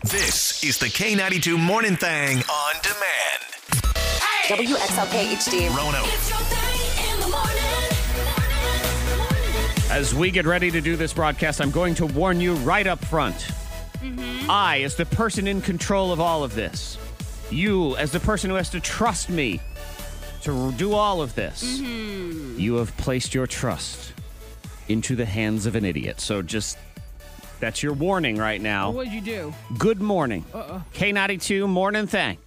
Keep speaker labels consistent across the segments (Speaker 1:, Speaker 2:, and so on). Speaker 1: This is the K92 Morning Thing on demand.
Speaker 2: WXLK HD.
Speaker 1: Rono,
Speaker 3: It's your thing in the morning.
Speaker 4: As we get ready to do this broadcast, I'm going to warn you right up front. I, as the person in control of all of this, you, as the person who has to trust me to do all of this, you have placed your trust into the hands of an idiot. So just that's your warning right now.
Speaker 5: What'd you do?
Speaker 4: Good morning. K92 Morning Thing.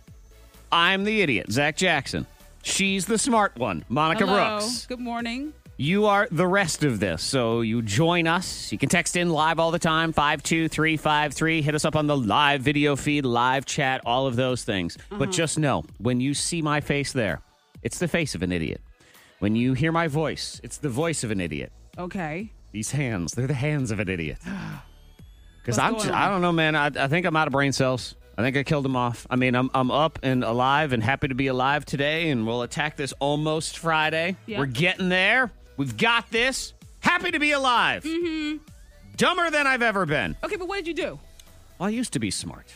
Speaker 4: I'm the idiot, Zach Jackson. She's the smart one, Monica
Speaker 5: Hello.
Speaker 4: Brooks.
Speaker 5: Good morning.
Speaker 4: You are the rest of this. So you join us. You can text in live all the time 52353. Hit us up on the live video feed, live chat, all of those things. But just know when you see my face there, it's the face of an idiot. When you hear my voice, it's the voice of an idiot.
Speaker 5: Okay.
Speaker 4: These hands, they're the hands of an idiot. Because
Speaker 5: What's
Speaker 4: I'm,
Speaker 5: going
Speaker 4: just,
Speaker 5: on?
Speaker 4: I don't know, man. I, I think I'm out of brain cells. I think I killed them off. I mean, I'm, I'm up and alive and happy to be alive today, and we'll attack this almost Friday.
Speaker 5: Yeah.
Speaker 4: We're getting there. We've got this. Happy to be alive. Mm-hmm. Dumber than I've ever been.
Speaker 5: Okay, but what did you do?
Speaker 4: Well, I used to be smart.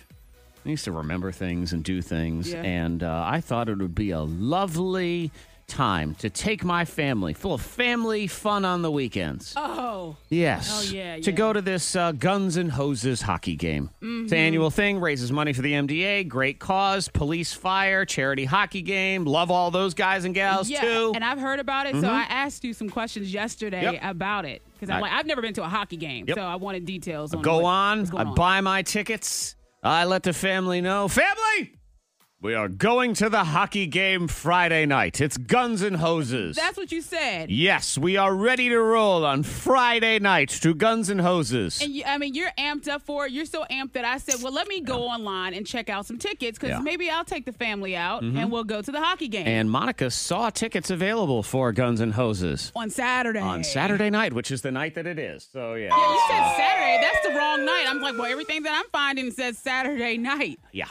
Speaker 4: I used to remember things and do things.
Speaker 5: Yeah.
Speaker 4: And uh, I thought it would be a lovely time to take my family, full of family fun on the weekends.
Speaker 5: Oh,
Speaker 4: Yes.
Speaker 5: Oh, yeah,
Speaker 4: To
Speaker 5: yeah. Mm-hmm.
Speaker 4: go to this uh, Guns and Hoses hockey game. It's an annual thing, raises money for the MDA, great cause, police, fire, charity hockey game. Love all those guys and gals
Speaker 5: yeah.
Speaker 4: too.
Speaker 5: And I've heard about it, so I asked you some questions yesterday
Speaker 4: Mm-hmm. Yep.
Speaker 5: about it because
Speaker 4: I-
Speaker 5: I'm like, I've never been to a hockey game,
Speaker 4: Yep.
Speaker 5: so I wanted details. on
Speaker 4: go
Speaker 5: what
Speaker 4: on.
Speaker 5: was
Speaker 4: I
Speaker 5: going
Speaker 4: buy my tickets. I let the family know. Family, we are going to the hockey game Friday night. It's Guns and Hoses.
Speaker 5: That's what you said.
Speaker 4: yes, we are ready to roll on Friday night to Guns and Hoses.
Speaker 5: And you, I mean, you're amped up for it. You're so amped that I said, well, let me go online and check out some tickets because
Speaker 4: Yeah. Mm-hmm.
Speaker 5: maybe I'll take the family out and we'll go to the hockey game
Speaker 4: and Monica saw tickets available for Guns and Hoses.
Speaker 5: on Saturday.
Speaker 4: on Saturday night, which is the night that it is. So yeah, Uh,
Speaker 5: You said Saturday. That's the wrong night. I'm like, well, everything that I'm finding says Saturday night.
Speaker 4: yeah.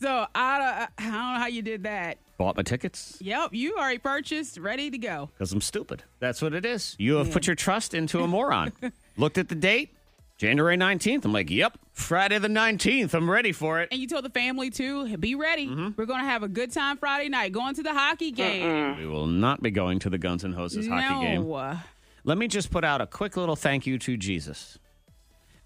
Speaker 5: So I, I don't know how you did that.
Speaker 4: Bought my tickets
Speaker 5: Yep, you already purchased, ready to go.
Speaker 4: because I'm stupid. That's what it is. You have put your trust into a moron. Looked at the date, January 19th. I'm like, yep, Friday the 19th. I'm ready for it.
Speaker 5: And you told the family too, be ready.
Speaker 4: Mm-hmm.
Speaker 5: We're gonna have a good time Friday night, going to the hockey game.
Speaker 4: We will not be going to the Guns N' Hoses
Speaker 5: no.
Speaker 4: hockey game. Let me just put out a quick little thank you to Jesus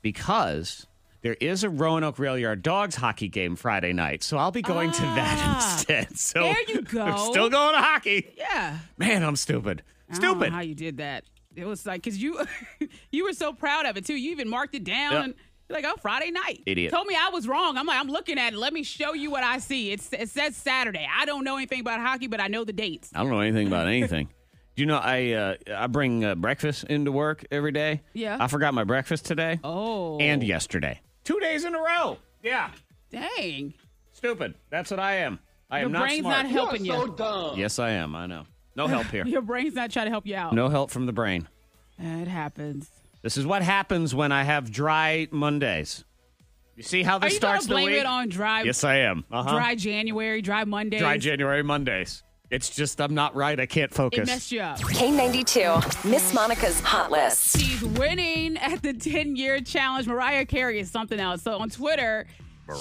Speaker 4: because there is a Roanoke Rail Yard Dogs hockey game Friday night. So I'll be going to that instead. So
Speaker 5: Ah, There you
Speaker 4: I'm
Speaker 5: go.
Speaker 4: still going to hockey.
Speaker 5: Yeah.
Speaker 4: Man, I'm stupid.
Speaker 5: I don't know
Speaker 4: Stupid.
Speaker 5: how you did that? It was like because you you were so proud of it too. You even marked it down
Speaker 4: Yeah.
Speaker 5: and you're like, oh, Friday night.
Speaker 4: Idiot.
Speaker 5: Told me I was wrong. I'm like, I'm looking at it. Let me show you what I see. It's, it says Saturday. I don't know anything about hockey, but I know the dates.
Speaker 4: I don't know anything about anything. Do you know I uh, I bring uh, breakfast into work every day?
Speaker 5: Yeah.
Speaker 4: I forgot my breakfast today
Speaker 5: Oh,
Speaker 4: and yesterday. Two days in a row. Yeah.
Speaker 5: dang.
Speaker 4: Stupid. That's what I am. I am
Speaker 5: Your
Speaker 4: not
Speaker 5: brain's
Speaker 4: smart.
Speaker 5: not helping you.
Speaker 4: yes, I am. I know. No help here.
Speaker 5: Your brain's not trying to help you out.
Speaker 4: No help from the brain.
Speaker 5: It happens.
Speaker 4: This is what happens when I have dry Mondays. You see how
Speaker 5: Are
Speaker 4: this
Speaker 5: you going
Speaker 4: starts
Speaker 5: to
Speaker 4: the
Speaker 5: blame
Speaker 4: week?
Speaker 5: it on dry,
Speaker 4: yes, I am. Uh-huh.
Speaker 5: dry January, dry Monday?
Speaker 4: Dry January Mondays. It's just I'm not right. I can't
Speaker 5: It
Speaker 4: focus.
Speaker 5: messed you up.
Speaker 2: K92. Miss Monica's Hot List.
Speaker 5: She's winning at the 10 year challenge. Mariah Carey is something else. So on Twitter,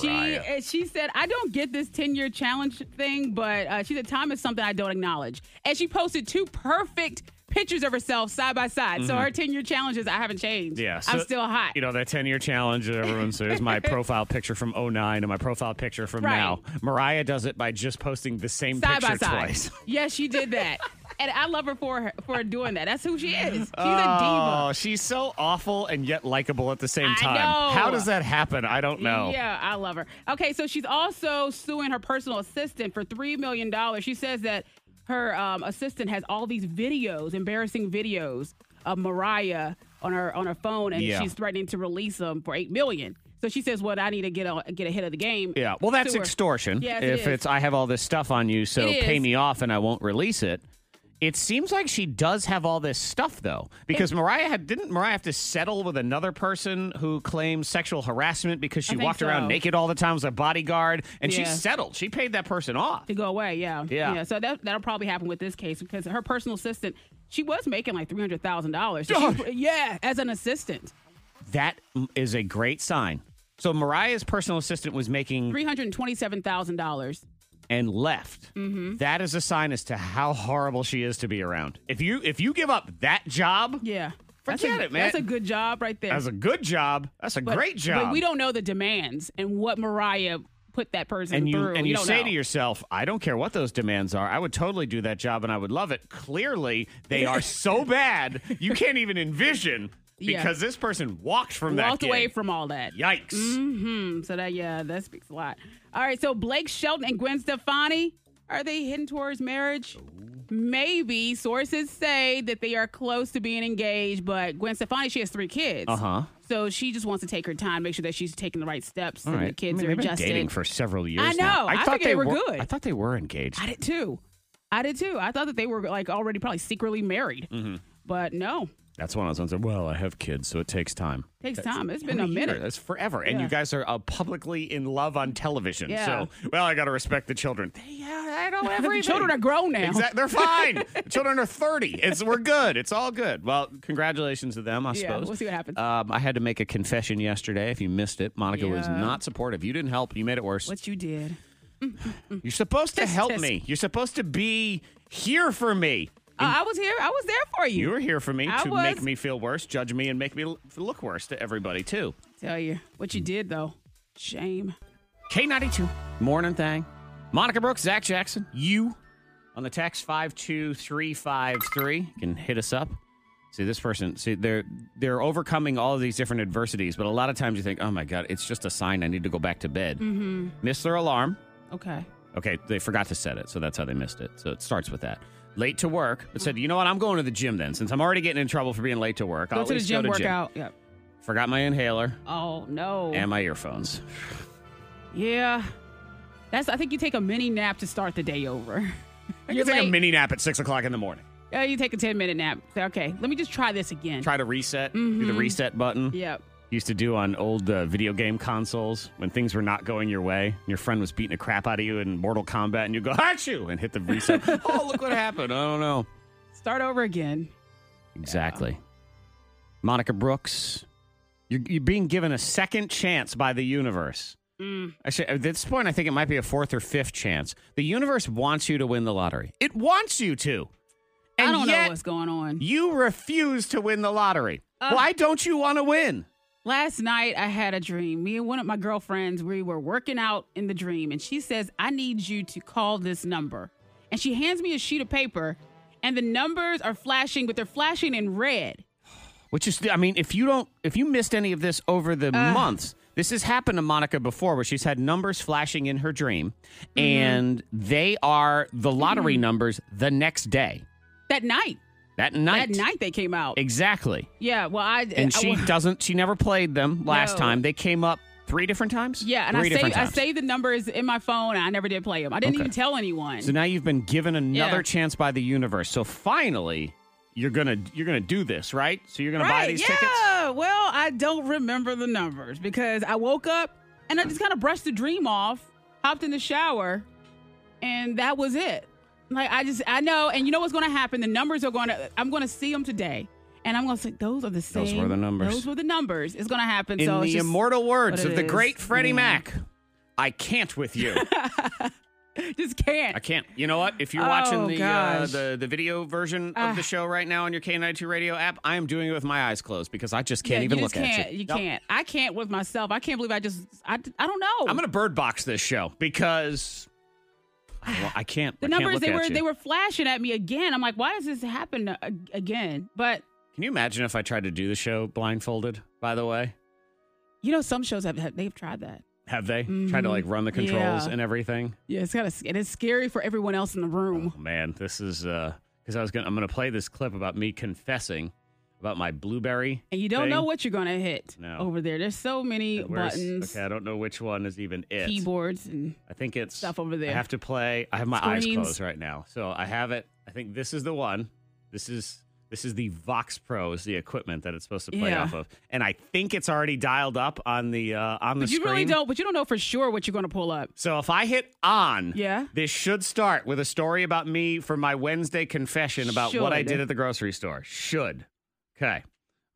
Speaker 5: she eh, she said, I don't get this 10 year challenge thing, but uh, she said, time is something I don't acknowledge. And she posted two perfect pictures of herself side by side. So her 10 year challenge is, I haven't changed.
Speaker 4: Mm-hmm. Yeah,
Speaker 5: I'm
Speaker 4: so-
Speaker 5: still hot.
Speaker 4: You know that ten-year challenge that everyone says. My profile picture from 09 and my profile picture from
Speaker 5: Right.
Speaker 4: now. Mariah does it by just posting the same
Speaker 5: side
Speaker 4: picture
Speaker 5: by side.
Speaker 4: twice.
Speaker 5: Yes, she did that. And I love her for her, for doing that. That's who she is. She's a diva.
Speaker 4: Oh, she's so awful and yet likable at the same
Speaker 5: I
Speaker 4: time.
Speaker 5: know.
Speaker 4: How does that happen? I don't know.
Speaker 5: Yeah, I love her. Okay, so she's also suing her personal assistant for three million dollars. She says that her um, assistant has all these videos, embarrassing videos of Mariah on her on her phone, and
Speaker 4: Yeah.
Speaker 5: she's threatening to release them for eight million. So she says, "Well, I need to get on, get ahead of the game."
Speaker 4: Yeah. Well, that's
Speaker 5: Sue her.
Speaker 4: extortion.
Speaker 5: Yes, it
Speaker 4: if
Speaker 5: is.
Speaker 4: it's I have all this stuff on you, so
Speaker 5: It
Speaker 4: pay
Speaker 5: is.
Speaker 4: me off and I won't release it. It seems like she does have all this stuff though, because Mariah had, didn't Mariah have to settle with another person who claims sexual harassment because she
Speaker 5: think
Speaker 4: walked around
Speaker 5: so.
Speaker 4: naked all the time as a bodyguard, and she
Speaker 5: Yeah.
Speaker 4: settled. She paid that person off.
Speaker 5: to go away. Yeah.
Speaker 4: Yeah.
Speaker 5: So that that'll probably happen with this case because her personal assistant, she was making like three hundred thousand dollars. Yeah, as an assistant.
Speaker 4: That m- is a great sign So Mariah's personal assistant was making
Speaker 5: Three hundred twenty-seven thousand dollars.
Speaker 4: and left.
Speaker 5: Mm-hmm.
Speaker 4: That is a sign as to how horrible she is to be around. If you if you give up that job,
Speaker 5: Yeah,
Speaker 4: Forget
Speaker 5: that's a,
Speaker 4: it, man.
Speaker 5: That's a good job right there.
Speaker 4: that's a good job. That's a
Speaker 5: But-
Speaker 4: great job.
Speaker 5: But we don't know the demands and what Mariah put that person
Speaker 4: and you
Speaker 5: through.
Speaker 4: and
Speaker 5: We
Speaker 4: you
Speaker 5: don't
Speaker 4: say
Speaker 5: know.
Speaker 4: to yourself, I don't care what those demands are. I would totally do that job and I would love it. Clearly, they are so bad you can't even envision
Speaker 5: Yeah.
Speaker 4: because this person walked from
Speaker 5: walked
Speaker 4: that. gig.
Speaker 5: away from all that.
Speaker 4: Yikes!
Speaker 5: Mm, So that yeah, that speaks a lot. All right, so Blake Shelton and Gwen Stefani are they heading towards marriage? Maybe sources say that they are close to being engaged, but Gwen Stefani she has three kids. Uh
Speaker 4: Uh-huh.
Speaker 5: So she just wants to take her time, make sure that she's taking the right steps,
Speaker 4: All
Speaker 5: and
Speaker 4: right.
Speaker 5: the kids
Speaker 4: I mean,
Speaker 5: are
Speaker 4: they've been
Speaker 5: adjusted.
Speaker 4: dating for several years.
Speaker 5: I
Speaker 4: now.
Speaker 5: know.
Speaker 4: I,
Speaker 5: I
Speaker 4: thought
Speaker 5: figured they were
Speaker 4: were
Speaker 5: good.
Speaker 4: I thought they were engaged.
Speaker 5: I did too. I did too. I thought that they were like already probably secretly married,
Speaker 4: Mm-hmm.
Speaker 5: but no,
Speaker 4: That's one of those ones. That, well, I have kids, so it takes time.
Speaker 5: takes time. It's been
Speaker 4: What
Speaker 5: a
Speaker 4: year?
Speaker 5: minute.
Speaker 4: That's forever. And you
Speaker 5: Yeah.
Speaker 4: guys are uh, publicly in love on television.
Speaker 5: Yeah.
Speaker 4: So, well, I got to respect the children. They, uh, I don't have
Speaker 5: The children are grown now.
Speaker 4: Exactly. They're fine. the children are 30. It's We're good. It's all good. Well, congratulations to them, I
Speaker 5: Yeah,
Speaker 4: suppose.
Speaker 5: we'll see what happens.
Speaker 4: Um, I had to make a confession yesterday. If you missed it, Monica was
Speaker 5: Yeah.
Speaker 4: not supportive. You didn't help. You made it worse.
Speaker 5: What you did.
Speaker 4: You're supposed to
Speaker 5: Tisk,
Speaker 4: help
Speaker 5: tisk.
Speaker 4: me. You're supposed to be here for me.
Speaker 5: Uh, I was here. I was there for you.
Speaker 4: You were here for me
Speaker 5: I
Speaker 4: to
Speaker 5: was-
Speaker 4: make me feel worse, judge me, and make me l- look worse to everybody, too.
Speaker 5: Tell you what you did though. Shame.
Speaker 4: K92. Morning thing. Monica Brooks, Zach Jackson, you on the text 52353. You can hit us up. See this person, see they're they're overcoming all of these different adversities, but a lot of times you think, "Oh my god, it's just a sign I need to go back to bed." Mm-hmm. Miss their alarm.
Speaker 5: Okay.
Speaker 4: Okay, they forgot to set it, so that's how they missed it. So it starts with that. Late to work, but said, "You know what? I'm going to the gym then, since I'm already getting in trouble for being late to work.
Speaker 5: Go
Speaker 4: I'll at
Speaker 5: to the
Speaker 4: least
Speaker 5: gym
Speaker 4: go to
Speaker 5: workout. Yep.
Speaker 4: Gym. Forgot my inhaler
Speaker 5: Oh no.
Speaker 4: and my earphones.
Speaker 5: yeah. That's. I think you take a mini nap to start the day over.
Speaker 4: I
Speaker 5: You're
Speaker 4: can take a
Speaker 5: late.
Speaker 4: mini nap at six o'clock in the morning.
Speaker 5: Uh, you take a ten minute nap. Say, okay. Let me just try this again.
Speaker 4: try to reset, do
Speaker 5: Mm-hmm.
Speaker 4: the reset button.
Speaker 5: Yep.
Speaker 4: Used to do on old uh, video game consoles when things were not going your way. And your friend was beating the crap out of you in Mortal Kombat, and you go, "Achoo!" and hit the reset. oh, look what happened! I don't know.
Speaker 5: Start over again.
Speaker 4: Exactly. Monica Brooks, you're, you're being given a second chance by the universe.
Speaker 5: Mm.
Speaker 4: Actually, at this point, I think it might be a fourth or fifth chance. The universe wants you to win the lottery. It wants you to.
Speaker 5: I
Speaker 4: And
Speaker 5: don't
Speaker 4: yet,
Speaker 5: know what's going on.
Speaker 4: You refuse to win the lottery. Why don't you want to win?
Speaker 5: Last night I had a dream. Me and one of my girlfriends, we were working out in the dream, and she says, I need you to call this number. And she hands me a sheet of paper, and the numbers are flashing, but they're flashing in red.
Speaker 4: Which is, I mean, if you don't, if you missed any of this over the
Speaker 5: Uh.
Speaker 4: months, this has happened to Monica before, where she's had numbers flashing in her dream,
Speaker 5: Mm-hmm.
Speaker 4: and they are the lottery numbers the next day,
Speaker 5: That night.
Speaker 4: that night,
Speaker 5: Mm-hmm. That night they came out.
Speaker 4: exactly.
Speaker 5: Yeah, well, I
Speaker 4: And
Speaker 5: I-
Speaker 4: she doesn't, she never played them last
Speaker 5: No.
Speaker 4: time. They came up three different times.
Speaker 5: yeah, and
Speaker 4: three
Speaker 5: I
Speaker 4: different
Speaker 5: saved I
Speaker 4: times.
Speaker 5: saved the numbers in my phone, and I never did play them. I didn't
Speaker 4: Okay.
Speaker 5: even tell anyone.
Speaker 4: So now you've been given another
Speaker 5: Yeah.
Speaker 4: chance by the universe. So finally, you're gonna you're gonna do this, right? So you're gonna buy
Speaker 5: right?
Speaker 4: these
Speaker 5: yeah.
Speaker 4: tickets.
Speaker 5: Well, I don't remember the numbers because I woke up and I just kind of brushed the dream off, hopped in the shower, and that was it. Like I just I know, and you know what's going to happen? The numbers are going to. I'm going to see them today. And I'm gonna say those are the same.
Speaker 4: Those were the numbers.
Speaker 5: Those were the numbers. It's gonna happen.
Speaker 4: In
Speaker 5: so
Speaker 4: the
Speaker 5: it's just,
Speaker 4: immortal words
Speaker 5: what it
Speaker 4: of the
Speaker 5: is. Mm.
Speaker 4: great Freddie
Speaker 5: Yeah.
Speaker 4: Mac, I can't with you.
Speaker 5: just can't.
Speaker 4: I can't. You know what? If you're
Speaker 5: Oh,
Speaker 4: watching the, uh,
Speaker 5: gosh. Ah.
Speaker 4: the the video version of the show right now on your K92 radio app, I am doing it with my eyes closed because I just can't
Speaker 5: Yeah,
Speaker 4: even
Speaker 5: you
Speaker 4: look
Speaker 5: just can't.
Speaker 4: at
Speaker 5: You
Speaker 4: No.
Speaker 5: can't. I can't with myself. I can't believe I just. I, I don't know.
Speaker 4: I'm gonna bird box this show because I, don't- I can't.
Speaker 5: the
Speaker 4: I can't
Speaker 5: numbers
Speaker 4: look
Speaker 5: they
Speaker 4: at
Speaker 5: were
Speaker 4: you.
Speaker 5: they were flashing at me again. I'm like, why does this happen a- again? But
Speaker 4: Can you imagine if I tried to do the show blindfolded? By the way.
Speaker 5: you know, some shows have, have they've tried that.
Speaker 4: Have they tried to like run the controls
Speaker 5: Mm, Yeah.
Speaker 4: and everything?
Speaker 5: Yeah, it's kind of and it's scary for everyone else in the room.
Speaker 4: Oh, man, this is uh because I was gonna I'm gonna play this clip about me confessing about my blueberry.
Speaker 5: And you don't
Speaker 4: thing.
Speaker 5: know what you're gonna hit
Speaker 4: No.
Speaker 5: over there. There's so many
Speaker 4: And where's-
Speaker 5: buttons,
Speaker 4: Okay, I don't know which one is even it.
Speaker 5: keyboards, and
Speaker 4: I think it's
Speaker 5: stuff over
Speaker 4: I
Speaker 5: there.
Speaker 4: have to play. I have my eyes
Speaker 5: Screens.
Speaker 4: closed right now, so I have it. I think this is the one. This is this is the Vox Pro is the equipment that it's supposed to play
Speaker 5: Yeah.
Speaker 4: off of, and I think it's already dialed up on the uh, on
Speaker 5: but
Speaker 4: the
Speaker 5: you
Speaker 4: screen.
Speaker 5: really don't. But you don't know for sure what you're gonna pull up.
Speaker 4: So if I hit on,
Speaker 5: Yeah.
Speaker 4: this should start with a story about me for my Wednesday confession about what I
Speaker 5: Should.
Speaker 4: did at the grocery store. Mm. Should. Okay.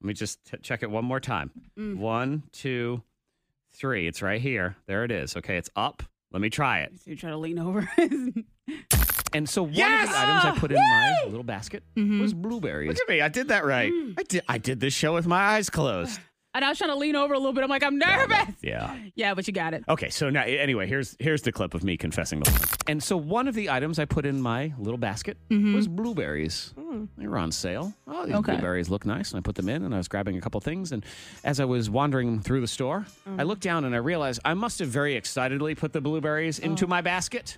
Speaker 4: Let me just t- check it one more time. One, two, three. It's right here. There it is. Okay, it's up. Let me try it.
Speaker 5: So you try to lean over.
Speaker 4: And so one
Speaker 3: Yes!
Speaker 4: of the items I put in my little basket was blueberries. Mm-hmm. Look at me. I did that right. I did I did this show with my eyes closed.
Speaker 5: and I was trying to lean over a little bit. I'm like, I'm nervous.
Speaker 4: yeah.
Speaker 5: Yeah, but you got it.
Speaker 4: Okay, so now anyway, here's here's the clip of me confessing the line. And so one of the items I put in my little basket was blueberries. They were on sale. Oh, these
Speaker 5: Mm-hmm. Hmm. Okay.
Speaker 4: blueberries look nice, and I put them in. And I was grabbing a couple things, and as I was wandering through the store,
Speaker 5: Mm.
Speaker 4: I looked down and I realized I must have very excitedly put the blueberries into my basket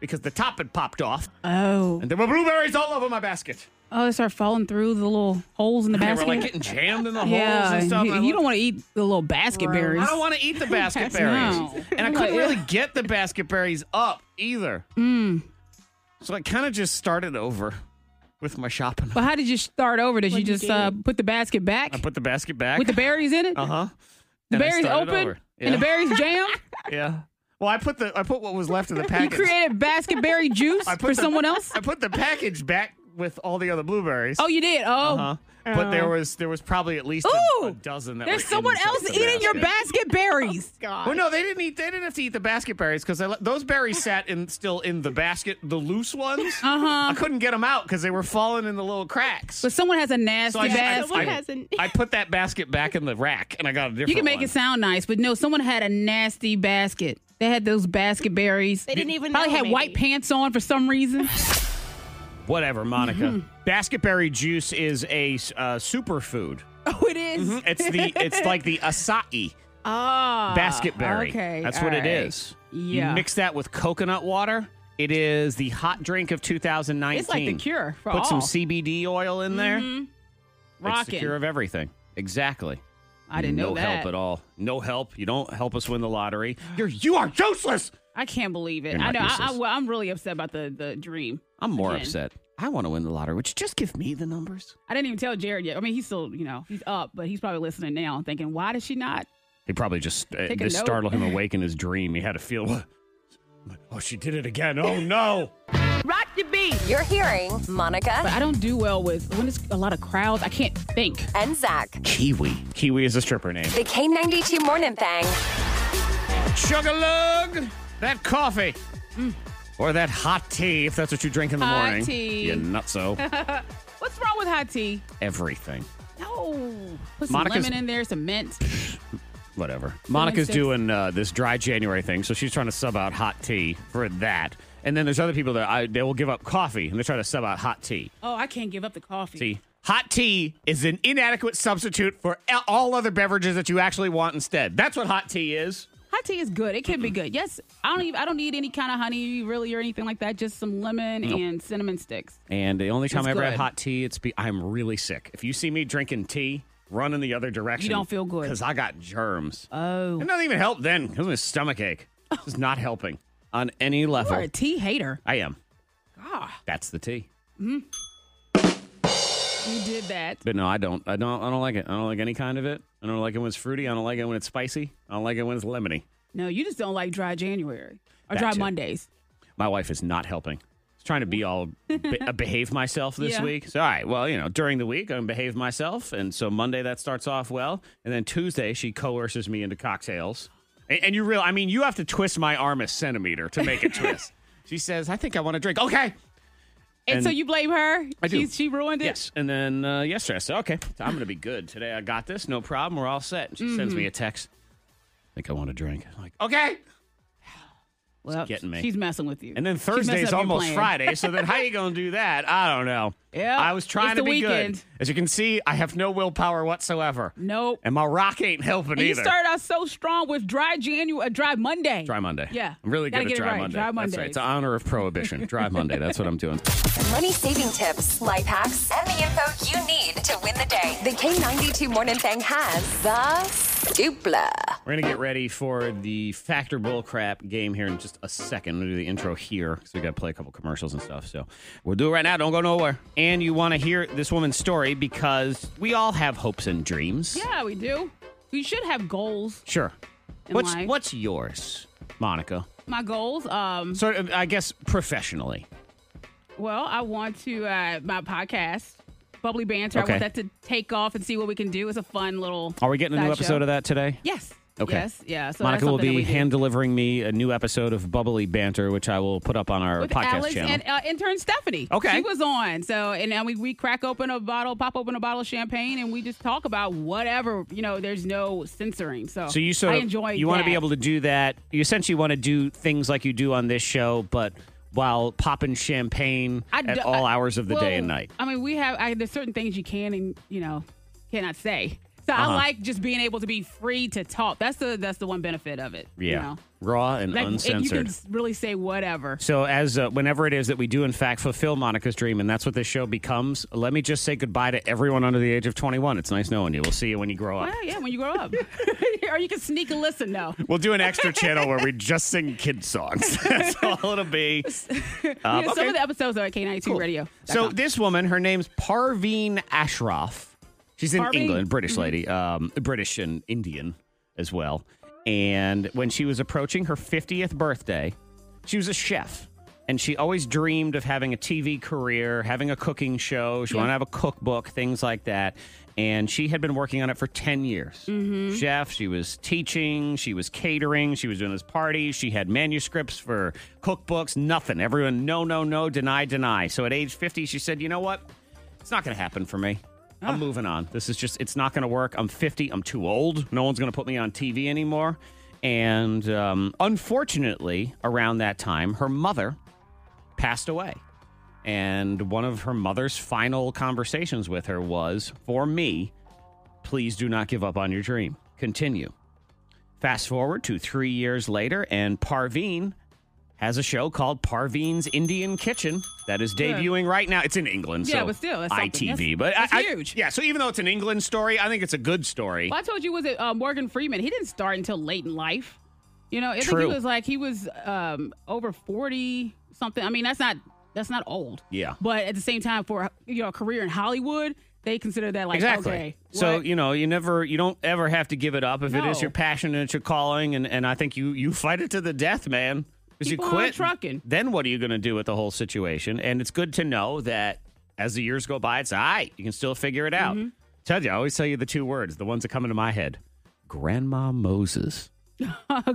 Speaker 4: because the top had popped off,
Speaker 5: Oh,
Speaker 4: and there were blueberries all over my basket.
Speaker 5: oh, they start falling through the little holes in the
Speaker 4: They
Speaker 5: basket.
Speaker 4: were like getting jammed in the holes
Speaker 5: yeah,
Speaker 4: and stuff.
Speaker 5: you,
Speaker 4: and I
Speaker 5: you
Speaker 4: looked-
Speaker 5: don't want to eat the little basket berries.
Speaker 4: I don't want to eat the basket
Speaker 5: That's
Speaker 4: berries.
Speaker 5: no.
Speaker 4: And I couldn't really get the basket berries up either.
Speaker 5: Mm.
Speaker 4: So I kind of just started over with my shopping.
Speaker 5: But how did you start over? Did you just uh, put the basket back
Speaker 4: I put the basket back.
Speaker 5: with the berries in it?
Speaker 4: Uh huh.
Speaker 5: the berries open
Speaker 4: Yeah.
Speaker 5: and the berries jam.
Speaker 4: yeah. Well, I put the I put what was left of the
Speaker 5: you
Speaker 4: package.
Speaker 5: created basket berry juice
Speaker 4: I put
Speaker 5: for
Speaker 4: the-
Speaker 5: someone else.
Speaker 4: I put the package back with all the other blueberries.
Speaker 5: Oh, you did. Oh,
Speaker 4: Uh-huh. But there was there was probably at least a,
Speaker 5: Ooh!
Speaker 4: a dozen that
Speaker 5: there's
Speaker 4: were
Speaker 5: someone
Speaker 4: inside
Speaker 5: else
Speaker 4: the
Speaker 5: eating your basket berries.
Speaker 4: Well, Oh, no, they didn't eat. They didn't have to eat the basket berries because those berries sat in still in the basket, the loose ones. Uh huh. I couldn't get them out because they were falling in the little cracks.
Speaker 5: Uh-huh. But someone has a nasty
Speaker 4: So I,
Speaker 5: basket.
Speaker 3: Someone
Speaker 4: I, I,
Speaker 3: has an-
Speaker 4: I put that basket back in the rack and I got a different.
Speaker 5: you can make
Speaker 4: one.
Speaker 5: it sound nice, but no, someone had a nasty basket. They had those basket berries.
Speaker 3: They didn't even
Speaker 5: probably
Speaker 3: know,
Speaker 5: had white
Speaker 3: maybe.
Speaker 5: pants on for some reason.
Speaker 4: whatever, Monica.
Speaker 5: Mm-hmm.
Speaker 4: Basket berry juice is a uh, superfood.
Speaker 5: oh, it is.
Speaker 4: It's the it's like the acai
Speaker 5: Ah,
Speaker 4: basket berry.
Speaker 5: Okay,
Speaker 4: that's
Speaker 5: all
Speaker 4: what
Speaker 5: right.
Speaker 4: it is.
Speaker 5: Yeah.
Speaker 4: You mix that with coconut water. It is the hot drink of 2019.
Speaker 5: It's like the cure for
Speaker 4: Put
Speaker 5: all.
Speaker 4: some
Speaker 5: Mm-hmm.
Speaker 4: CBD oil in there. It's the
Speaker 5: Rockin'.
Speaker 4: cure of everything. Exactly.
Speaker 5: I didn't know
Speaker 4: no
Speaker 5: that.
Speaker 4: help at all. No help. You don't help us win the lottery. You're you are useless.
Speaker 5: I can't believe it.
Speaker 4: You're
Speaker 5: I
Speaker 4: not
Speaker 5: know. I, I,
Speaker 4: useless.
Speaker 5: well, I'm really upset about the the dream.
Speaker 4: I'm more
Speaker 5: Again.
Speaker 4: upset. I want to win the lottery. Would you just give me the numbers?
Speaker 5: I didn't even tell Jared yet. I mean, he's still, you know, he's up, but he's probably listening now, and thinking, why did she not?
Speaker 4: He probably just uh,
Speaker 5: Take a
Speaker 4: this
Speaker 5: note.
Speaker 4: startled him awake in his dream. He had to feel. "What? Oh, she did it again. Oh no.
Speaker 5: Rock your beat.
Speaker 2: You're hearing
Speaker 5: But
Speaker 2: Monica
Speaker 5: I don't do well with when it's a lot of crowds. I can't think.
Speaker 2: and Zach.
Speaker 4: Kiwi. Kiwi is a stripper name.
Speaker 2: The K92 Morning Thing.
Speaker 4: Chug-a-lug that coffee. Or that hot tea, if that's what you drink in the
Speaker 5: Mm. Hot
Speaker 4: morning.
Speaker 5: tea.
Speaker 4: You nutso.
Speaker 5: What's wrong with hot tea?
Speaker 4: Everything.
Speaker 5: No. Put some
Speaker 4: Monica's-
Speaker 5: lemon in there, some mint.
Speaker 4: whatever. Monica's
Speaker 5: six.
Speaker 4: doing uh, this dry January thing, so she's trying to sub out hot tea for that. And then there's other people that I, they will give up coffee and they try to sub out hot tea.
Speaker 5: Oh, I can't give up the coffee.
Speaker 4: See, hot tea is an inadequate substitute for a- all other beverages that you actually want instead. That's what hot tea is.
Speaker 5: Hot tea is good. It can be good. Yes, I don't even. I don't need any kind of honey really or anything like that. Just some lemon and cinnamon sticks.
Speaker 4: And the only time
Speaker 5: It's
Speaker 4: I ever had
Speaker 5: good.
Speaker 4: hot tea, it's be I'm really sick. If you see me drinking tea, run in the other direction.
Speaker 5: don't feel good.
Speaker 4: because I got germs.
Speaker 5: Oh,
Speaker 4: it doesn't even help then because my stomach ache. It's not helping on any
Speaker 5: you're
Speaker 4: level.
Speaker 5: a tea hater.
Speaker 4: I am.
Speaker 5: Ah,
Speaker 4: That's the tea.
Speaker 5: you did that.
Speaker 4: But no, I don't. I don't. I don't like it. I don't like any kind of it. I don't like it when it's fruity. I don't like it when it's spicy. I don't like it when it's lemony.
Speaker 5: No, you just don't like dry January or
Speaker 4: That
Speaker 5: dry
Speaker 4: too.
Speaker 5: Mondays.
Speaker 4: My wife is not helping. She's trying to be all be- uh, behave myself this
Speaker 5: Yeah.
Speaker 4: week. So, all right. Well, you know, during the week I'm gonna behave myself, and so Monday that starts off well, and then Tuesday she coerces me into cocktails. And, and you real, I mean, you have to twist my arm a centimeter to make it twist. She says, "I think I want to drink." Okay,
Speaker 5: And, so
Speaker 4: And-
Speaker 5: you blame her?
Speaker 4: I do.
Speaker 5: She, she ruined it?
Speaker 4: Yes. And then uh, yesterday I said, okay, I'm going to be good. Today I got this. No problem. We're all set. And she sends
Speaker 5: Mm-hmm.
Speaker 4: me a text. I think I want a drink. I'm like, okay.
Speaker 5: Well,
Speaker 4: getting me.
Speaker 5: she's messing with you.
Speaker 4: And then
Speaker 5: She's messing
Speaker 4: Thursday is
Speaker 5: up your
Speaker 4: almost
Speaker 5: plan.
Speaker 4: Friday. So then how you going to do that? I don't know.
Speaker 5: Yeah,
Speaker 4: I was trying
Speaker 5: it's
Speaker 4: to
Speaker 5: the
Speaker 4: be
Speaker 5: weekend.
Speaker 4: good. As you can see, I have no willpower whatsoever.
Speaker 5: Nope.
Speaker 4: And my rock ain't helping
Speaker 5: And you
Speaker 4: either.
Speaker 5: started out so strong with dry January, uh, dry Monday.
Speaker 4: Dry Monday.
Speaker 5: Yeah.
Speaker 4: I'm really good
Speaker 5: Gotta
Speaker 4: at
Speaker 5: get it
Speaker 4: Dry
Speaker 5: right.
Speaker 4: Monday.
Speaker 5: Dry
Speaker 4: That's right.
Speaker 5: Mondays.
Speaker 4: It's an honor of prohibition. Dry Monday. That's what I'm doing.
Speaker 2: Money saving tips, life hacks, and the info you need to win the day. The K92 Morning Thing has the dupla.
Speaker 4: We're going to get ready for the Factor Bullcrap game here in just a second. We'll do the intro here because we got to play a couple commercials and stuff. So we'll do it right now. Don't go nowhere. And you want to hear this woman's story because we all have hopes and dreams.
Speaker 5: Yeah, we do. We should have goals.
Speaker 4: Sure.
Speaker 5: In
Speaker 4: what's
Speaker 5: life.
Speaker 4: what's yours, Monica?
Speaker 5: My goals. Um.
Speaker 4: Sort of, I guess, professionally.
Speaker 5: Well, I want to uh, my podcast, Bubbly Banter.
Speaker 4: Okay.
Speaker 5: I want that to take off and see what we can do. It's a fun little.
Speaker 4: Are we getting a new
Speaker 5: side
Speaker 4: episode
Speaker 5: show.
Speaker 4: of that today?
Speaker 5: Yes.
Speaker 4: Okay.
Speaker 5: Yes, yeah. So
Speaker 4: Monica
Speaker 5: that's
Speaker 4: will
Speaker 5: something that
Speaker 4: be
Speaker 5: we do.
Speaker 4: hand delivering me a new episode of Bubbly Banter, which I will put up on our
Speaker 5: with
Speaker 4: podcast
Speaker 5: Alex
Speaker 4: channel.
Speaker 5: and uh, intern Stephanie.
Speaker 4: Okay.
Speaker 5: she was on. So and then we we crack open a bottle, pop open a bottle of champagne, and we just talk about whatever. You know, there's no censoring. So
Speaker 4: so you sort
Speaker 5: I
Speaker 4: of
Speaker 5: enjoy.
Speaker 4: you want to be
Speaker 5: that.
Speaker 4: able to do that. You essentially want to do things like you do on this show, but while popping champagne
Speaker 5: I
Speaker 4: at
Speaker 5: do-
Speaker 4: all
Speaker 5: I-
Speaker 4: hours of the day and
Speaker 5: well,
Speaker 4: night.
Speaker 5: I mean, we have I, there's certain things you can and you know cannot say. So
Speaker 4: Uh-huh.
Speaker 5: I like just being able to be free to talk. That's the that's the one benefit of it.
Speaker 4: Yeah,
Speaker 5: you know?
Speaker 4: raw and
Speaker 5: like and you
Speaker 4: uncensored.
Speaker 5: can s- really say whatever.
Speaker 4: So, as uh, whenever it is that we do, in fact, fulfill Monica's dream, and that's what this show becomes, let me just say goodbye to everyone under the age of 21. It's nice knowing you. We'll see you when you grow up.
Speaker 5: Well, yeah, when you grow up, or you can sneak a listen though.
Speaker 4: We'll do an extra channel where we just sing kid songs. that's all it'll be. Um,
Speaker 5: Yeah, Some
Speaker 4: okay.
Speaker 5: of the episodes are at K92 Radio.
Speaker 4: So, this woman, her name's Parveen Ashraf. She's in
Speaker 5: Parveen.
Speaker 4: England, British lady, um, British and Indian as well. And when she was approaching her 50th birthday, she was a chef. And she always dreamed of having a TV career, having a cooking show. She wanted to have a cookbook, things like that. And she had been working on it for 10 years. Chef, she was teaching, she was catering, she was doing this party. She had manuscripts for cookbooks, nothing. Everyone, no, no, no, deny, deny. So at age 50, she said, you know what? It's not going to happen for me. I'm moving on. This is just, it's not going to work. I'm 50. I'm too old. No one's going to put me on TV anymore. And um, unfortunately, around that time, her mother passed away. And one of her mother's final conversations with her was For me, please do not give up on your dream. Continue. Fast forward to three years later, and Parveen has a show called Parveen's Indian Kitchen that is debuting right now. It's in England,
Speaker 5: Yeah,
Speaker 4: so
Speaker 5: but still, that's something.
Speaker 4: ITV.
Speaker 5: That's-
Speaker 4: but I-
Speaker 5: that's
Speaker 4: I-
Speaker 5: huge.
Speaker 4: yeah, so even though it's an England story, I think it's a good story.
Speaker 5: Well, I told you was it uh, Morgan Freeman? He didn't start until late in life. You know, I
Speaker 4: True.
Speaker 5: think he was like he was um, over forty something. I mean, that's not that's not old.
Speaker 4: Yeah.
Speaker 5: But at the same time, for you know, a career in Hollywood, they consider that like
Speaker 4: Exactly.
Speaker 5: okay.
Speaker 4: so
Speaker 5: what-
Speaker 4: you know, you never, you don't ever have to give it up if it is
Speaker 5: No.
Speaker 4: your passion and it's your calling, and and I think you you fight it to the death, man. Because you
Speaker 5: Keep on
Speaker 4: quit,
Speaker 5: trucking.
Speaker 4: Then what are you going to do with the whole situation? And it's good to know that as the years go by, it's all right. You can still figure it
Speaker 5: Mm-hmm.
Speaker 4: out. Tell you, I always tell you the two words, the ones that come into my head: Grandma Moses.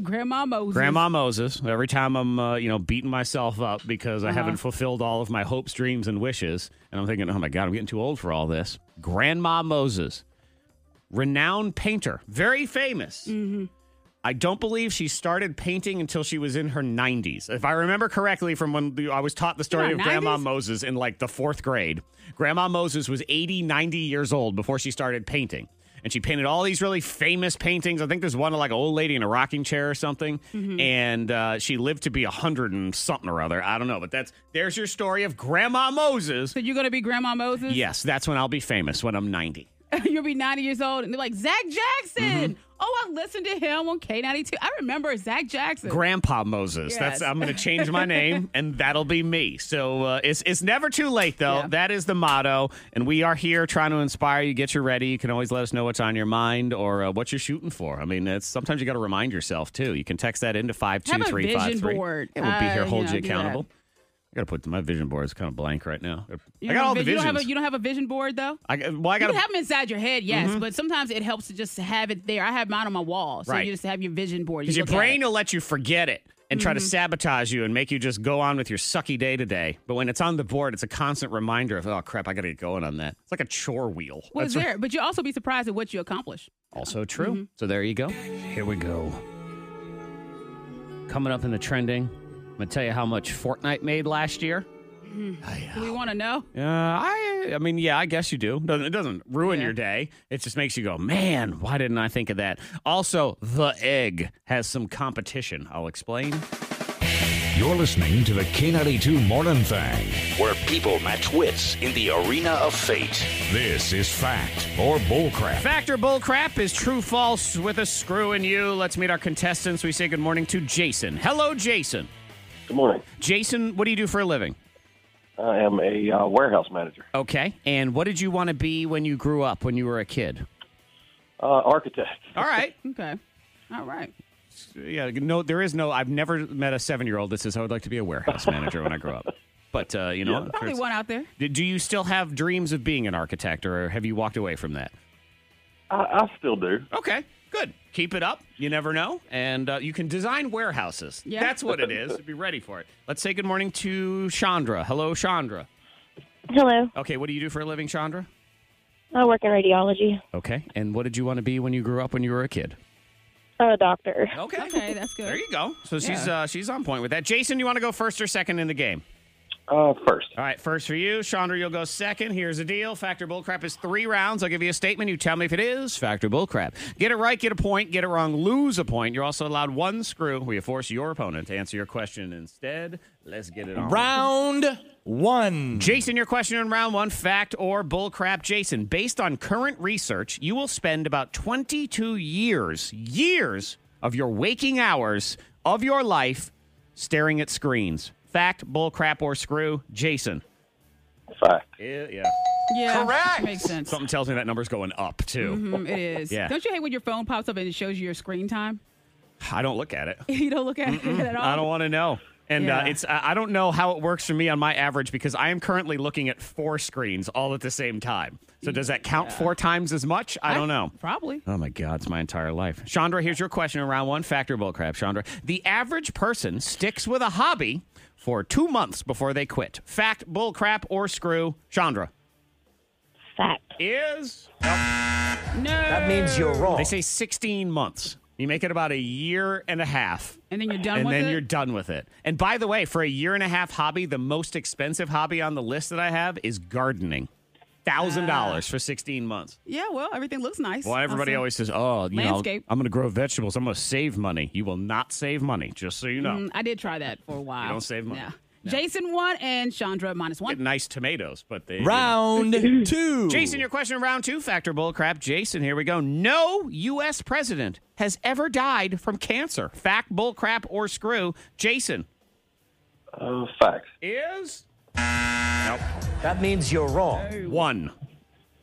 Speaker 5: Grandma Moses.
Speaker 4: Grandma Moses. Every time I'm, uh, you know, beating myself up because I haven't fulfilled all of my hopes, dreams, and wishes, and I'm thinking, oh my god, I'm getting too old for all this. Grandma Moses, renowned painter, very famous. I don't believe she started painting until she was in her 90s. If I remember correctly from when the- I was taught the story
Speaker 5: Yeah,
Speaker 4: of Grandma
Speaker 5: 90s?
Speaker 4: Moses in like the fourth grade, Grandma Moses was 80, 90 years old before she started painting. And she painted all these really famous paintings. I think there's one of like an old lady in a rocking chair or something. And uh, she lived to be 100 and something or other. I don't know. But that's there's your story of Grandma Moses.
Speaker 5: So you're gonna be Grandma Moses?
Speaker 4: Yes, that's when I'll be famous when I'm 90.
Speaker 5: You'll be 90 years old, and they're like Zach Jackson.
Speaker 4: Mm-hmm.
Speaker 5: Oh, I listened to him on K92. I remember Zach Jackson.
Speaker 4: Grandpa Moses. That's
Speaker 5: Yes.
Speaker 4: I'm going to change my name, and that'll be me. So uh, it's it's never too late, though.
Speaker 5: Yeah.
Speaker 4: That is the motto, and we are here trying to inspire you. Get you ready. You can always let us know what's on your mind or uh, what you're shooting for. I mean, it's sometimes you got to remind yourself too. You can text that into five two
Speaker 5: Have a
Speaker 4: three
Speaker 5: vision
Speaker 4: five three.
Speaker 5: board.
Speaker 4: It will be
Speaker 5: Uh,
Speaker 4: here,
Speaker 5: you
Speaker 4: hold
Speaker 5: know,
Speaker 4: you
Speaker 5: do that.
Speaker 4: accountable. I got to put my vision board is kind of blank right now.
Speaker 5: You
Speaker 4: I
Speaker 5: don't
Speaker 4: got all the
Speaker 5: have a- you
Speaker 4: visions.
Speaker 5: don't have a you don't have a vision board though.
Speaker 4: I got, well, I Mm-hmm.
Speaker 5: You
Speaker 4: got
Speaker 5: can have them inside your head, yes, but sometimes it helps to just have it there. I have mine on my wall, so
Speaker 4: Right.
Speaker 5: you just have your vision board.
Speaker 4: Because
Speaker 5: You
Speaker 4: your
Speaker 5: look at
Speaker 4: brain
Speaker 5: it. Mm-hmm.
Speaker 4: will let you forget it and try to sabotage you and make you just go on with your sucky day to day. But when it's on the board, it's a constant reminder of, oh crap, I got to get going on that. It's like a chore wheel.
Speaker 5: Well, mm-hmm. it's
Speaker 4: That's
Speaker 5: there, but you'll also be surprised at what you accomplish.
Speaker 4: Also true. So there you go. Here we go. Coming up in the trending, I'm going to tell you how much Fortnite made last year.
Speaker 5: Do we want to know?
Speaker 4: Uh, I, I mean, yeah, I guess you do. Doesn't- It doesn't ruin
Speaker 5: Yeah.
Speaker 4: your day. It just makes you go, man, why didn't I think of that? Also, the egg has some competition. I'll explain.
Speaker 3: You're listening to the K92 Morning Thing, where people match wits in the arena of fate. This is fact or bullcrap.
Speaker 4: Factor bullcrap is true false with a screw in you. Let's meet our contestants. We say good morning to Jason. Hello, Jason.
Speaker 6: Good morning.
Speaker 4: Jason, what do you do for a living?
Speaker 6: I am a uh, warehouse manager,
Speaker 4: Okay. And what did you want to be when you grew up, when you were a kid?
Speaker 6: uh, architect.
Speaker 4: All right.
Speaker 5: Okay, all right.
Speaker 4: Yeah. No, there is no. I've never met a seven-year-old that says I would like to be a warehouse manager when I grow up. But uh, you know,
Speaker 5: Probably one out there.
Speaker 4: do do you still have dreams of being an architect, or have you walked away from that?
Speaker 6: I, I still do.
Speaker 4: Okay. Good. Keep it up. You never know. And uh, you can design warehouses.
Speaker 5: Yeah.
Speaker 4: That's what it is. Be ready for it. Let's say good morning to Chandra. Hello, Chandra.
Speaker 7: Hello.
Speaker 4: Okay, what do you do for a living, Chandra?
Speaker 7: I work in radiology.
Speaker 4: Okay. And what did you want to be when you grew up when you were a kid?
Speaker 7: I'm a doctor.
Speaker 4: Okay.
Speaker 5: Okay, that's good.
Speaker 4: There you go. So she's
Speaker 5: Yeah.
Speaker 4: uh, she's on point with that. Jason, you want to go first or second in the game?
Speaker 6: Uh, first.
Speaker 4: All right, first for you. Chandra, you'll go second. Here's the deal. Factor bullcrap is three rounds. I'll give you a statement. You tell me if it is factor bullcrap. Get it right, get a point. Get it wrong, lose a point. You're also allowed one screw where you force your opponent to answer your question instead. Let's get it on.
Speaker 8: Round one.
Speaker 4: Jason, your question in round one fact or bullcrap? Jason, based on current research, you will spend about 22 years, years of your waking hours of your life staring at screens. Fact, bullcrap, or screw? Jason.
Speaker 6: Fact.
Speaker 4: Yeah, yeah.
Speaker 5: Yeah,
Speaker 8: Correct.
Speaker 5: Makes sense.
Speaker 4: Something tells me that number's going up too.
Speaker 5: Mm, it is.
Speaker 4: Yeah.
Speaker 5: Don't you hate when your phone pops up and it shows you your screen time?
Speaker 4: I don't look at it.
Speaker 5: you don't look at it at all.
Speaker 4: I don't want to know. And uh,
Speaker 5: Yeah.
Speaker 4: it's I I don't know how it works for me on my average because I am currently looking at four screens all at the same time. So does that count four times as much? I don't know.
Speaker 5: Probably.
Speaker 4: Oh my God, it's my entire life. Chandra, here's your question around one factor bullcrap, Chandra. The average person sticks with a hobby for two months before they quit. Fact, bullcrap, or screw, Chandra.
Speaker 7: Fact.
Speaker 4: Is
Speaker 5: No.
Speaker 8: That means you're wrong.
Speaker 4: they say 16 months. You make it about a year and a half.
Speaker 5: And then you're done
Speaker 4: and
Speaker 5: with
Speaker 4: then
Speaker 5: it?
Speaker 4: you're done with it. And by the way, for a year and a half hobby, the most expensive hobby on the list that I have is gardening.
Speaker 5: Ah.
Speaker 4: Thousand dollars for sixteen months.
Speaker 5: Yeah, well, everything looks nice.
Speaker 4: Well, everybody
Speaker 5: Awesome.
Speaker 4: always says, "Oh, you
Speaker 5: Landscape.
Speaker 4: know, I'm going to grow vegetables. I'm going to save money." You will not save money, just so you know.
Speaker 5: Mm, I did try that for a while.
Speaker 4: don't save money.
Speaker 5: Yeah. Jason won and Chandra minus one.
Speaker 4: Get nice tomatoes, but they
Speaker 8: Round two.
Speaker 4: Jason, your question in round two, factor bullcrap. Jason, here we go. No U.S. president has ever died from cancer. Fact, bullcrap, or screw. Jason
Speaker 6: Uh, fact.
Speaker 4: is
Speaker 8: That means you're wrong.
Speaker 4: one.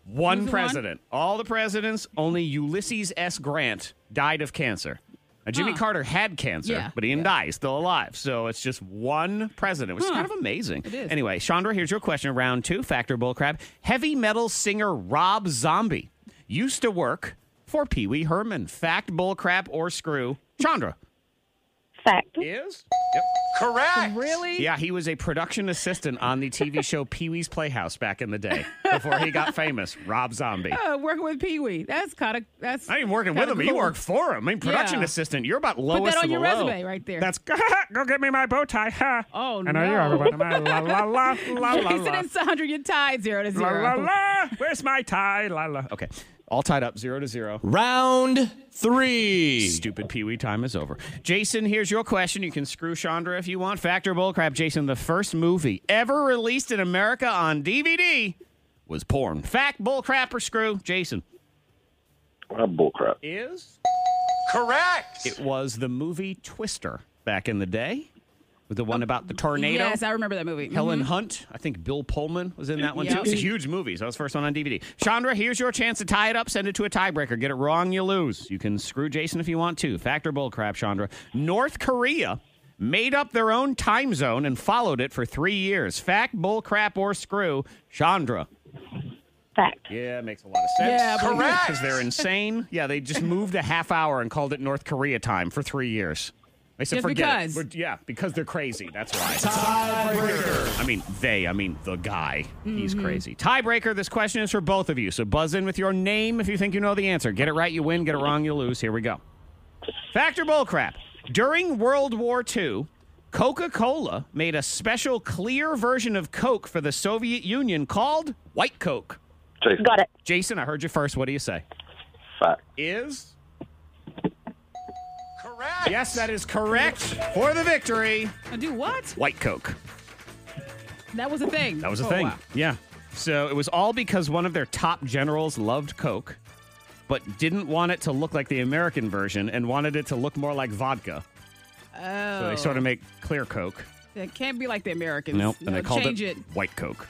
Speaker 4: One
Speaker 5: the
Speaker 4: president. All the presidents, only Ulysses S. Grant died of cancer. Now, Jimmy
Speaker 5: Huh.
Speaker 4: Carter had cancer,
Speaker 5: Yeah.
Speaker 4: but he didn't die. He's still alive. So it's just one president, which is
Speaker 5: Huh.
Speaker 4: kind of amazing.
Speaker 5: It is.
Speaker 4: Anyway, Chandra, here's your question. Round two, factor bullcrap. Heavy metal singer Rob Zombie used to work for Pee Wee Herman. Fact, bullcrap, or screw? Chandra
Speaker 7: Fact.
Speaker 4: is?
Speaker 8: Correct.
Speaker 5: Really?
Speaker 4: Yeah, he was a production assistant on the TV show Pee Wee's Playhouse back in the day before he got famous. Rob Zombie.
Speaker 5: Uh, working with Pee Wee. That's kind of that's.
Speaker 4: I ain't working with
Speaker 5: kinda
Speaker 4: him. You
Speaker 5: cool.
Speaker 4: work for him. I mean, production
Speaker 5: Yeah.
Speaker 4: assistant. You're about lowest
Speaker 5: on
Speaker 4: of the
Speaker 5: your
Speaker 4: low.
Speaker 5: resume right there.
Speaker 4: That's go get me my bow tie. Huh?
Speaker 5: Oh,
Speaker 4: and are you
Speaker 5: no.
Speaker 4: everybody? La la la la la
Speaker 5: Jason
Speaker 4: la.
Speaker 5: and Sandra, your tie zero to
Speaker 4: La
Speaker 5: zero.
Speaker 4: la la. Where's my tie? La la. Okay, all tied up, zero to zero.
Speaker 8: Round three.
Speaker 4: Stupid Pee Wee time is over. Jason, here's your question. You can screw Chandra if you want. Factor bullcrap. Jason, the first movie ever released in America on DVD was porn. Fact, bullcrap, or screw? Jason
Speaker 6: Uh, bullcrap.
Speaker 4: is.
Speaker 8: Correct.
Speaker 4: It was the movie Twister back in the day, with the one about the tornado.
Speaker 5: Yes, I remember that movie.
Speaker 4: Helen Hunt, I think Bill Pullman was in that one too.
Speaker 5: Yep.
Speaker 4: It's a huge movie. So that was the first one on DVD. Chandra, here's your chance to tie it up. Send it to a tiebreaker. Get it wrong, you lose. You can screw Jason if you want to. Factor bullcrap, Chandra. North Korea made up their own time zone and followed it for three years. Fact, bullcrap, or screw, Chandra.
Speaker 7: Fact.
Speaker 4: Yeah, it makes a lot of sense.
Speaker 5: Yeah, I believe it. Correct.
Speaker 4: Because they're insane. Yeah, they just moved a half hour and called it North Korea time for three years. They said,
Speaker 5: Just
Speaker 4: forget
Speaker 5: because.
Speaker 4: it. We're- yeah, because they're crazy. That's why. Tiebreaker. I mean, they. I mean, the guy. He's
Speaker 5: Mm-hmm.
Speaker 4: crazy. Tiebreaker. This question is for both of you. So buzz in with your name if you think you know the answer. Get it right, you win. Get it wrong, you lose. Here we go. Factor bullcrap. During World War II, Coca Cola made a special clear version of Coke for the Soviet Union called White Coke.
Speaker 6: Jason.
Speaker 7: Got it.
Speaker 4: Jason, I heard you first. What do you say?
Speaker 6: Fact.
Speaker 4: Is correct. Yes, that is correct for the victory.
Speaker 5: I do what?
Speaker 4: White Coke.
Speaker 5: That was a thing. Oh,
Speaker 4: That was a
Speaker 5: for
Speaker 4: thing.
Speaker 5: while.
Speaker 4: Yeah. So it was all because one of their top generals loved Coke, but didn't want it to look like the American version and wanted it to look more like vodka.
Speaker 5: Oh,
Speaker 4: So they sort of make clear Coke.
Speaker 5: It can't be like the Americans.
Speaker 4: Nope. And
Speaker 5: No,
Speaker 4: they called
Speaker 5: change
Speaker 4: it,
Speaker 5: it. Hmm.
Speaker 4: White Coke.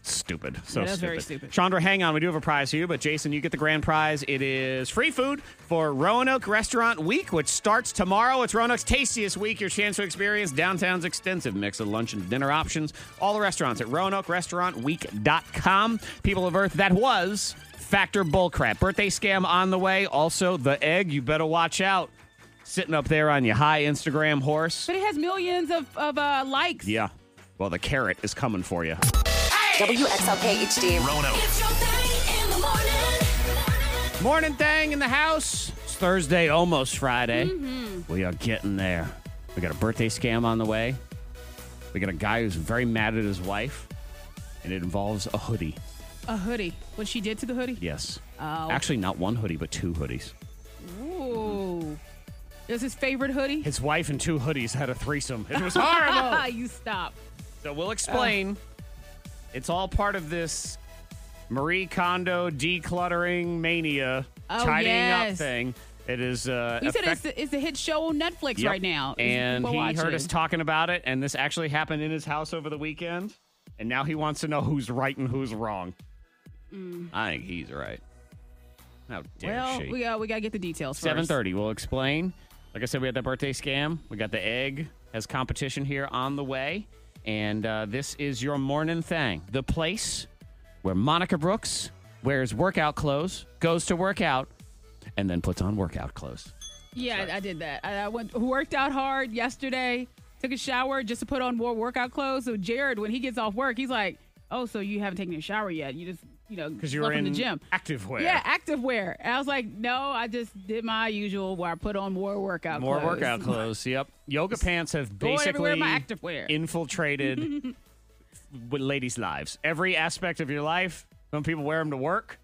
Speaker 4: Stupid. So
Speaker 5: Yeah, that's
Speaker 4: stupid.
Speaker 5: very stupid.
Speaker 4: Chandra, hang on. We do have a prize for you, but Jason, you get the grand prize. It is free food for Roanoke Restaurant Week, which starts tomorrow. It's Roanoke's tastiest week. Your chance to experience downtown's extensive mix of lunch and dinner options. All the restaurants at RoanokeRestaurantWeek.com. People of Earth, that was Factor Bullcrap. Birthday scam on the way. Also, the egg. You better watch out. Sitting up there on your high Instagram horse.
Speaker 5: But it has millions of, of uh, likes.
Speaker 4: Yeah. Well, the carrot is coming for you.
Speaker 2: WXLK HD.
Speaker 1: Roanoke.
Speaker 4: Morning thing in the house. It's Thursday, almost Friday.
Speaker 5: Mm-hmm.
Speaker 4: We are getting there. We got a birthday scam on the way. We got a guy who's very mad at his wife, and it involves a hoodie.
Speaker 5: A hoodie. What she did to the hoodie?
Speaker 4: Yes.
Speaker 5: Oh.
Speaker 4: Actually, not one hoodie, but two hoodies.
Speaker 5: Ooh. It was his favorite hoodie. Oh.
Speaker 4: His Oh. wife and two hoodies had a threesome. It was horrible.
Speaker 5: you stop.
Speaker 4: so we'll explain.
Speaker 5: Oh.
Speaker 4: It's all part of this Marie Kondo decluttering mania,
Speaker 5: Oh,
Speaker 4: tidying up
Speaker 5: yes.
Speaker 4: thing. It is. Uh,
Speaker 5: You said
Speaker 4: affect-
Speaker 5: it's a, it's a hit show on Netflix
Speaker 4: Yep.
Speaker 5: right now. It's-
Speaker 4: And
Speaker 5: we're
Speaker 4: he
Speaker 5: watching
Speaker 4: heard
Speaker 5: it.
Speaker 4: us talking about it, and this actually happened in his house over the weekend. And now he wants to know who's right and who's wrong. I think he's right. How dare
Speaker 5: Mm. Well,
Speaker 4: she?
Speaker 5: we uh, we gotta get the details.
Speaker 4: Seven
Speaker 5: first.
Speaker 4: thirty. We'll explain. Like I said, we had that birthday scam. We got the egg as competition here on the way, and uh, this is your morning thing. The place where Monica Brooks wears workout clothes, goes to workout, and then puts on workout clothes.
Speaker 5: Yeah, I, I did that. I, I went worked out hard yesterday. Took a shower just to put on more workout clothes. So Jared, when he gets off work, he's like, "Oh, so you haven't taken your shower yet? You just, you know,
Speaker 4: Because you were
Speaker 5: slept
Speaker 4: in
Speaker 5: the gym."
Speaker 4: active wear.
Speaker 5: Yeah, active wear. And I was like, "No, I just did my usual where I put on more workout
Speaker 4: More
Speaker 5: clothes.
Speaker 4: workout clothes. Yep. Yoga pants have
Speaker 5: Going everywhere
Speaker 4: basically
Speaker 5: in my active wear.
Speaker 4: infiltrated with ladies' lives. Every aspect of your life. Some people wear them to work.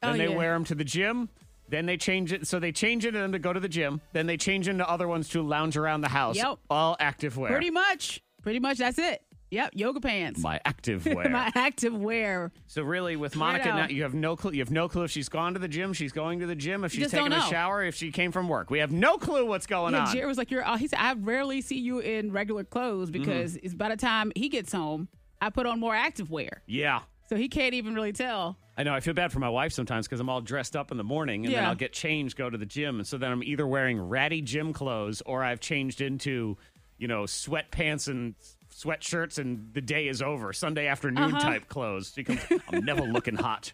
Speaker 4: Then
Speaker 5: Oh,
Speaker 4: they
Speaker 5: yeah.
Speaker 4: wear them to the gym. Then they change it. So they change into them to go to the gym. Then they change into other ones to lounge around the house.
Speaker 5: Yep.
Speaker 4: All active wear.
Speaker 5: Pretty much, pretty much. That's it. Yep, yoga pants.
Speaker 4: my active wear.
Speaker 5: my active wear.
Speaker 4: so really, with Monica,
Speaker 5: out.
Speaker 4: now, you have no clue. You have no clue if she's gone to the gym, she's going to the gym, if she's
Speaker 5: just don't
Speaker 4: taking a
Speaker 5: know.
Speaker 4: shower, if she came from work. We have no clue what's going
Speaker 5: Yeah,
Speaker 4: on.
Speaker 5: Jared was like, "You're." Uh, he said, "I rarely see you in regular clothes
Speaker 4: Mm-hmm.
Speaker 5: because it's by the time he gets home, I put on more active wear,
Speaker 4: yeah.
Speaker 5: so he can't even really tell."
Speaker 4: I know I feel bad for my wife sometimes because I'm all dressed up in the morning and then
Speaker 5: Yeah.
Speaker 4: I'll get changed, go to the gym, and so then I'm either wearing ratty gym clothes or I've changed into, you know, sweatpants and sweatshirts, and the day is over, Sunday afternoon
Speaker 5: Uh-huh.
Speaker 4: type clothes. She comes, I'm never looking hot.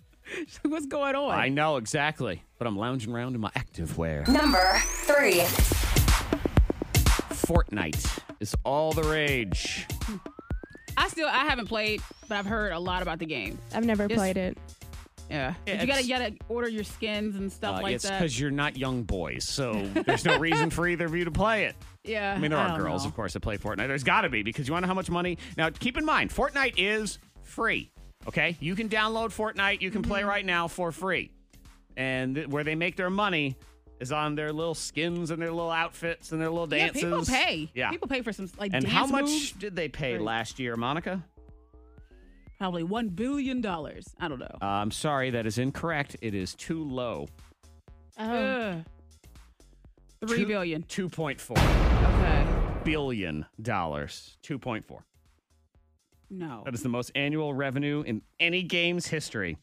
Speaker 5: What's going on?
Speaker 4: I know exactly, but I'm lounging around in my active wear.
Speaker 2: Number three.
Speaker 4: Fortnite is all the rage.
Speaker 5: I still I haven't played, but I've heard a lot about the game.
Speaker 9: I've never
Speaker 5: Yes.
Speaker 9: played it.
Speaker 5: Yeah, But
Speaker 4: Yeah,
Speaker 5: you gotta
Speaker 4: it's-
Speaker 5: you gotta order your skins and stuff
Speaker 4: Uh,
Speaker 5: like
Speaker 4: it's
Speaker 5: that.
Speaker 4: because you're not young boys, so there's no reason for either of you to play it.
Speaker 5: yeah,
Speaker 4: I mean, there are
Speaker 5: don't
Speaker 4: girls,
Speaker 5: know.
Speaker 4: of course, that play Fortnite. There's got to be because you want to know how much money. Now, keep in mind, Fortnite is free. Okay, you can download Fortnite. You can play
Speaker 5: Mm-hmm.
Speaker 4: right now for free, and th- where they make their money is on their little skins and their little outfits and their little
Speaker 5: Yeah,
Speaker 4: dances.
Speaker 5: people pay.
Speaker 4: Yeah.
Speaker 5: people pay for some like
Speaker 4: and
Speaker 5: dance
Speaker 4: how much
Speaker 5: moves.
Speaker 4: did they pay
Speaker 5: Right.
Speaker 4: last year, Monica?
Speaker 5: Probably one billion dollars. I don't know.
Speaker 4: Uh, I'm sorry, that is incorrect. It is too low.
Speaker 5: Ugh. Three billion.
Speaker 4: Two point four
Speaker 5: Okay.
Speaker 4: billion dollars. Two point four.
Speaker 5: No.
Speaker 4: That is the most annual revenue in any game's history.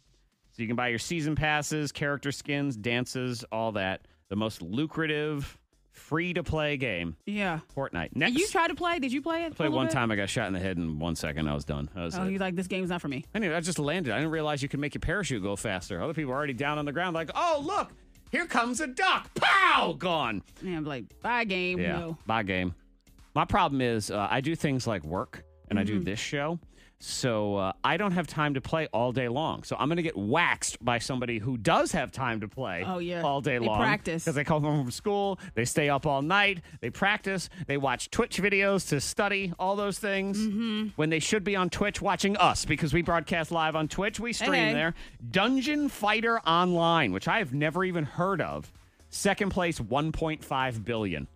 Speaker 4: So you can buy your season passes, character skins, dances, all that. The most lucrative, free to play game,
Speaker 5: Yeah.
Speaker 4: Fortnite.
Speaker 5: Did
Speaker 4: Next,
Speaker 5: you tried to play? Did you play it?
Speaker 4: I played
Speaker 5: a little
Speaker 4: one
Speaker 5: bit?
Speaker 4: time. I got shot in the head in one second. I was done. That was
Speaker 5: Oh,
Speaker 4: it.
Speaker 5: he's like, this game's not for me.
Speaker 4: Anyway, I just landed. I didn't realize you could make your parachute go faster. Other people are already down on the ground, like, oh look, here comes a duck. Pow, gone.
Speaker 5: And I'm like, bye game.
Speaker 4: Yeah.
Speaker 5: No.
Speaker 4: Bye game. My problem is uh, I do things like work and I do
Speaker 5: Mm-hmm.
Speaker 4: this show. So uh, I don't have time to play all day long. So I'm going to get waxed by somebody who does have time to play
Speaker 5: Oh, yeah.
Speaker 4: all day
Speaker 5: They
Speaker 4: long.
Speaker 5: practice.
Speaker 4: Because they come home from school, they stay up all night, they practice, they watch Twitch videos to study, all those things.
Speaker 5: Mm-hmm.
Speaker 4: When they should be on Twitch watching us because we broadcast live on Twitch. We stream
Speaker 5: Hey.
Speaker 4: there. Dungeon Fighter Online, which I have never even heard of. Second place, 1.5 billion.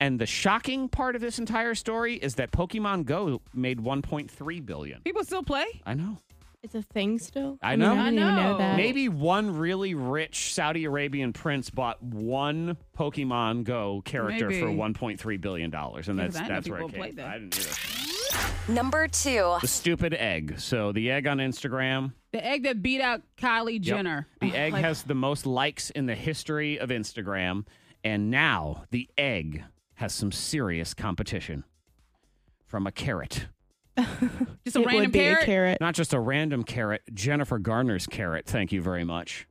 Speaker 4: And the shocking part of this entire story is that Pokemon Go made 1.3 billion.
Speaker 5: People still play?
Speaker 4: I know.
Speaker 9: It's a thing still.
Speaker 4: I
Speaker 9: mean,
Speaker 4: know.
Speaker 9: I didn't even
Speaker 5: Hmm, I know.
Speaker 9: know that.
Speaker 4: Maybe one really rich Saudi Arabian prince bought one Pokemon Go character
Speaker 5: Maybe.
Speaker 4: for 1.3 billion dollars, and
Speaker 5: Yeah,
Speaker 4: that's
Speaker 5: 'cause I know
Speaker 4: that's where
Speaker 5: people
Speaker 4: it came.
Speaker 5: who played that.
Speaker 4: I didn't either.
Speaker 2: Number two.
Speaker 4: The stupid egg. So the egg on Instagram.
Speaker 5: The egg that beat out Kylie
Speaker 4: Yep.
Speaker 5: Jenner.
Speaker 4: The egg
Speaker 5: Like,
Speaker 4: has the most likes in the history of Instagram, and now the egg has some serious competition from a carrot.
Speaker 5: just a random
Speaker 9: would be
Speaker 5: carrot.
Speaker 9: a carrot.
Speaker 4: Not just a random carrot, Jennifer Garner's carrot. Thank you very much.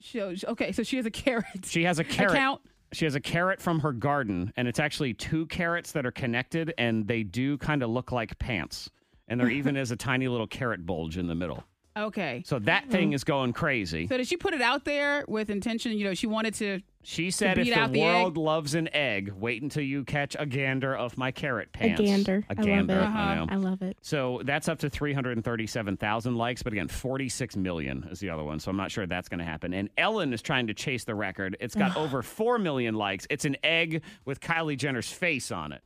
Speaker 5: She- she- okay, so she has a carrot.
Speaker 4: She has a carrot.
Speaker 5: Account.
Speaker 4: She has a carrot from her garden, and it's actually two carrots that are connected, and they do kind of look like pants. And there even is a tiny little carrot bulge in the middle.
Speaker 5: Okay.
Speaker 4: So that thing is going crazy.
Speaker 5: So did she put it out there with intention? You know, she wanted to.
Speaker 4: She said,
Speaker 5: beat
Speaker 4: "If the,
Speaker 5: out the
Speaker 4: world
Speaker 5: egg?
Speaker 4: loves an egg, wait until you catch a gander of my carrot pants."
Speaker 9: A gander.
Speaker 4: A gander.
Speaker 9: I love it.
Speaker 4: I know.
Speaker 9: I love it.
Speaker 4: So that's up to 337,000 likes, but again, 46 million is the other one. So I'm not sure that's going to happen. And Ellen is trying to chase the record. It's got over 4 million likes. It's an egg with Kylie Jenner's face on it.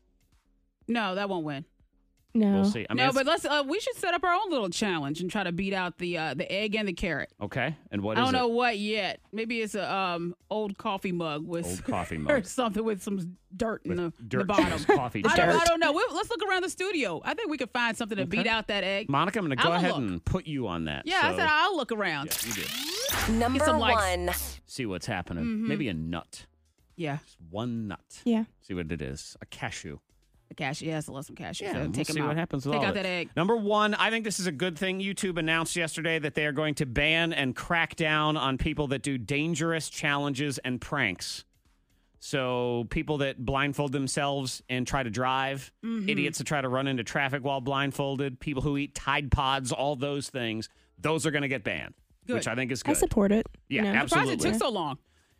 Speaker 5: No, that won't win.
Speaker 9: No.
Speaker 4: We'll see. I mean,
Speaker 5: no,
Speaker 4: it's-
Speaker 5: but let's. Uh, we should set up our own little challenge and try to beat out the uh, the egg and the carrot.
Speaker 4: okay. And what
Speaker 5: I
Speaker 4: is
Speaker 5: don't know
Speaker 4: it?
Speaker 5: what yet. Maybe it's a um old coffee mug with
Speaker 4: Old coffee
Speaker 5: or
Speaker 4: mug.
Speaker 5: something with some dirt in the, the
Speaker 4: Dirt
Speaker 5: bottom.
Speaker 4: juice, coffee
Speaker 5: I don't, I
Speaker 4: juice.
Speaker 5: don't know. We'll, let's look around the studio. I think we could find something to beat
Speaker 4: Okay.
Speaker 5: out that egg.
Speaker 4: Monica, I'm going to
Speaker 5: I'm
Speaker 4: go
Speaker 5: a
Speaker 4: ahead
Speaker 5: look.
Speaker 4: and put you on that.
Speaker 5: yeah, I
Speaker 4: So-
Speaker 5: said I'll look around.
Speaker 4: Yeah, you do.
Speaker 2: Number
Speaker 5: some likes.
Speaker 2: one.
Speaker 4: See what's happening.
Speaker 5: Mm-hmm.
Speaker 4: Maybe a nut.
Speaker 5: Yeah,
Speaker 4: Just one nut.
Speaker 9: Yeah.
Speaker 4: See what it is. A cashew.
Speaker 5: the cash. Yeah, so let's some cash.
Speaker 4: Yeah,
Speaker 5: so
Speaker 4: we'll
Speaker 5: take 'em
Speaker 4: see
Speaker 5: out.
Speaker 4: what happens with
Speaker 5: Take
Speaker 4: all
Speaker 5: out
Speaker 4: of it.
Speaker 5: that egg.
Speaker 4: Number one, I think this is a good thing. YouTube announced yesterday that they are going to ban and crack down on people that do dangerous challenges and pranks. So people that blindfold themselves and try to drive,
Speaker 5: Mm-hmm.
Speaker 4: idiots that try to run into traffic while blindfolded, people who eat Tide Pods, all those things, those are going to get banned, which
Speaker 5: Good.
Speaker 4: I think is
Speaker 9: I
Speaker 4: good.
Speaker 9: support it.
Speaker 4: Yeah,
Speaker 9: No.
Speaker 4: abs-
Speaker 5: Surprised it
Speaker 4: Absolutely.
Speaker 5: took so long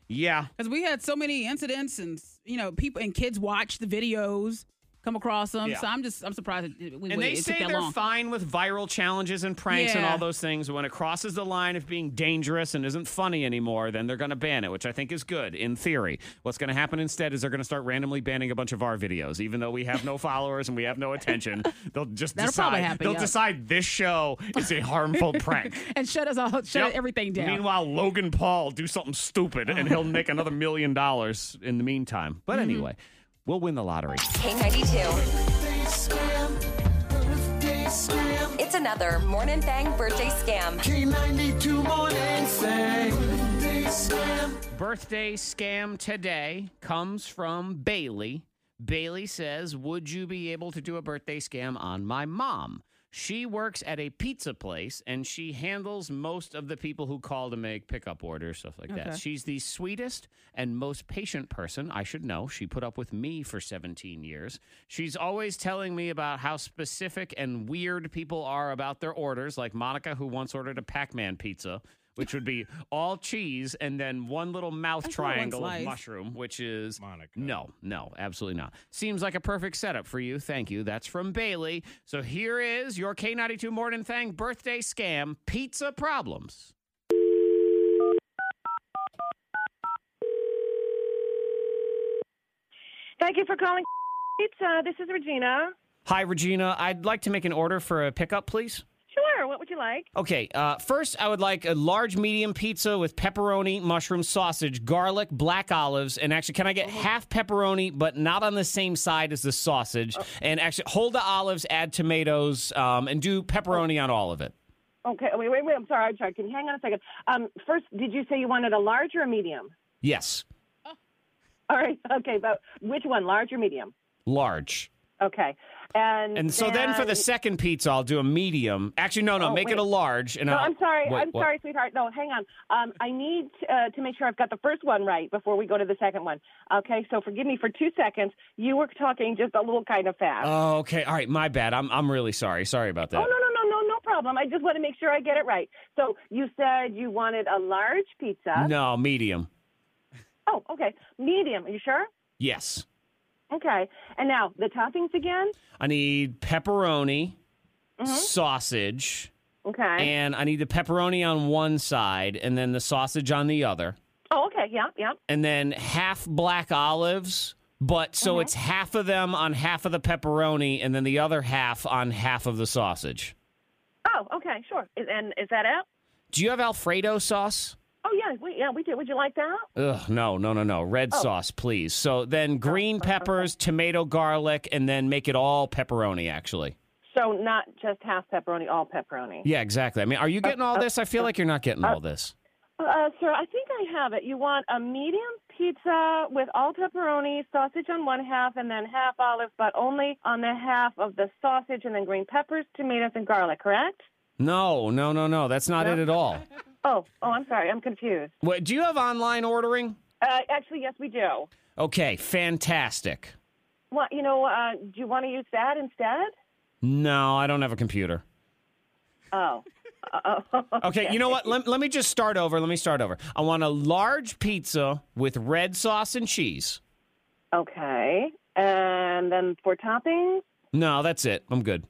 Speaker 4: yeah,
Speaker 5: because we had so many incidents and you know people and kids watch the videos, come across them.
Speaker 4: Yeah.
Speaker 5: So I'm just I'm surprised it, it, we
Speaker 4: and they
Speaker 5: waited- it
Speaker 4: say
Speaker 5: took that
Speaker 4: they're
Speaker 5: long.
Speaker 4: fine with viral challenges and pranks and
Speaker 5: Yeah.
Speaker 4: all those things. When it crosses the line of being dangerous and isn't funny anymore, then they're going to ban it, which I think is good in theory. What's going to happen instead is they're going to start randomly banning a bunch of our videos, even though we have no followers and we have no attention. They'll just
Speaker 5: That'll probably
Speaker 4: decide.
Speaker 5: happen,
Speaker 4: they'll
Speaker 5: yeah.
Speaker 4: decide this show is a harmful prank.
Speaker 5: and shut us all shut
Speaker 4: Yep.
Speaker 5: everything down.
Speaker 4: Meanwhile, Logan Paul do something stupid and he'll make another million dollars in the meantime. But
Speaker 5: Mm-hmm.
Speaker 4: anyway, we'll win the lottery.
Speaker 2: K92. It's another Morning Thang birthday scam.
Speaker 4: Birthday scam today comes from Bailey. Bailey says, Would you be able to do a birthday scam on my mom? She works at a pizza place and she handles most of the people who call to make pickup orders, stuff like that.
Speaker 5: Okay.
Speaker 4: She's the sweetest and most patient person I should know. She put up with me for 17 years. She's always telling me about how specific and weird people are about their orders, like Monica, who once ordered a Pac Man pizza, which would be all cheese and then one little mouth
Speaker 5: That's not one
Speaker 4: triangle of
Speaker 5: slice.
Speaker 4: mushroom, which is
Speaker 8: Monica.
Speaker 4: no, no, absolutely not. Seems like a perfect setup for you. Thank you. That's from Bailey. So here is your K92 Morning Thang birthday scam pizza problems.
Speaker 7: Thank you for calling Pizza. This is Regina.
Speaker 4: Hi, Regina. I'd like to make an order for a pickup, please.
Speaker 7: Sure. What would you like?
Speaker 4: Okay, uh, first, I would like a large medium pizza with pepperoni, mushroom, sausage, garlic, black olives, and actually, can I
Speaker 7: Uh-huh.
Speaker 4: get half pepperoni, but not on the same side as the sausage?
Speaker 7: Uh-huh.
Speaker 4: And actually, hold the olives, add tomatoes, um, and do pepperoni on all of it.
Speaker 7: Okay. Wait, wait, wait. I'm sorry. I'm sorry. Can you hang on a second? Um, first, did you say you wanted a large or a medium?
Speaker 4: Yes,
Speaker 7: All right. Okay. But which one, large or medium?
Speaker 4: large.
Speaker 7: Okay. And
Speaker 4: And so then for the second pizza, I'll do a medium. Actually, no, no,
Speaker 7: Oh,
Speaker 4: make it
Speaker 7: wait.
Speaker 4: a large. And
Speaker 7: No,
Speaker 4: I'll-
Speaker 7: I'm sorry.
Speaker 4: Wait,
Speaker 7: I'm
Speaker 4: what?
Speaker 7: sorry, sweetheart. No, hang on. Um, I need uh, to make sure I've got the first one right before we go to the second one. Okay, so forgive me for two seconds. You were talking just a little kind of fast.
Speaker 4: Oh, okay. All right, my bad. I'm, I'm really sorry. Sorry about that.
Speaker 7: oh, no, no, no, no, no problem. I just want to make sure I get it right. So you said you wanted a large pizza.
Speaker 4: No, medium.
Speaker 7: Oh, okay. Medium. Are you sure?
Speaker 4: Yes.
Speaker 7: Okay. And now the toppings again.
Speaker 4: I need pepperoni, sausage,
Speaker 7: Okay.
Speaker 4: and I need the pepperoni on one side and then the sausage on the other.
Speaker 7: oh, okay. Yeah, yeah.
Speaker 4: And then half black olives, but so it's half of them on half of the pepperoni and then the other half on half of the sausage.
Speaker 7: Oh, okay. Sure. Is, and is that it?
Speaker 4: Do you have Alfredo sauce?
Speaker 7: Oh, yeah. We, yeah, we did. Would you like that?
Speaker 4: Ugh, no, no, no, no. Red sauce, please. So then green peppers, tomato, garlic, and then make it all pepperoni, actually.
Speaker 7: So not just half pepperoni, all pepperoni.
Speaker 4: Yeah, exactly. I mean, are you getting all this? I feel like you're not getting all this.
Speaker 7: Uh, sir, I think I have it. You want a medium pizza with all pepperoni, sausage on one half, and then half olive, but only on the half of the sausage, and then green peppers, tomatoes, and garlic. Correct?
Speaker 4: No, no, no, no. That's not it at all.
Speaker 7: Oh, oh, I'm sorry, I'm confused.
Speaker 4: What, do you have online ordering?
Speaker 7: Uh, actually, yes, we do.
Speaker 4: Okay, fantastic.
Speaker 7: Well, you know, uh, do you want to use that instead?
Speaker 4: No, I don't have a computer.
Speaker 7: Oh,
Speaker 4: Okay, you know what? Let, let me just start over. Let me start over. I want a large pizza with red sauce and cheese.
Speaker 7: okay. And then for toppings,
Speaker 4: No, that's it. I'm good.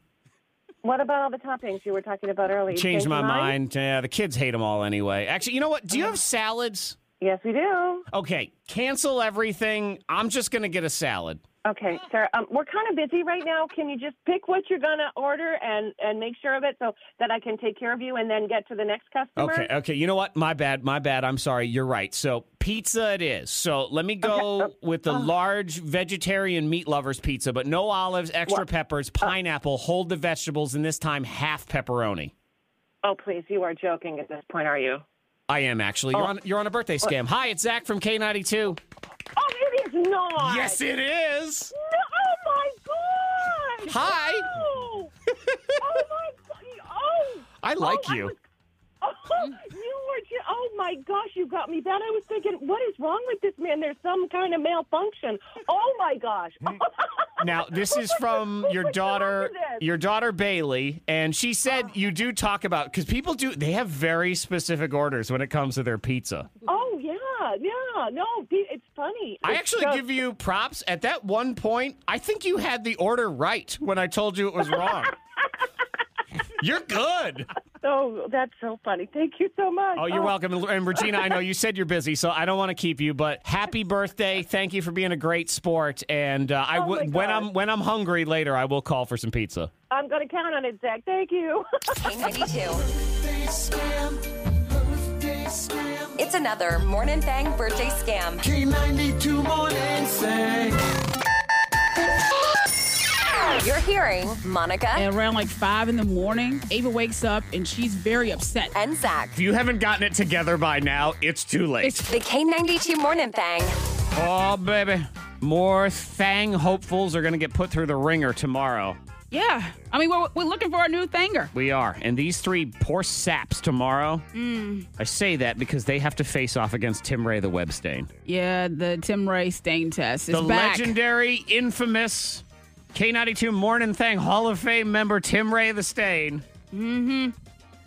Speaker 7: what about all the toppings you were talking about earlier? You
Speaker 4: Changed
Speaker 7: changed
Speaker 4: my
Speaker 7: your
Speaker 4: mind. Yeah, the kids hate them all anyway. Actually, you know what? Do you have salads?
Speaker 7: Yes, we do.
Speaker 4: Okay, cancel everything. I'm just going to get a salad.
Speaker 7: Okay, sir. Um, we're kind of busy right now. Can you just pick what you're gonna order and and make sure of it so that I can take care of you and then get to the next customer?
Speaker 4: Okay, uh- okay. You know what? My bad. My bad. I'm sorry. You're right. So, pizza it is. So, let me go
Speaker 7: uh,
Speaker 4: with the large vegetarian meat lovers pizza, but no olives, extra peppers,
Speaker 7: Uh.
Speaker 4: pineapple, hold the vegetables, and this time half pepperoni.
Speaker 7: Oh, please, you are joking at this point, are you?
Speaker 4: I am actually. You're, on, you're on a birthday scam. Hi, it's Zach from K92.
Speaker 7: Oh, it is not.
Speaker 4: Yes, it is.
Speaker 7: No, oh my god.
Speaker 4: Hi.
Speaker 7: No. oh my god. Oh.
Speaker 4: I like
Speaker 7: Oh, I
Speaker 4: you.
Speaker 7: was- Oh, you were just, oh my gosh, you got me that. I was thinking, what is wrong with this man? There's some kind of malfunction. Oh my gosh.
Speaker 4: Now, this
Speaker 7: Who
Speaker 4: is
Speaker 7: put
Speaker 4: from
Speaker 7: who
Speaker 4: your
Speaker 7: put the
Speaker 4: daughter,
Speaker 7: link to this? Oh.
Speaker 4: your daughter Bailey, and she said you do talk about because people do. They have very specific orders when it comes to their pizza.
Speaker 7: Oh yeah, yeah. No, be- it's funny.
Speaker 4: I
Speaker 7: It's
Speaker 4: actually
Speaker 7: just-
Speaker 4: give you props. At that one point, I think you had the order right when I told you it was wrong. You're good.
Speaker 7: Oh, that's so funny. Thank you so much.
Speaker 4: Oh, you're welcome. And- And Regina, I know you said you're busy, so I don't want to keep you. But happy birthday! Thank you for being a great sport. And uh, I
Speaker 7: Oh,
Speaker 4: w-
Speaker 7: my
Speaker 4: when
Speaker 7: God.
Speaker 4: I'm when I'm hungry later, I will call for some pizza.
Speaker 7: I'm going to count on it, Zach. Thank you.
Speaker 2: K92. It's another Morning Thang birthday scam.
Speaker 9: K92 morning thing.
Speaker 2: You're hearing Monica
Speaker 5: At around like five in the morning, Ava wakes up and she's very upset.
Speaker 2: and Zach.
Speaker 4: If you haven't gotten it together by now, it's too late.
Speaker 5: It's-
Speaker 2: The K92 Morning Thang.
Speaker 4: oh, baby. More Thang hopefuls are going to get put through the ringer tomorrow.
Speaker 5: Yeah, I mean we're, we're looking for a new thanger.
Speaker 4: We are. And these three poor saps tomorrow.
Speaker 5: Mm.
Speaker 4: I say that because they have to face off against Tim Ray the Web Stain.
Speaker 5: Yeah, the Tim Ray stain test is
Speaker 4: the
Speaker 5: back.
Speaker 4: legendary, infamous K92 Morning Thang Hall of Fame member Tim Ray the Stain. Mm-hmm.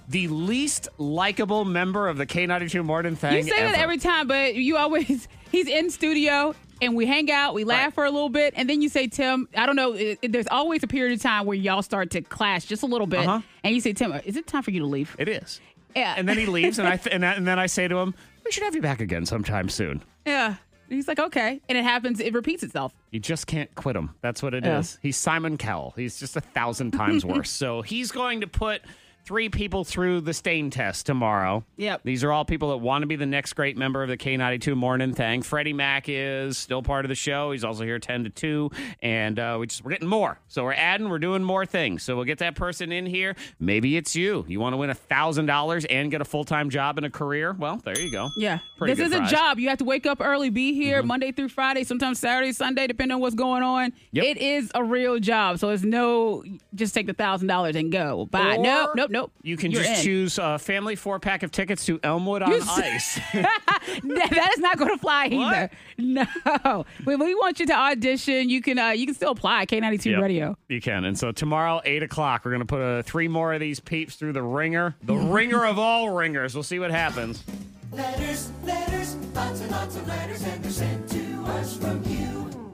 Speaker 4: The least likable member of the K92 Morning Thang.
Speaker 5: you say that
Speaker 4: ever.
Speaker 5: every time, but you always he's in studio and we hang out, we laugh
Speaker 4: Right.
Speaker 5: for a little bit, and then you say Tim. I don't know. It, it- there's always a period of time where y'all start to clash just a little bit,
Speaker 4: Uh-huh.
Speaker 5: and you say Tim, is it time for you to leave?
Speaker 4: It is.
Speaker 5: Yeah.
Speaker 4: And then he leaves, and I th- and, I- and then I say to him, "We should have you back again sometime soon."
Speaker 5: Yeah. And he's like, okay, and it happens. It repeats itself.
Speaker 4: You just can't quit him. That's what it is.
Speaker 5: Yeah.
Speaker 4: He's Simon Cowell. He's just a thousand times worse. So he's going to put three people through the stain test tomorrow.
Speaker 5: Yep.
Speaker 4: These are all people that want to be the next great member of the K92 Morning Thing. Freddie Mac is still part of the show. He's also here 10 to 2. And uh, we just, we're getting more. So we're adding, we're doing more things. So we'll get that person in here. Maybe it's you. You want to win $1,000 and get a full time job and a career? Well, there you go.
Speaker 5: Yeah.
Speaker 4: Pretty
Speaker 5: this
Speaker 4: good Mm-hmm.
Speaker 5: is
Speaker 4: prize.
Speaker 5: a job. You have to wake up early, be here Monday through Friday, sometimes Saturday, Sunday, depending on what's going on.
Speaker 4: Yep.
Speaker 5: It is a real job. So it's no just take the thousand dollars and go. Bye.
Speaker 4: Or
Speaker 5: nope, nope, nope.
Speaker 4: You can
Speaker 5: You're
Speaker 4: just
Speaker 5: in.
Speaker 4: choose a family four pack of tickets to Elmwood on
Speaker 5: You
Speaker 4: Ice.
Speaker 5: that that is not going to fly either. No, we, we want you to audition. You can uh, you can still apply K ninety two
Speaker 4: Yep,
Speaker 5: radio.
Speaker 4: You can. And so tomorrow, 8 o'clock, we're going to put uh, three more of these peeps through the ringer. The ringer of all ringers. We'll see what happens.
Speaker 9: Letters, letters, lots and lots of letters, and they're sent to us from you.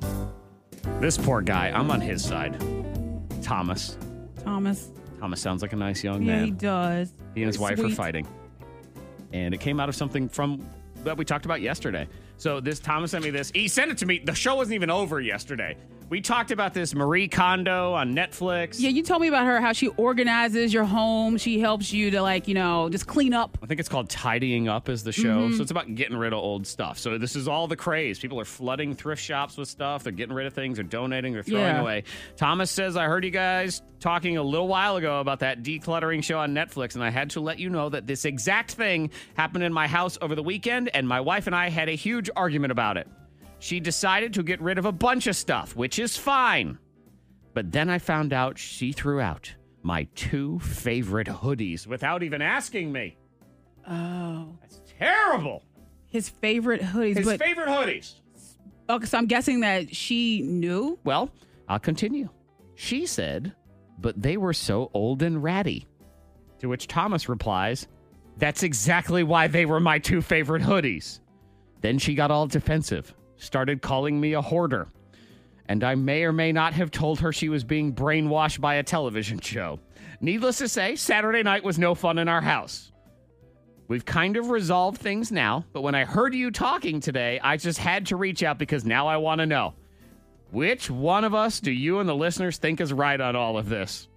Speaker 4: This poor guy, I'm on his side. Thomas.
Speaker 5: Thomas,
Speaker 4: Thomas sounds like a nice young
Speaker 5: yeah,
Speaker 4: man.
Speaker 5: he does.
Speaker 4: He and his wife
Speaker 5: Sweet.
Speaker 4: are fighting. And it came out of something from that we talked about yesterday. So this Thomas sent me this. He sent it to me. The show wasn't even over yesterday. We talked about this Marie Kondo on Netflix.
Speaker 5: Yeah, you told me about her, how she organizes your home. She helps you to, like, you know, just clean up.
Speaker 4: I think it's called Tidying Up is the show. So it's about getting rid of old stuff. So this is all the craze. People are flooding thrift shops with stuff. They're getting rid of things. They're donating. They're throwing
Speaker 5: Yeah.
Speaker 4: away. Thomas says, I heard you guys talking a little while ago about that decluttering show on Netflix, and I had to let you know that this exact thing happened in my house over the weekend, and my wife and I had a huge argument about it. She decided to get rid of a bunch of stuff, which is fine. But then I found out she threw out my two favorite hoodies without even asking me.
Speaker 5: Oh.
Speaker 4: That's terrible.
Speaker 5: His favorite hoodies.
Speaker 4: His
Speaker 5: but,
Speaker 4: favorite hoodies.
Speaker 5: okay, so I'm guessing that she knew.
Speaker 4: Well, I'll continue. She said, but they were so old and ratty. To which Thomas replies, that's exactly why they were my two favorite hoodies. Then she got all defensive, started calling me a hoarder. And I may or may not have told her she was being brainwashed by a television show. Needless to say, Saturday night was no fun in our house. We've kind of resolved things now, but when I heard you talking today, I just had to reach out because now I want to know. Which one of us do you and the listeners think is right on all of this?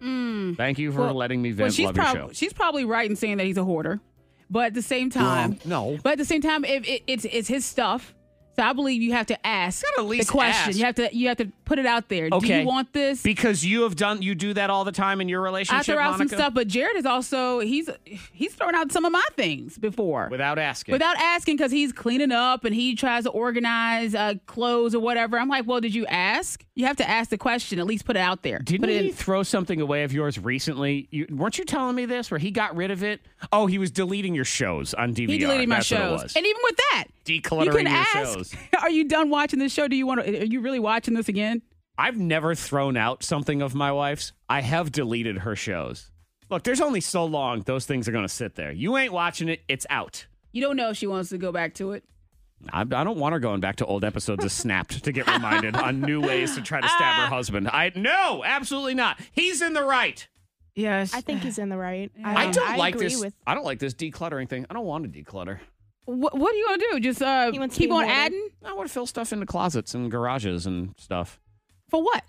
Speaker 4: Thank you for
Speaker 5: Hmm. Well-
Speaker 4: letting me
Speaker 5: well,
Speaker 4: vent.
Speaker 5: she's
Speaker 4: Love
Speaker 5: prob-
Speaker 4: your show.
Speaker 5: She's probably right in saying that he's a hoarder, but at the same time,
Speaker 4: Well, no.
Speaker 5: But at the same time, if it, it's it's his stuff, so I believe you have to ask
Speaker 4: gotta at least
Speaker 5: the question.
Speaker 4: ask.
Speaker 5: You have to you have to put it out there. Do
Speaker 4: Okay.
Speaker 5: you want this?
Speaker 4: Because you have done you do that all the time in your relationship,
Speaker 5: I throw out some
Speaker 4: Monica?
Speaker 5: stuff, but Jared is also he's he's thrown out some of my things before
Speaker 4: without asking.
Speaker 5: without asking because he's cleaning up and he tries to organize uh, clothes or whatever. I'm like, well, did you ask? You have to ask the question. At least put it out there.
Speaker 4: Didn't
Speaker 5: put it
Speaker 4: he
Speaker 5: in-
Speaker 4: throw something away of yours recently? You, weren't you telling me this where he got rid of it? Oh, he was deleting your shows on DVR.
Speaker 5: He deleted my
Speaker 4: That's
Speaker 5: shows,
Speaker 4: What it was.
Speaker 5: and even with that,
Speaker 4: Decluttering
Speaker 5: you can
Speaker 4: your
Speaker 5: ask,
Speaker 4: shows.
Speaker 5: "Are you done watching this show? Do you want to? Are you really watching this again?"
Speaker 4: I've never thrown out something of my wife's. I have deleted her shows. Look, there's only so long those things are going to sit there. You ain't watching it, it's out.
Speaker 5: You don't know if she wants to go back to it.
Speaker 4: I, I don't want her going back to old episodes of Snapped to get reminded on new ways to try to stab
Speaker 5: Uh,
Speaker 4: her husband. I no, absolutely not. He's in the right.
Speaker 5: Yes,
Speaker 10: I think he's in the right. Um,
Speaker 5: Um,
Speaker 4: I don't like
Speaker 10: agree
Speaker 4: this.
Speaker 10: With,
Speaker 4: I don't like this decluttering thing. I don't want to declutter.
Speaker 5: What, what are you gonna do? Just uh,
Speaker 10: He wants to
Speaker 5: keep
Speaker 10: be
Speaker 5: on
Speaker 10: hoarded.
Speaker 5: adding
Speaker 4: I want to fill stuff into closets and garages and stuff
Speaker 5: for what?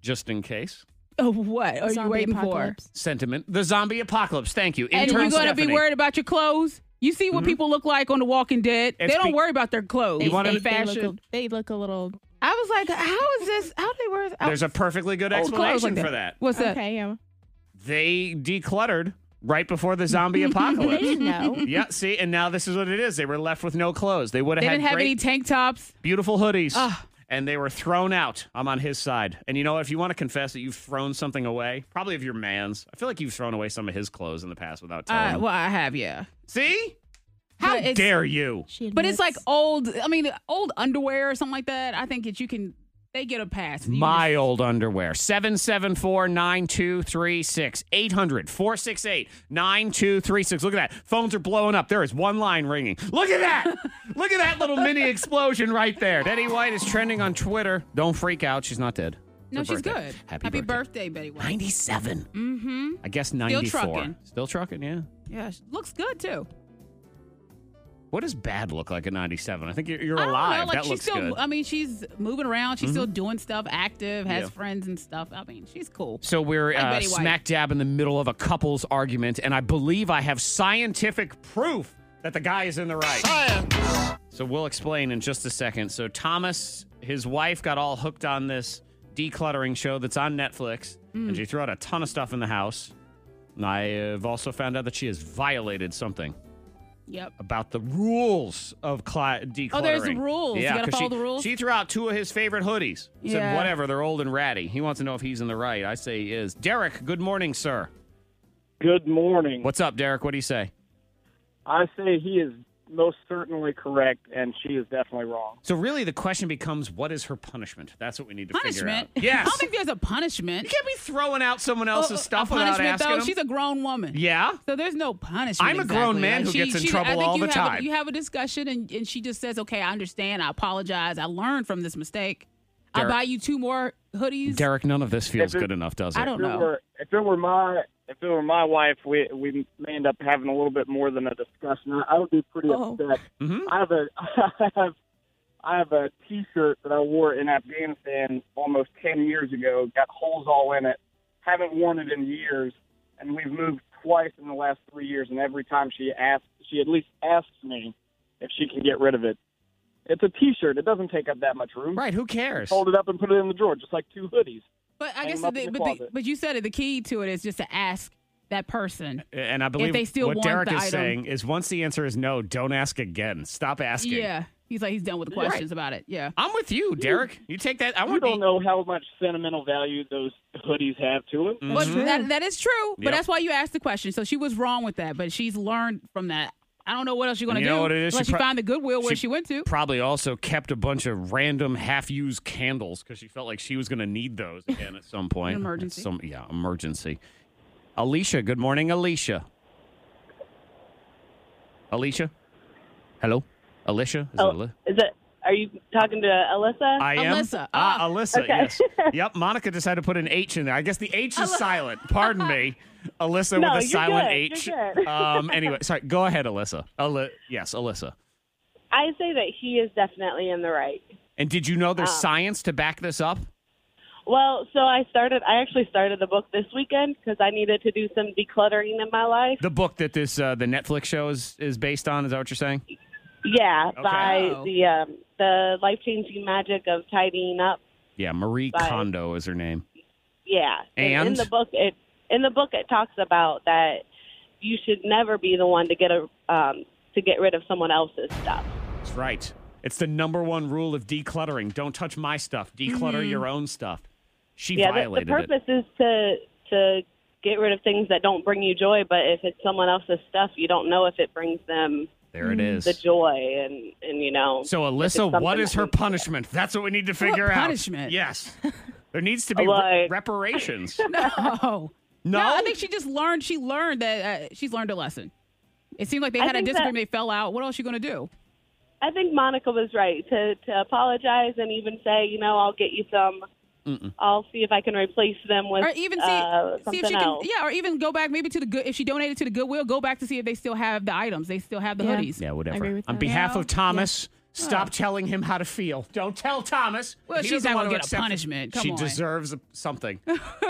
Speaker 4: just in case.
Speaker 5: Oh, what are you
Speaker 10: zombie
Speaker 5: waiting
Speaker 10: apocalypse.
Speaker 4: Sentiment. The zombie apocalypse. Thank you.
Speaker 5: for? And
Speaker 4: Intern
Speaker 5: you're gonna
Speaker 4: Stephanie. Mm-hmm.
Speaker 5: be worried about your clothes. You see what people look like on The Walking Dead.
Speaker 4: It's
Speaker 5: they don't
Speaker 4: be-
Speaker 5: worry about their clothes.
Speaker 10: They,
Speaker 4: You wanna-
Speaker 10: they,
Speaker 5: and
Speaker 10: they, look a,
Speaker 5: fashion.
Speaker 10: they look a little
Speaker 5: I was like, how is this? How do they wear? Out-
Speaker 4: There's a perfectly good
Speaker 5: old clothes
Speaker 4: explanation
Speaker 5: like
Speaker 4: for that.
Speaker 5: What's that?
Speaker 10: okay. Yeah.
Speaker 4: They decluttered right before the zombie apocalypse.
Speaker 10: No,
Speaker 4: yeah, see, and now this is what it is. They were left with no clothes. They would
Speaker 5: They
Speaker 4: have
Speaker 5: didn't
Speaker 4: had
Speaker 5: have
Speaker 4: great
Speaker 5: any tank tops.
Speaker 4: beautiful hoodies.
Speaker 5: Ugh.
Speaker 4: And they were thrown out. I'm on his side. And you know what? If you want to confess that you've thrown something away, probably of your man's, I feel like you've thrown away some of his clothes in the past without telling
Speaker 5: Uh,
Speaker 4: him.
Speaker 5: well, I have, yeah.
Speaker 4: See? How
Speaker 5: it's-
Speaker 4: dare you?
Speaker 10: she
Speaker 5: But it's like
Speaker 10: admits.
Speaker 5: old. I mean, old underwear or something like that. I think that you can. They get a pass. You
Speaker 4: My old underwear. 774 9236. 800 468 9236. Look at that. Phones are blowing up. There is one line ringing. Look at that. Look at that little mini explosion right there. Betty White is trending on Twitter. Don't freak out. She's not dead.
Speaker 5: just- no,
Speaker 4: It's her
Speaker 5: she's
Speaker 4: birthday.
Speaker 5: good.
Speaker 4: Happy, birthday.
Speaker 5: Betty White.
Speaker 4: 97. Mm-hmm. I guess 94.
Speaker 5: trucking.
Speaker 4: Still trucking, yeah.
Speaker 5: Yeah, she looks good too.
Speaker 4: What does bad look like at 97? I think you're, you're
Speaker 5: I don't
Speaker 4: alive.
Speaker 5: know. Like
Speaker 4: that
Speaker 5: she's
Speaker 4: looks
Speaker 5: still. uh,
Speaker 4: good. Mm-hmm.
Speaker 5: I mean, she's moving around. She's still doing stuff. Active. Has
Speaker 4: Yeah.
Speaker 5: friends and stuff. I mean, she's cool.
Speaker 4: So we're
Speaker 5: Like
Speaker 4: uh,
Speaker 5: Betty White.
Speaker 4: smack dab in the middle of a couple's argument, and I believe I have scientific proof that the guy is in the right. So we'll explain in just a second. So Thomas, his wife got all hooked on this decluttering show that's on Netflix,
Speaker 5: Mm.
Speaker 4: and she threw out a ton of stuff in the house. And I have also found out that she has violated something
Speaker 5: Yep.
Speaker 4: about the rules of cli decluttering.
Speaker 5: Oh, there's rules. You gotta
Speaker 4: 'cause
Speaker 5: follow
Speaker 4: she,
Speaker 5: the rules?
Speaker 4: She threw out two of his favorite hoodies. Said
Speaker 5: Yeah.
Speaker 4: whatever, they're old and ratty. He wants to know if he's in the right. I say he is. Derek, good morning, sir.
Speaker 6: Good morning.
Speaker 4: What's up, Derek? What do you say?
Speaker 6: I say he is most certainly correct, and she is definitely wrong.
Speaker 4: So really, the question becomes, what is her punishment? That's what we need to
Speaker 5: Punishment.
Speaker 4: figure out.
Speaker 5: I
Speaker 4: Yes.
Speaker 5: don't think there's a punishment.
Speaker 4: You can't be throwing out someone
Speaker 5: Oh,
Speaker 4: else's
Speaker 5: a
Speaker 4: stuff without
Speaker 5: punishment,
Speaker 4: asking
Speaker 5: though.
Speaker 4: them.
Speaker 5: She's a grown woman.
Speaker 4: yeah.
Speaker 5: So there's no punishment.
Speaker 4: I'm a grown
Speaker 5: exactly.
Speaker 4: man who gets in trouble
Speaker 5: I think
Speaker 4: all
Speaker 5: you
Speaker 4: the
Speaker 5: have a-
Speaker 4: time.
Speaker 5: you have a discussion, and, and she just says, "Okay, I understand. I apologize. I learned from this mistake. I'll
Speaker 4: Derek-
Speaker 5: buy you two more hoodies."
Speaker 4: Derek, none of this feels
Speaker 6: If it-
Speaker 4: good enough, does it?
Speaker 5: I don't
Speaker 6: If it
Speaker 5: know.
Speaker 6: were, if it were my, if it were my wife, we we may end up having a little bit more than a discussion. I, I would be pretty
Speaker 10: Oh.
Speaker 6: upset.
Speaker 4: Mhm.
Speaker 6: I have a, I have, I have a T-shirt that I wore in Afghanistan almost 10 years ago. Got holes all in it. Haven't worn it in years, and we've moved twice in the last three years. And every time she asks, she at least asks me if she can get rid of it. It's a T-shirt. It doesn't take up that much room.
Speaker 4: Right, who cares?
Speaker 6: Fold it up and put it in the drawer, just like two hoodies.
Speaker 5: But I
Speaker 6: Hang
Speaker 5: guess
Speaker 6: them up
Speaker 5: the,
Speaker 6: in the
Speaker 5: but, the,
Speaker 6: closet.
Speaker 5: but you said it. The key to it is just to ask that person.
Speaker 4: And I believe
Speaker 5: they still
Speaker 4: what
Speaker 5: want
Speaker 4: Derek
Speaker 5: the
Speaker 4: is
Speaker 5: item.
Speaker 4: saying is once the answer is no, don't ask again. Stop asking.
Speaker 5: Yeah, he's like he's done with the questions about it. Yeah.
Speaker 4: I'm with you, Derek. You take that. I
Speaker 6: You
Speaker 4: want
Speaker 6: don't
Speaker 4: to.
Speaker 6: know how much sentimental value those hoodies have to them.
Speaker 5: But that, that is true.
Speaker 4: Mm-hmm. Yep.
Speaker 5: But that's why you asked the question. So she was wrong with that, but she's learned from that. I don't know what else you're going
Speaker 4: You
Speaker 5: to do.
Speaker 4: know what it is? She
Speaker 5: Unless you
Speaker 4: prob-
Speaker 5: find the goodwill where
Speaker 4: she-
Speaker 5: she, went to.
Speaker 4: Probably also kept a bunch of random half-used candles because she felt like she was going to need those again at some point.
Speaker 5: An emergency.
Speaker 4: Some, yeah, emergency. Alicia, good morning, Alicia. Alicia, hello, Alicia. Is it Ali-
Speaker 7: Is it? Are you talking to Alyssa?
Speaker 4: I am
Speaker 5: Alyssa.
Speaker 4: Ah,
Speaker 5: Ah.
Speaker 4: Alyssa.
Speaker 7: Okay.
Speaker 4: Yes. Yep. Monica decided to put an H in there. I guess the H is silent. Pardon me, Alyssa
Speaker 7: No,
Speaker 4: with a
Speaker 7: you're
Speaker 4: silent
Speaker 7: good.
Speaker 4: H.
Speaker 7: You're good.
Speaker 4: um. Anyway, sorry. Go ahead, Alyssa. Ali- yes, Alyssa.
Speaker 7: I say that he is definitely in the right.
Speaker 4: And did you know
Speaker 7: Uh.
Speaker 4: there's science to back this up?
Speaker 7: Well, so I started. I actually started the book this weekend because I needed to do some decluttering in my life.
Speaker 4: The book that this uh, the Netflix show is is based on. Is that what you're saying?
Speaker 7: Yeah, by
Speaker 5: Wow.
Speaker 7: the um, the life changing magic of tidying up.
Speaker 4: Yeah. Marie
Speaker 7: Right.
Speaker 4: Kondo is her name.
Speaker 7: Yeah, in
Speaker 4: And?
Speaker 7: the book, it in the book it talks about that you should never be the one to get a um, to get rid of someone else's stuff.
Speaker 4: That's right. It's the number one rule of decluttering. Don't touch my stuff. Declutter your own stuff. She
Speaker 7: Mm-hmm. Yeah, the, the
Speaker 4: violated it.
Speaker 7: purpose is to to get rid of things that don't bring you joy. But if it's someone else's stuff, you don't know if it brings them
Speaker 4: There it is.
Speaker 7: the joy and and you know.
Speaker 4: So,
Speaker 7: if it's
Speaker 4: Alyssa,
Speaker 7: something
Speaker 4: what is
Speaker 7: that
Speaker 4: her
Speaker 7: we-
Speaker 4: punishment? That's what we need to figure out.
Speaker 5: punishment?
Speaker 4: Yes. There needs to be re-
Speaker 7: Like-
Speaker 4: reparations.
Speaker 5: Oh.
Speaker 4: No?
Speaker 5: I think she just learned. She learned that uh, she's learned a lesson. It seemed like they
Speaker 7: I
Speaker 5: had a
Speaker 7: think that-
Speaker 5: disagreement. they fell out. What else you going to do?
Speaker 7: I think Monica was right to to apologize and even say, you know, I'll get you some. I'll see if I can replace them with
Speaker 5: Or even see,
Speaker 7: uh,
Speaker 5: see
Speaker 7: something
Speaker 5: if she
Speaker 7: else.
Speaker 5: can. Yeah, or even go back maybe to the good. If she donated to the Goodwill, go back to see if they still have the items. They still have the
Speaker 10: Yeah.
Speaker 5: hoodies.
Speaker 4: yeah, whatever.
Speaker 10: I agree with
Speaker 4: On
Speaker 10: that.
Speaker 4: behalf
Speaker 5: Yeah. Oh.
Speaker 4: of Thomas, stop telling him how to feel. Don't tell Thomas.
Speaker 5: Well,
Speaker 4: He
Speaker 5: she's
Speaker 4: doesn't
Speaker 5: not
Speaker 4: want
Speaker 5: gonna
Speaker 4: to
Speaker 5: get a
Speaker 4: accept it.
Speaker 5: punishment. Come
Speaker 4: she
Speaker 5: on.
Speaker 4: deserves a- something.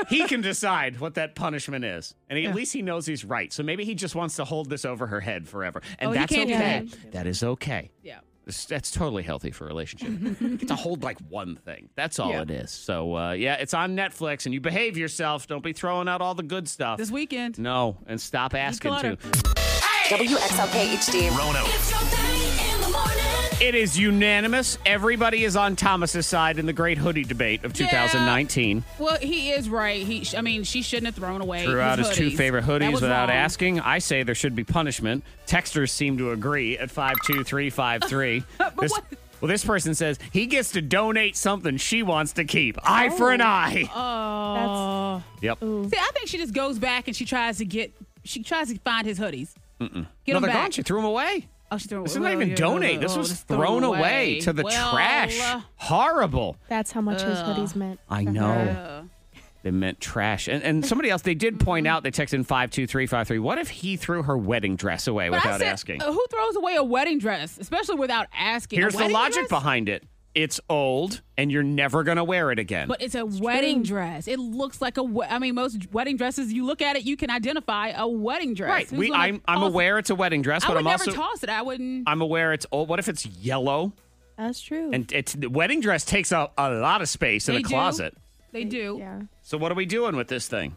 Speaker 4: he can decide what that punishment is. And he- at least he knows he's right. So maybe he just wants to hold this over her head forever. And
Speaker 5: Oh, he
Speaker 4: that's
Speaker 5: can't do
Speaker 4: okay. That is okay.
Speaker 5: Yeah.
Speaker 4: That's- That's totally healthy for a relationship. you get to hold like one thing. That's all
Speaker 5: Yeah.
Speaker 4: it is. So uh, yeah, it's on Netflix, and you behave yourself. Don't be throwing out all the good stuff.
Speaker 5: This weekend.
Speaker 4: no, and stop asking to.
Speaker 5: Declutter.
Speaker 2: WXLK HD.
Speaker 1: Rono.
Speaker 4: It is unanimous. Everybody is on Thomas's side in the great hoodie debate of
Speaker 5: Yeah.
Speaker 4: 2019.
Speaker 5: Well, he is right. He, sh- I mean, she shouldn't have thrown away.
Speaker 4: Threw out his two
Speaker 5: hoodies.
Speaker 4: favorite
Speaker 5: That
Speaker 4: hoodies
Speaker 5: was
Speaker 4: without
Speaker 5: wrong.
Speaker 4: asking. I say there should be punishment. Texters seem to agree at 52353. this,
Speaker 5: what-
Speaker 4: well, this person says he gets to donate something she wants to keep. Eye for an eye.
Speaker 5: Oh.
Speaker 4: yep.
Speaker 5: See, I think she just goes back and she tries to get. She tries to find his hoodies. Get
Speaker 4: no,
Speaker 5: them
Speaker 4: they're
Speaker 5: back.
Speaker 4: gone. She threw them away.
Speaker 5: Oh, she threw
Speaker 4: This
Speaker 5: away.
Speaker 4: didn't even
Speaker 5: yeah,
Speaker 4: donate.
Speaker 5: oh,
Speaker 4: this
Speaker 5: oh,
Speaker 4: was
Speaker 5: just throw
Speaker 4: thrown
Speaker 5: them
Speaker 4: away. to the
Speaker 5: Well,
Speaker 4: trash.
Speaker 5: uh,
Speaker 4: Horrible.
Speaker 10: That's how much his hoodies meant.
Speaker 4: I
Speaker 10: to
Speaker 4: know.
Speaker 10: her.
Speaker 4: They meant trash. And, and somebody else, they did point
Speaker 5: Mm-hmm.
Speaker 4: out, they texted in 52353. What if he threw her wedding dress away
Speaker 5: But I
Speaker 4: without
Speaker 5: said,
Speaker 4: asking?
Speaker 5: uh, who throws away a wedding dress, especially without asking? A
Speaker 4: Here's the
Speaker 5: wedding
Speaker 4: logic
Speaker 5: dress?
Speaker 4: behind it it's old and you're never going to wear it again.
Speaker 5: But it's a wedding dress. It looks like a. we- I mean, most wedding dresses, you look at it, you can identify a wedding dress.
Speaker 4: right.
Speaker 5: Who's
Speaker 4: We,
Speaker 5: gonna
Speaker 4: I'm, I'm
Speaker 5: toss-
Speaker 4: aware it's a wedding dress,
Speaker 5: I
Speaker 4: but
Speaker 5: would
Speaker 4: I'm
Speaker 5: never
Speaker 4: also.
Speaker 5: toss it. I wouldn't.
Speaker 4: I'm aware it's old. What if it's yellow?
Speaker 10: That's true.
Speaker 4: And it's the wedding dress takes up a lot of space in
Speaker 5: They
Speaker 4: a
Speaker 5: do.
Speaker 4: closet.
Speaker 5: They do.
Speaker 10: yeah.
Speaker 4: So what are we doing with this thing?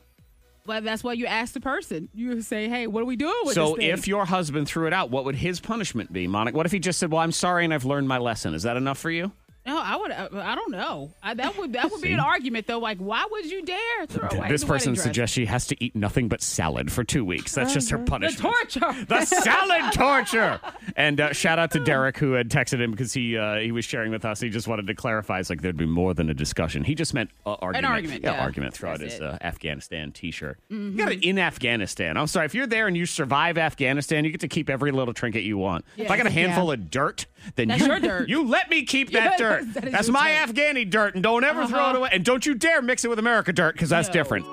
Speaker 5: But that's why you ask the person. You say, "Hey, what are we doing with
Speaker 4: So
Speaker 5: this?" thing?
Speaker 4: if your husband threw it out, what would his punishment be, Monica? What if he just said, "Well, I'm sorry and I've learned my lesson." Is that enough for you?
Speaker 5: no, I would. I, I don't know. I, that would that would be an argument though. Like, why would you dare throw away
Speaker 4: this
Speaker 5: the wedding
Speaker 4: person
Speaker 5: dress?
Speaker 4: suggests she has to eat nothing but salad for two weeks. That's just her
Speaker 5: Uh-huh. the
Speaker 4: punishment.
Speaker 5: torture.
Speaker 4: The salad torture. And uh, shout out to Derek who had texted him because he uh, he was sharing with us. He just wanted to clarify. It's like there'd be more than a discussion. He just meant uh, argument.
Speaker 5: argument, yeah.
Speaker 4: argument. Throw out
Speaker 5: That's
Speaker 4: his
Speaker 5: it. Mm-hmm.
Speaker 4: uh, Afghanistan T-shirt. You got it in Afghanistan. I'm sorry if you're there and you survive Afghanistan, you get to keep every little trinket you want. If I got a handful of dirt, then
Speaker 5: That's
Speaker 4: you,
Speaker 5: your dirt.
Speaker 4: you let me keep that
Speaker 5: Yes,
Speaker 4: dirt.
Speaker 5: that is
Speaker 4: That's
Speaker 5: your
Speaker 4: my
Speaker 5: dirt. Uh-huh.
Speaker 4: Afghani dirt, and don't ever throw it away. And don't you dare mix it with America dirt because that's
Speaker 5: No.
Speaker 4: different.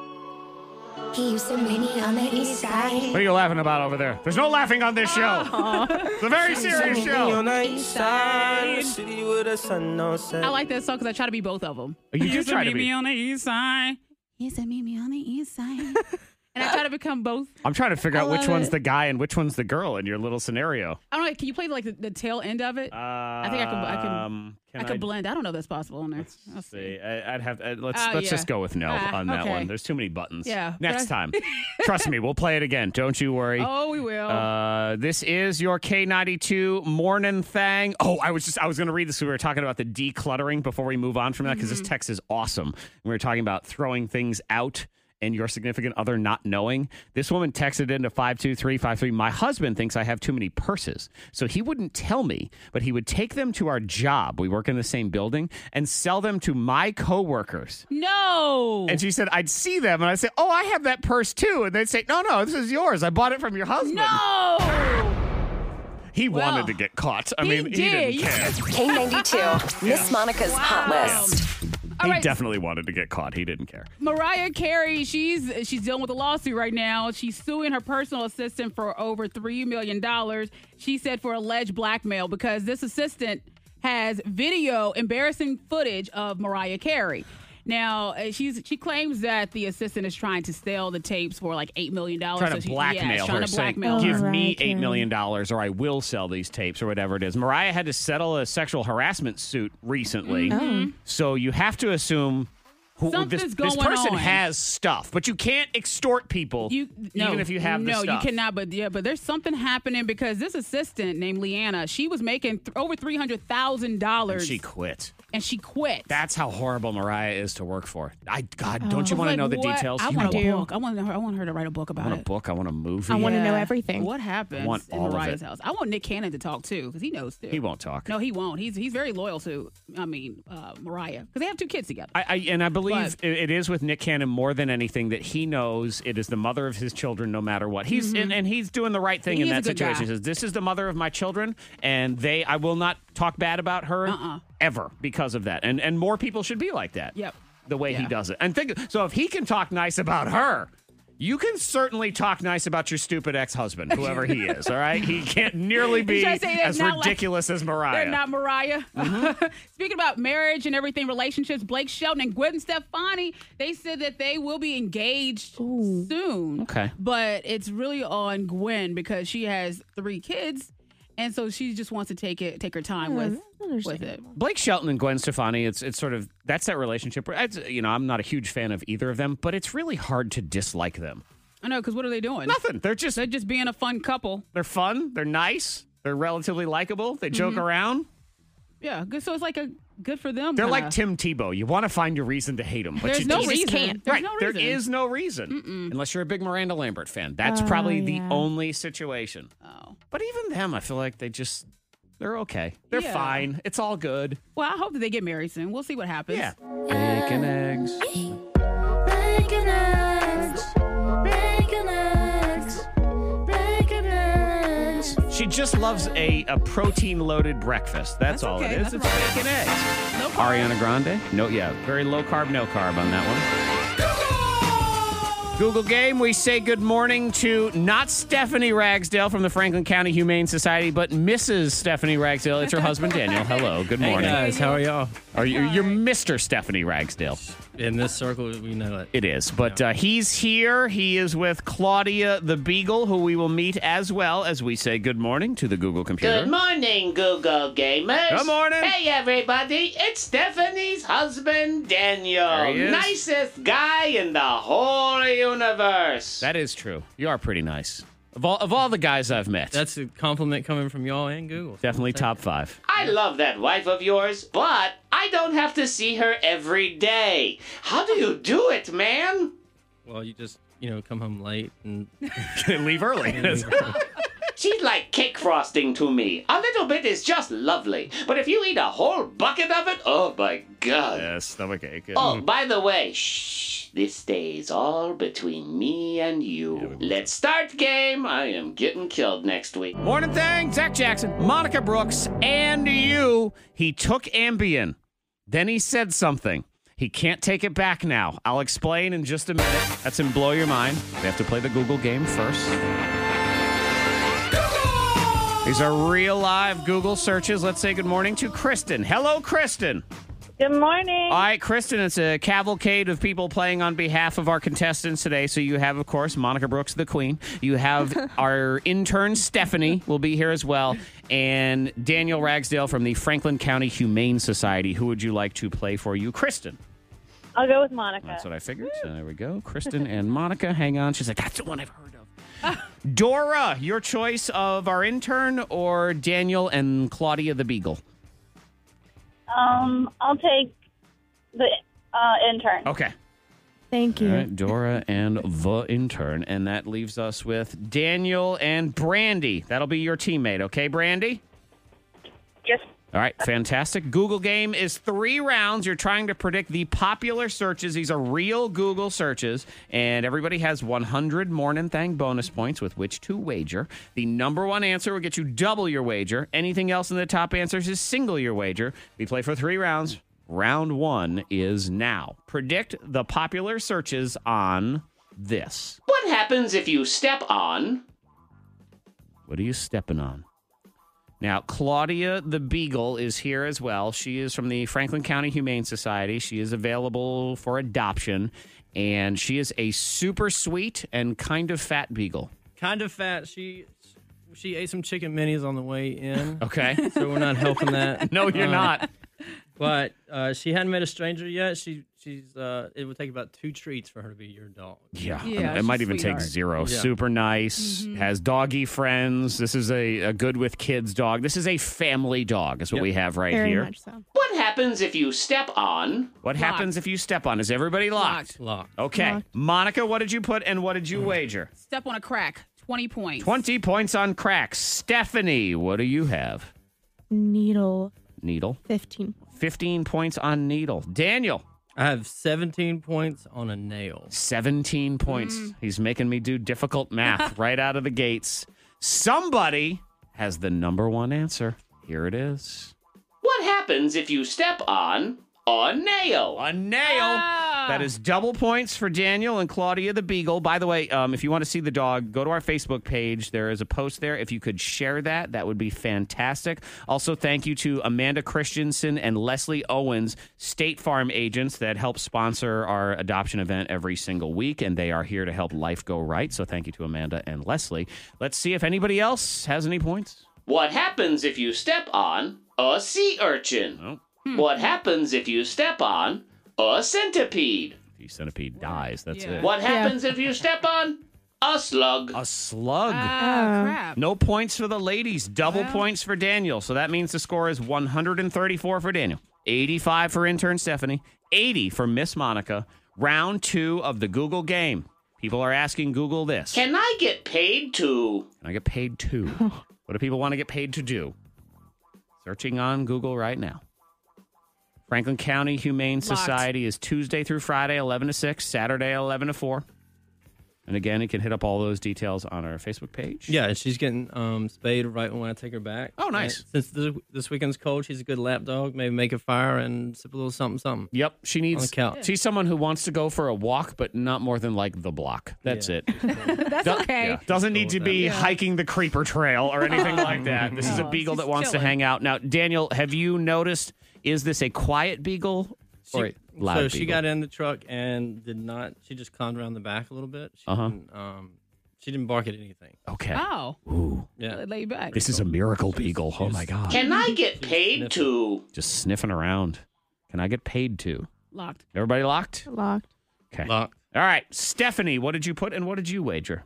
Speaker 11: He used to meet me on the east side.
Speaker 4: What are you laughing about over there? There's no laughing on this show. it's a very serious show.
Speaker 5: I like that song because I try to be both of them.
Speaker 4: You do try to
Speaker 5: meet me
Speaker 4: be.
Speaker 5: on the east side. He said, meet me on the east side. and I try to become both.
Speaker 4: I'm trying to figure
Speaker 5: I
Speaker 4: out which
Speaker 5: love
Speaker 4: one's
Speaker 5: it.
Speaker 4: the guy and which one's the girl in your little scenario.
Speaker 5: I don't know. Can you play like the, the tail end of it?
Speaker 4: Uh,
Speaker 5: I think I can. I can.
Speaker 4: Um,
Speaker 5: I could blend. I don't know if that's possible on there. I'll see.
Speaker 4: See, I, I'd have. i let's
Speaker 5: Ah,
Speaker 4: let's
Speaker 5: yeah.
Speaker 4: just go with no
Speaker 5: Ah,
Speaker 4: on that
Speaker 5: okay.
Speaker 4: one. There's too many buttons.
Speaker 5: Yeah, but
Speaker 4: Next
Speaker 5: I-
Speaker 4: time, trust me, we'll play it again. Don't you worry.
Speaker 5: Oh, we will.
Speaker 4: Uh, this is your K92 morning thing. Oh, I was just I was going to read this. We were talking about the decluttering before we move on from that because this text is awesome. We were talking about throwing things out and your significant other not knowing. This woman texted into 52353. My husband thinks I have too many purses. So he wouldn't tell me, but he would take them to our job. We work in the same building and sell them to my coworkers.
Speaker 5: no.
Speaker 4: And she said, I'd see them and I'd say, Oh, I have that purse too. And they'd say, No, no, this is yours. I bought it from your husband.
Speaker 5: no.
Speaker 4: He
Speaker 5: Well,
Speaker 4: wanted to get caught. I
Speaker 5: he
Speaker 4: mean, he
Speaker 5: did.
Speaker 4: didn't care.
Speaker 2: K92, Miss Monica's Hot List.
Speaker 5: All
Speaker 4: he
Speaker 5: right.
Speaker 4: definitely wanted to get caught. He didn't care.
Speaker 5: Mariah Carey, she's she's dealing with a lawsuit right now. She's suing her personal assistant for over three million dollars. She said for alleged blackmail because this assistant has video embarrassing footage of Mariah Carey. Now uh, she's she claims that the assistant is trying to sell the tapes for like eight million dollars.
Speaker 4: Trying to blackmail
Speaker 5: trying
Speaker 4: her,
Speaker 5: to
Speaker 4: saying,
Speaker 5: blackmail
Speaker 4: "Give
Speaker 5: her.
Speaker 4: me eight million dollars, or I will sell these tapes, or whatever it is." Mariah had to settle a sexual harassment suit recently, so you have to assume who this,
Speaker 5: Mm-hmm. Something's
Speaker 4: this
Speaker 5: going
Speaker 4: person
Speaker 5: on.
Speaker 4: has stuff, but you can't extort people,
Speaker 5: You no,
Speaker 4: even if you have
Speaker 5: no,
Speaker 4: the stuff.
Speaker 5: you cannot. But yeah, but there's something happening because this assistant named Leanna, she was making th- over three hundred thousand
Speaker 4: And
Speaker 5: dollars,
Speaker 4: she quit.
Speaker 5: and she quit.
Speaker 4: That's how horrible Mariah is to work for. I God, don't you want to
Speaker 5: Like,
Speaker 4: know the
Speaker 5: what?
Speaker 4: details?
Speaker 5: I
Speaker 4: You
Speaker 5: want a
Speaker 4: do.
Speaker 5: book. I want her. I want her to write a book
Speaker 4: I
Speaker 5: about
Speaker 4: want a
Speaker 5: it.
Speaker 4: book. I want a movie.
Speaker 10: I want to know
Speaker 5: Yeah.
Speaker 10: everything.
Speaker 5: What happens
Speaker 4: I want
Speaker 5: in
Speaker 4: all of
Speaker 5: Mariah's
Speaker 4: it.
Speaker 5: house? I want Nick Cannon to talk too because he knows too.
Speaker 4: He won't talk.
Speaker 5: No, he won't. He's he's very loyal to. I mean, uh, Mariah because they have two kids together.
Speaker 4: I, I and I believe it, it is with Nick Cannon more than anything that he knows it is the mother of his children, no matter what. He's and, and he's doing the right thing
Speaker 5: Mm-hmm. He
Speaker 4: in
Speaker 5: is a
Speaker 4: that
Speaker 5: good
Speaker 4: situation. He
Speaker 5: guy.
Speaker 4: says, "This is the mother of my children, and they I will not talk bad about her ever because of that." And and more people should be like that.
Speaker 5: Uh-uh. Yep.
Speaker 4: the way he
Speaker 5: Yeah.
Speaker 4: does it. And think so if he can talk nice about her. You can certainly talk nice about your stupid ex-husband, whoever he is. All right, he can't nearly be
Speaker 5: Should I say they're
Speaker 4: as
Speaker 5: not like-
Speaker 4: ridiculous as Mariah.
Speaker 5: They're not Mariah.
Speaker 4: Mm-hmm.
Speaker 5: Speaking about marriage and everything, relationships, Blake Shelton and Gwen Stefani, they said that they will be engaged soon.
Speaker 4: Okay.
Speaker 5: But it's really on Gwen because she has three kids. And so she just wants to take it, take her
Speaker 10: Hmm,
Speaker 5: time with, with it.
Speaker 4: Blake Shelton and Gwen Stefani, it's it's sort of that's that relationship. Where it's, you know, I'm not a huge fan of either of them, but it's really hard to dislike them.
Speaker 5: I know, because what are they doing?
Speaker 4: Nothing. They're just
Speaker 5: They're just being a fun couple.
Speaker 4: they're fun. They're nice. They're relatively likable. They
Speaker 5: Mm-hmm.
Speaker 4: joke around.
Speaker 5: Yeah. Good. So it's like a good for them.
Speaker 4: They're
Speaker 5: kinda.
Speaker 4: like Tim Tebow. You want to find a reason to hate him, but
Speaker 5: Uh-huh. There's
Speaker 4: you
Speaker 5: no
Speaker 4: just
Speaker 5: reason.
Speaker 10: can't.
Speaker 5: There's
Speaker 4: right.
Speaker 5: no
Speaker 4: There
Speaker 5: reason.
Speaker 4: is no reason unless you're a big Miranda Lambert fan. That's probably the only situation.
Speaker 5: Oh.
Speaker 4: But even them, I feel like they just they're okay. They're
Speaker 5: Yeah.
Speaker 4: fine. It's all good.
Speaker 5: Well, I hope that they get married soon. We'll see what happens.
Speaker 4: Yeah. Bacon eggs.
Speaker 11: Bacon eggs, bacon eggs, bacon eggs.
Speaker 4: She just loves a, a protein loaded breakfast. That's, all
Speaker 5: okay.
Speaker 4: it is.
Speaker 5: Nothing
Speaker 4: It's
Speaker 5: wrong with
Speaker 4: bacon eggs.
Speaker 5: No problem.
Speaker 4: Ariana Grande? No, yeah. Very low carb, no carb on that one. Google Game, we say good morning to not Stephanie Ragsdale from the Franklin County Humane Society, but Mrs. Stephanie Ragsdale. It's her husband, Daniel. Hello, good morning.
Speaker 12: how are y'all?
Speaker 4: Are you, you're Mr. Stephanie Ragsdale.
Speaker 12: In this circle, we know it.
Speaker 4: It is, but uh, he's here. He is with Claudia the Beagle, who we will meet as well as we say good morning to the Google computer.
Speaker 13: Good morning, Google Gamers.
Speaker 4: Good morning.
Speaker 13: Hey, everybody. It's Stephanie's husband,
Speaker 4: There
Speaker 13: Daniel.
Speaker 4: he is.
Speaker 13: Nicest guy in the whole universe.
Speaker 4: That is true. You are pretty nice. Of all, of all the guys I've met,
Speaker 12: That's a compliment coming from y'all and Google.
Speaker 4: definitely top five.
Speaker 13: I love that wife of yours, but I don't have to see her every day. How do you do it, man?
Speaker 12: Well, you just you know come home late and
Speaker 4: Leave early.
Speaker 13: She's like cake frosting to me. A little bit is just lovely, but if you eat a whole bucket of it, oh my god.
Speaker 4: yeah, stomach ache.
Speaker 13: Oh, by the way, shh. This stays all between me and you. Let's start game. I am getting killed next week.
Speaker 4: Morning thing, Zach Jackson, Monica Brooks, and you. He took Ambien. Then he said something. He can't take it back now. I'll explain in just a minute. That's in Blow Your Mind. They have to play the Google game first. These are real live Google searches. Let's say good morning to Kristen. Hello, Kristen.
Speaker 14: Good morning.
Speaker 4: All right, Kristen, it's a cavalcade of people playing on behalf of our contestants today. So you have, of course, Monica Brooks, the queen. You have our intern, Stephanie, will be here as well. And Daniel Ragsdale from the Franklin County Humane Society. Who would you like to play for you, Kristen?
Speaker 14: I'll go with Monica.
Speaker 4: That's what I figured. So there we go. Kristen and Monica, hang on. She's like, that's the one I've heard of. Dora, your choice of our intern or Daniel and Claudia the Beagle?
Speaker 14: Um, I'll take the uh, intern.
Speaker 4: Okay.
Speaker 10: Thank
Speaker 4: All
Speaker 10: you.
Speaker 4: right, Dora and the intern. And that leaves us with Daniel and Brandy. That'll be your teammate, okay, Brandy?
Speaker 14: Yes.
Speaker 4: All right, fantastic. Google game is three rounds. You're trying to predict the popular searches. These are real Google searches, and everybody has 100 morning thing bonus points with which to wager. The number one answer will get you double your wager. Anything else in the top answers is single your wager. We play for three rounds. Round one is now. Predict the popular searches on this.
Speaker 13: What happens if you step on?
Speaker 4: What are you stepping on? Now, Claudia the Beagle is here as well. She is from the Franklin County Humane Society. She is available for adoption, and she is a super sweet and kind of fat beagle.
Speaker 12: Kind of fat. She she ate some chicken minis on the way in.
Speaker 4: Okay.
Speaker 12: So we're not helping that.
Speaker 4: No, you're not.
Speaker 12: But uh, she hadn't met a stranger yet. She she's uh, it would take about two treats for her to be your dog.
Speaker 4: Yeah, it might even take zero.
Speaker 12: Yeah.
Speaker 4: Super nice. Has doggy friends. This is a, a good with kids dog. This is a family dog. Is what we have right here.
Speaker 13: What happens if you step on?
Speaker 4: What happens if you step on? Is everybody locked?
Speaker 12: Locked.
Speaker 4: Okay,
Speaker 5: Locked.
Speaker 4: Monica, what did you put and what did you wager?
Speaker 5: Step on a crack. 20 points.
Speaker 4: 20 points on cracks. Stephanie, what do you have?
Speaker 10: Needle
Speaker 4: Needle.
Speaker 10: 15.
Speaker 4: 15 points on needle. Daniel.
Speaker 12: I have 17 points on a nail.
Speaker 4: 17 points. He's making me do difficult math right out of the gates. Somebody has the number one answer. Here it is.
Speaker 13: What happens if you step on a nail?
Speaker 4: A nail. That is double points for Daniel and Claudia the Beagle. By the way, um, if you want to see the dog, go to our Facebook page. There is a post there. If you could share that, that would be fantastic. Also, thank you to Amanda Christensen and Leslie Owens, State Farm agents that help sponsor our adoption event every single week, and they are here to help life go right. So, thank you to Amanda and Leslie. Let's see if anybody else has any points.
Speaker 13: What happens if you step on a sea urchin?
Speaker 4: Oh.
Speaker 13: What happens if you step on a centipede?
Speaker 4: The centipede dies. That's it.
Speaker 13: What happens if you step on a slug?
Speaker 4: A slug.
Speaker 13: Ah, Oh. crap.
Speaker 4: No points for the ladies. Double points for Daniel. So that means the score is 134 for Daniel, 85 for intern Stephanie, 80 for Miss Monica. Round two of the Google game. People are asking Google this.
Speaker 13: Can I get paid to?
Speaker 4: Can I get paid to? what do people want to get paid to do? Searching on Google right now. Franklin County Humane Society is Tuesday through Friday, 11 to 6, Saturday, 11 to 4. And again, you can hit up all those details on our Facebook page.
Speaker 12: Yeah, and she's getting um, spayed right when I take her back.
Speaker 4: Oh, nice.
Speaker 12: Uh, since this, this weekend's cold, she's a good lap dog. Maybe make a fire and sip a little something, something.
Speaker 4: Yep, she needs.
Speaker 12: On the couch.
Speaker 4: She's someone who wants to go for a walk, but not more than like the block. That's it.
Speaker 5: That's
Speaker 4: Do-
Speaker 5: okay.
Speaker 4: yeah. Doesn't need to be
Speaker 5: Yeah.
Speaker 4: hiking the creeper trail or anything like that. This is a
Speaker 5: No,
Speaker 4: beagle
Speaker 5: she's
Speaker 4: that wants to
Speaker 5: chilling.
Speaker 4: hang out. Now, Daniel, have you noticed? Is this a quiet beagle or a loud
Speaker 12: so
Speaker 4: beagle?
Speaker 12: she got in the truck and did not. She just climbed around the back a little bit. She
Speaker 4: Uh-huh.
Speaker 12: didn't, um, she didn't bark at anything.
Speaker 4: Okay.
Speaker 5: Oh.
Speaker 4: Ooh.
Speaker 12: Yeah.
Speaker 5: Lay back.
Speaker 4: This is a miracle beagle. Oh my god!
Speaker 13: Can I get paid to?
Speaker 4: Just sniffing around. Can I get paid to?
Speaker 5: Locked.
Speaker 4: Everybody locked?
Speaker 10: Locked.
Speaker 4: Okay. Locked. All right, Stephanie, what did you put and what did you wager?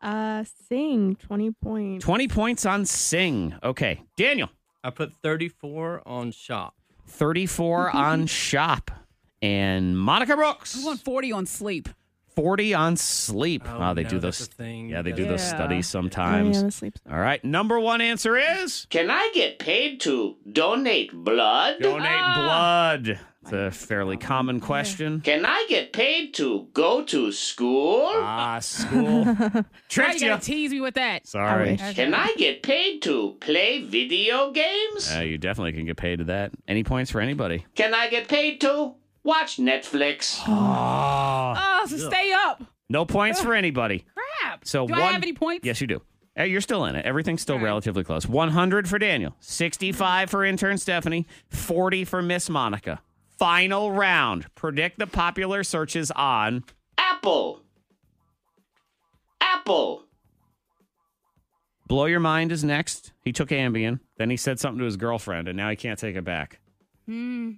Speaker 10: Uh, sing 20 points.
Speaker 4: 20 points on Sing. Okay. Daniel.
Speaker 12: I put 34 on shop.
Speaker 4: 34 on shop. And Monica Brooks,
Speaker 5: I want 40 on sleep.
Speaker 4: 40 on sleep. Oh, they
Speaker 12: no,
Speaker 4: do
Speaker 12: that's
Speaker 4: those.
Speaker 12: a thing.
Speaker 4: Yeah, they do those
Speaker 12: Yeah.
Speaker 4: studies sometimes.
Speaker 10: Oh, yeah, the sleep
Speaker 4: All right. Number one answer is
Speaker 13: Can I get paid to donate blood?
Speaker 4: donate
Speaker 12: Ah!
Speaker 4: blood. It's a fairly common question.
Speaker 13: Can I get paid to go to school?
Speaker 4: Ah, school.
Speaker 5: Why you gotta tease me with that.
Speaker 4: Sorry.
Speaker 13: Can I get paid to play video games?
Speaker 4: Uh, you definitely can get paid to that. Any points for anybody?
Speaker 13: Can I get paid to Watch Netflix.
Speaker 4: Uh,
Speaker 5: Oh, so stay up.
Speaker 4: No points for anybody.
Speaker 5: Crap.
Speaker 4: So
Speaker 5: do
Speaker 4: one,
Speaker 5: I have any points?
Speaker 4: Yes, you do. Uh, You're still in it. Everything's still relatively close. 100 for Daniel, 65 for intern Stephanie, 40 for Miss Monica. Final round. Predict the popular searches on
Speaker 13: Apple. Apple.
Speaker 4: Blow Your Mind is next. He took Ambien. Then he said something to his girlfriend, and now he can't take it back.
Speaker 5: Hmm.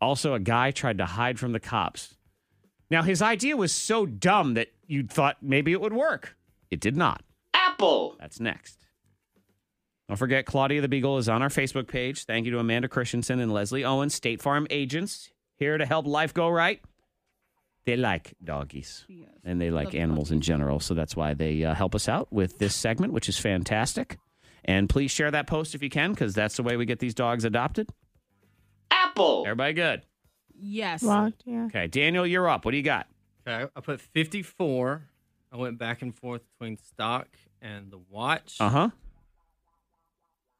Speaker 4: Also, a guy tried to hide from the cops. Now, his idea was so dumb that you thought maybe it would work. It did not.
Speaker 13: Apple.
Speaker 4: That's next. Don't forget, Claudia the Beagle is on our Facebook page. Thank you to Amanda Christensen and Leslie Owen, State Farm agents, here to help life go right. They like doggies and they like animals in general. So that's why they uh, help us out with this segment, which is fantastic. And please share that post if you can, because that's the way we get these dogs adopted.
Speaker 13: Apple.
Speaker 4: Everybody good?
Speaker 5: Yes.
Speaker 10: Locked, yeah.
Speaker 4: Okay, Daniel, you're up. What do you got?
Speaker 12: Okay, I put 54. I went back and forth between stock and the watch.
Speaker 4: Uh huh.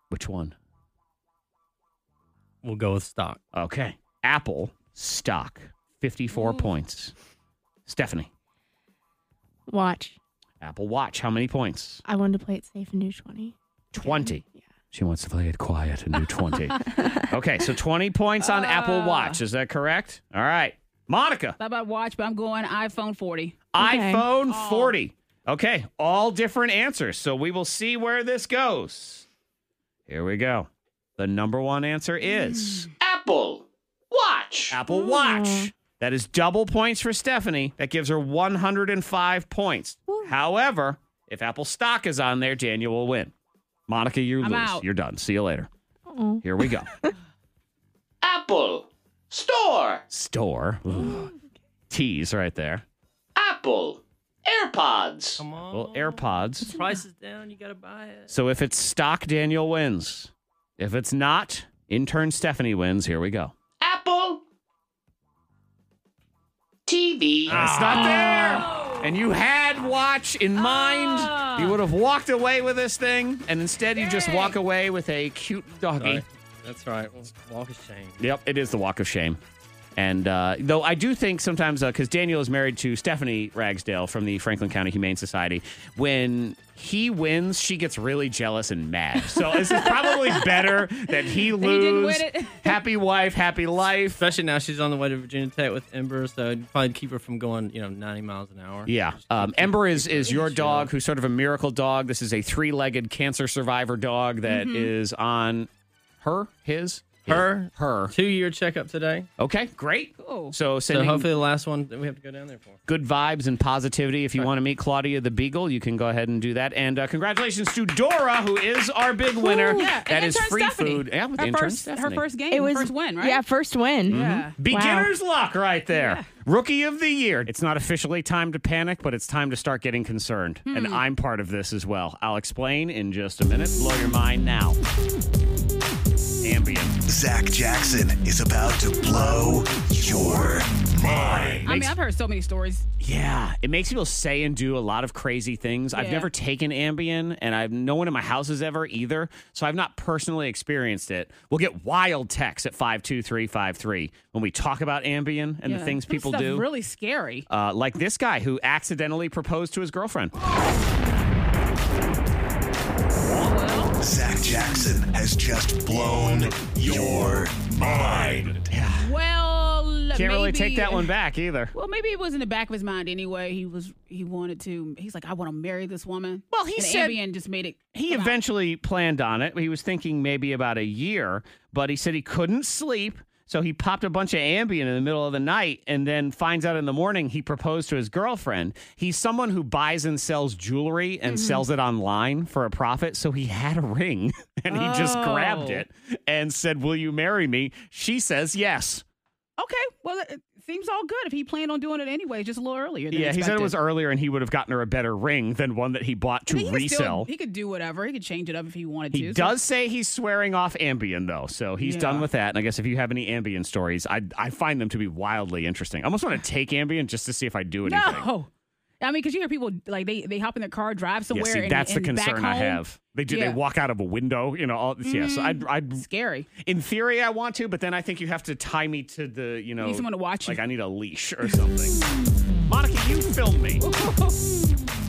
Speaker 4: Which one?
Speaker 12: We'll go with stock.
Speaker 4: Okay. Apple stock, 54 points. Stephanie,
Speaker 10: Watch.
Speaker 4: Apple Watch, how many points?
Speaker 10: I wanted to play it safe and do 20.
Speaker 4: 20. She wants to play it quiet and do 20. okay, so 20 points
Speaker 10: Uh.
Speaker 4: on Apple Watch. Is that correct? All right. Monica,
Speaker 5: Thought about watch, but I'm going iPhone 40.
Speaker 4: iPhone
Speaker 13: Oh.
Speaker 4: 40. Okay, all different answers. So we will see where this goes. Here we go. The number one answer is
Speaker 13: Mm. Apple Watch.
Speaker 4: Apple Watch. That is double points for Stephanie. That gives her 105 points. However, if Apple stock is on there, Daniel will win. Monica, you
Speaker 13: I'm
Speaker 4: lose.
Speaker 13: out.
Speaker 4: You're done. See you later.
Speaker 10: Oh.
Speaker 4: Here we go.
Speaker 13: Apple Store.
Speaker 4: Store. Ugh. Tease right there.
Speaker 13: Apple AirPods.
Speaker 12: Come on.
Speaker 4: Well, AirPods.
Speaker 12: Price is down. You got to buy it.
Speaker 4: So if it's stock, Daniel wins. If it's not, intern Stephanie wins. Here we go.
Speaker 13: Apple TV.
Speaker 4: It's not there. And you had watch in mind. You would have walked away with this thing, and instead you just walk away with a cute doggy.
Speaker 12: Sorry. That's right. Well, walk of shame.
Speaker 4: Yep, it is the walk of shame. And uh, though I do think sometimes, because Daniel is married to Stephanie Ragsdale from the Franklin County Humane Society, when he wins, she gets really jealous and mad. So this is probably better that he
Speaker 5: That he didn't
Speaker 4: lose.
Speaker 5: win it.
Speaker 4: happy wife, happy life.
Speaker 12: Especially now she's on the way to Virginia Tech with Ember, so it'd probably keep her from going, you know, 90 miles an hour.
Speaker 4: Yeah. Um, Ember is, is your dog, who's sort of a miracle dog. This is a three legged cancer survivor dog that is
Speaker 5: Mm-hmm.
Speaker 12: Mhm.
Speaker 4: on her, his,
Speaker 12: Her.
Speaker 4: her.
Speaker 12: Two year checkup today.
Speaker 4: Okay, great.
Speaker 5: Cool.
Speaker 4: So,
Speaker 12: So
Speaker 4: sending
Speaker 12: hopefully the last one that we have to go down there for.
Speaker 4: good vibes and positivity. If you want to meet Claudia the Beagle, you can go ahead and do that. And uh, congratulations to Dora, who is our big winner.
Speaker 5: Yeah, and
Speaker 4: that is
Speaker 5: intern
Speaker 4: free
Speaker 5: Stephanie.
Speaker 4: food. Yeah, with
Speaker 5: Her
Speaker 4: intern
Speaker 5: first- her
Speaker 4: Stephanie.
Speaker 5: first game, first win, right?
Speaker 10: Yeah, first win.
Speaker 5: Yeah.
Speaker 4: Beginner's luck right there. Rookie of the year. It's not officially time to panic, but it's time to start getting concerned. And
Speaker 3: Hmm.
Speaker 4: I'm part of this as well. I'll explain in just a minute. Blow your mind now. Ambient.
Speaker 1: Zach Jackson is about to blow your mind.
Speaker 5: I mean, I've heard so many stories.
Speaker 4: Yeah, it makes people say and do a lot of crazy things. I've
Speaker 5: Yeah.
Speaker 4: never taken Ambien, and I've no one in my house has ever either, so I've not personally experienced it. We'll get wild texts at five two three five three when we talk about Ambien and the
Speaker 5: Yeah.
Speaker 4: things
Speaker 5: Some
Speaker 4: people
Speaker 5: stuff
Speaker 4: do.
Speaker 5: Really scary.
Speaker 4: Uh, like this guy who accidentally proposed to his girlfriend.
Speaker 1: Zach Jackson has just blown your mind.
Speaker 5: Well,
Speaker 4: Can't really take
Speaker 5: maybe-
Speaker 4: that one back either.
Speaker 5: Well, maybe it was in the back of his mind anyway. He was he wanted to. He's like, I want to marry this woman. Well,
Speaker 4: he
Speaker 5: and
Speaker 4: said-
Speaker 5: Ambien just made it.
Speaker 4: He eventually planned on it. He was thinking maybe about a year, but he said he couldn't sleep. So he popped a bunch of Ambien in the middle of the night and then finds out in the morning he proposed to his girlfriend. He's someone who buys and sells jewelry and
Speaker 5: Mm-hmm.
Speaker 4: sells it online for a profit. So he had a ring and he just grabbed
Speaker 5: Oh.
Speaker 4: it and said, Will you marry me? She says yes.
Speaker 5: Okay, well, it it seems all good if he planned on doing it anyway, just a little earlier. Than
Speaker 4: Yeah, he said it was
Speaker 5: expected.
Speaker 4: earlier and he would have gotten her a better ring than one that he bought to
Speaker 5: I mean, he could still-
Speaker 4: resell.
Speaker 5: he could do whatever. He could change it up if he wanted
Speaker 4: He
Speaker 5: to. so-
Speaker 4: does say he's swearing off Ambien though, so he's
Speaker 5: Yeah.
Speaker 4: done with that. And I guess if you have any Ambien stories, I I find them to be wildly interesting. I almost want to take Ambien just to see if I do anything.
Speaker 5: No, I mean, because you hear people like they they hop in their car, drive somewhere.
Speaker 4: yeah, see,
Speaker 5: and,
Speaker 4: that's
Speaker 5: and
Speaker 4: the
Speaker 5: back
Speaker 4: concern I
Speaker 5: home.
Speaker 4: have. They do.
Speaker 5: Yeah. Mm.
Speaker 4: They walk out of a window. You know. All, Yeah. So I'd, I'd.
Speaker 5: Scary.
Speaker 4: In theory, I want to, but then I think you have to tie me to the. You know.
Speaker 5: need someone to watch you.
Speaker 4: Like I need a leash or something. Monica, you film me.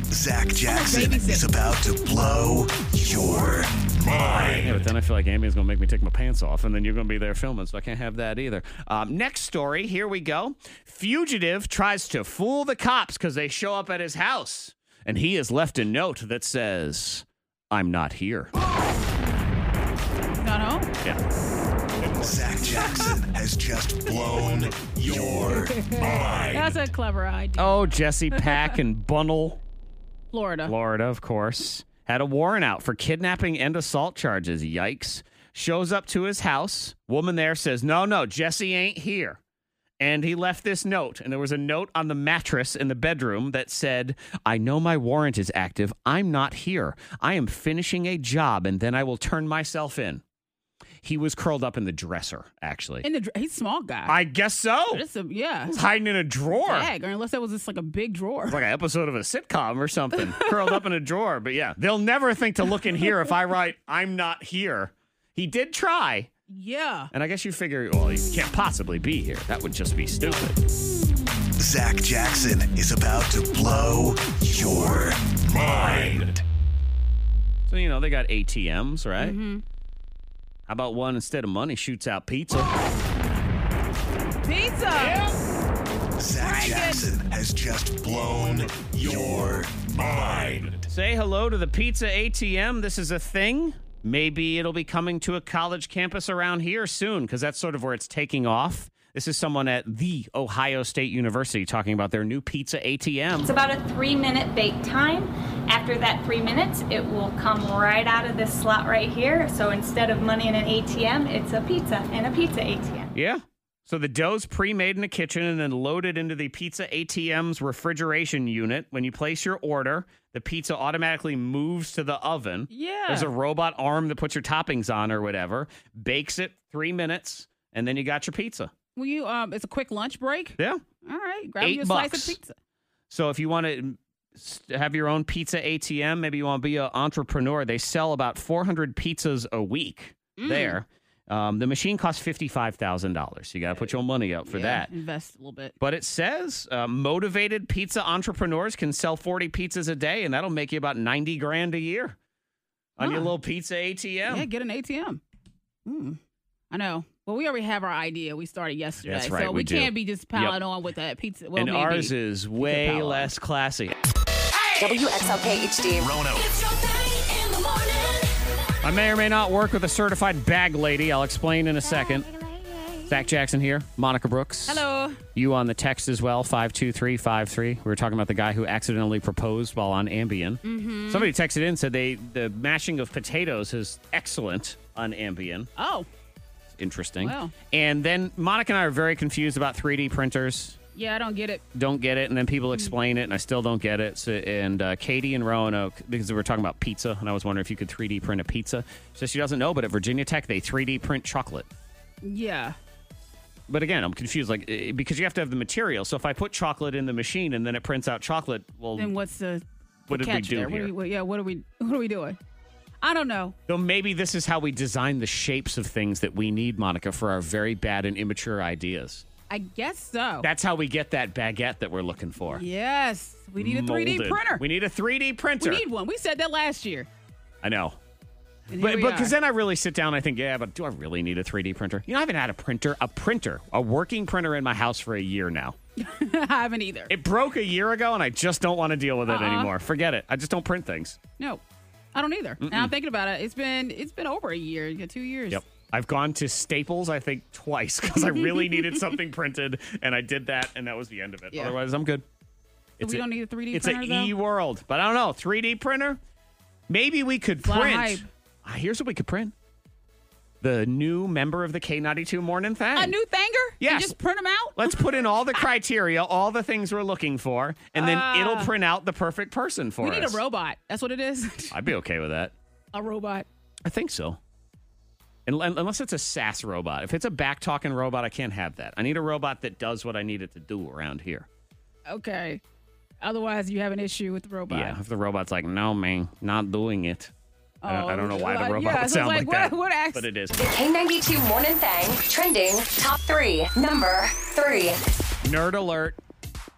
Speaker 1: Zach Jackson is about to blow your mind.
Speaker 4: Yeah, but then I feel like Amy's going to make me take my pants off, and then you're going to be there filming, so I can't have that either. Um, next story, here we go. Fugitive tries to fool the cops because they show up at his house, and he is left a note that says, I'm not here.
Speaker 5: Not home.
Speaker 4: Yeah.
Speaker 1: Zach Jackson has just blown your mind.
Speaker 5: That's a clever idea.
Speaker 4: Oh, Jesse Pack and Bunnell,
Speaker 5: Florida.
Speaker 4: Florida, of course, had a warrant out for kidnapping and assault charges. Yikes. Shows up to his house. Woman there says, No, no, Jesse ain't here. And he left this note, and there was a note on the mattress in the bedroom that said, I know my warrant is active. I'm not here. I am finishing a job, and then I will turn myself in. He was curled up in the dresser, actually.
Speaker 5: In the dr- he's a small guy.
Speaker 4: I guess so.
Speaker 5: It's a, yeah.
Speaker 4: He's hiding in a drawer.
Speaker 5: Bag, or unless that was just like a big drawer.
Speaker 4: It's like an episode of a sitcom or something, curled up in a drawer. But yeah, they'll never think to look in here if I write, I'm not here. He did try.
Speaker 5: Yeah.
Speaker 4: And I guess you figure, well, he can't possibly be here. That would just be stupid.
Speaker 1: Zach Jackson is about to blow your mind.
Speaker 4: So, you know, they got ATMs, right? How about one instead of money shoots out pizza?
Speaker 5: Pizza.
Speaker 1: Zach Jackson has just blown your mind.
Speaker 4: Say hello to the pizza ATM. This is a thing. Maybe it'll be coming to a college campus around here soon because that's sort of where it's taking off. This is someone at the Ohio State University talking about their new pizza ATM.
Speaker 15: It's about a three minute bake time. After that three minutes, it will come right out of this slot right here. So instead of money in an ATM, it's a pizza and a pizza ATM.
Speaker 4: Yeah. So the dough's pre-made in the kitchen and then loaded into the pizza ATM's refrigeration unit. When you place your order, the pizza automatically moves to the oven.
Speaker 5: Yeah.
Speaker 4: There's a robot arm that puts your toppings on or whatever, bakes it three minutes, and then you got your pizza.
Speaker 5: Will you? Um, it's a quick lunch break.
Speaker 4: Yeah.
Speaker 5: All right. Grab
Speaker 4: Eight
Speaker 5: you a
Speaker 4: bucks.
Speaker 5: slice of pizza.
Speaker 4: So if you want to have your own pizza ATM, maybe you want to be an entrepreneur, they sell about 400 pizzas a week
Speaker 5: Mm.
Speaker 4: there. Um, the machine costs $55,000. You got to put your own money up for
Speaker 5: Yeah,
Speaker 4: that.
Speaker 5: Invest a little bit.
Speaker 4: But it says uh, motivated pizza entrepreneurs can sell 40 pizzas a day, and that'll make you about 90 grand a year on your
Speaker 5: Huh.
Speaker 4: little pizza ATM.
Speaker 5: Yeah. Get an ATM. Mm. I know. Well, we already have our idea. We started yesterday,
Speaker 4: That's right,
Speaker 5: so
Speaker 4: we
Speaker 5: we,
Speaker 4: do.
Speaker 5: can't be just piling
Speaker 4: Yep.
Speaker 5: on with that pizza. Well,
Speaker 4: and
Speaker 5: maybe.
Speaker 4: ours is way less classy.
Speaker 2: WXLK HD.
Speaker 4: I may or may not work with a certified bag lady. I'll explain in a second. Zach Jackson here, Monica Brooks.
Speaker 5: Hello.
Speaker 4: You on the text as well, 52353. We were talking about the guy who accidentally proposed while on Ambien.
Speaker 5: Mhm.
Speaker 4: Somebody texted in said they the mashing of potatoes is excellent on Ambien.
Speaker 5: Oh.
Speaker 4: Interesting.
Speaker 5: Wow.
Speaker 4: And then Monica and I are very confused about 3D printers.
Speaker 5: Yeah, I don't get it.
Speaker 4: Don't get it, and then
Speaker 5: Hmm.
Speaker 4: people explain it, and I still don't get it. So, and uh, Katie and Roanoke, because we were talking about pizza, and I was wondering if you could 3D print a pizza. So she doesn't know, but at Virginia Tech, they 3D print chocolate.
Speaker 5: Yeah.
Speaker 4: But again, I'm confused, like eh, because you have to have the material. So if I put chocolate in the machine and then it prints out chocolate, well,
Speaker 5: Then what's the
Speaker 4: what
Speaker 5: the
Speaker 4: did we
Speaker 5: catch
Speaker 4: do
Speaker 5: there? What
Speaker 4: here?
Speaker 5: are we, yeah, what are we what are we doing? I don't know.
Speaker 4: Though maybe this is how we design the shapes of things that we need, Monica, for our very bad and immature ideas.
Speaker 5: I guess so.
Speaker 4: That's how we get that baguette that we're looking for.
Speaker 5: yes, we need a 3D
Speaker 4: Molded.
Speaker 5: printer.
Speaker 4: We need a 3D printer.
Speaker 5: We need one. We said that last year.
Speaker 4: I know.
Speaker 5: And
Speaker 4: but
Speaker 5: here we
Speaker 4: but because
Speaker 5: are.
Speaker 4: then I really sit down, and I think, yeah, but do I really need a 3D printer? You know, I haven't had a printer, a printer, a working printer in my house for a year now.
Speaker 5: I haven't either.
Speaker 4: It broke a year ago, and I just don't want to deal with it
Speaker 5: Uh-uh.
Speaker 4: anymore. Forget it. I just don't print things.
Speaker 5: No, I don't either.
Speaker 4: Mm-mm.
Speaker 5: Now I'm thinking about it. It's been it's been over a year, you got two years.
Speaker 4: Yep. I've gone to Staples, I think, twice because I really needed something printed, and I did that, and that was the end of it.
Speaker 5: Yeah.
Speaker 4: Otherwise, I'm good.
Speaker 5: we don't need a 3D
Speaker 4: it's
Speaker 5: printer,
Speaker 4: It's
Speaker 5: though?
Speaker 4: an e world, but I don't know. 3D printer? Maybe we could
Speaker 5: It's a lot of hype.
Speaker 4: print. Ah, Here's what we could print the new member of the K92 Morning Thang.
Speaker 5: A new thanger?
Speaker 4: Yes.
Speaker 5: You just print them out.
Speaker 4: Let's put in all the criteria, all the things we're looking for, and then
Speaker 5: Ah.
Speaker 4: it'll print out the perfect person for
Speaker 5: we
Speaker 4: us.
Speaker 5: need a robot. That's what it is.
Speaker 4: I'd be okay with that.
Speaker 5: a robot.
Speaker 4: I think so. Un- un- Unless it's a SaaS robot. If it's a back talking robot, I can't have that. I need a robot that does what I need it to do around here.
Speaker 5: Okay. Otherwise, you have an issue with the robot.
Speaker 4: Yeah, if the robot's like, no, man, not doing it. I, don't, I don't know why
Speaker 5: like,
Speaker 4: the robot
Speaker 5: Oh, uh, yeah,
Speaker 4: would
Speaker 5: so it's
Speaker 4: sound like,
Speaker 5: like,
Speaker 4: that,
Speaker 5: what- what acts-
Speaker 4: but it is.
Speaker 2: The K92 Morning Thang trending top three. Number three.
Speaker 4: Nerd alert.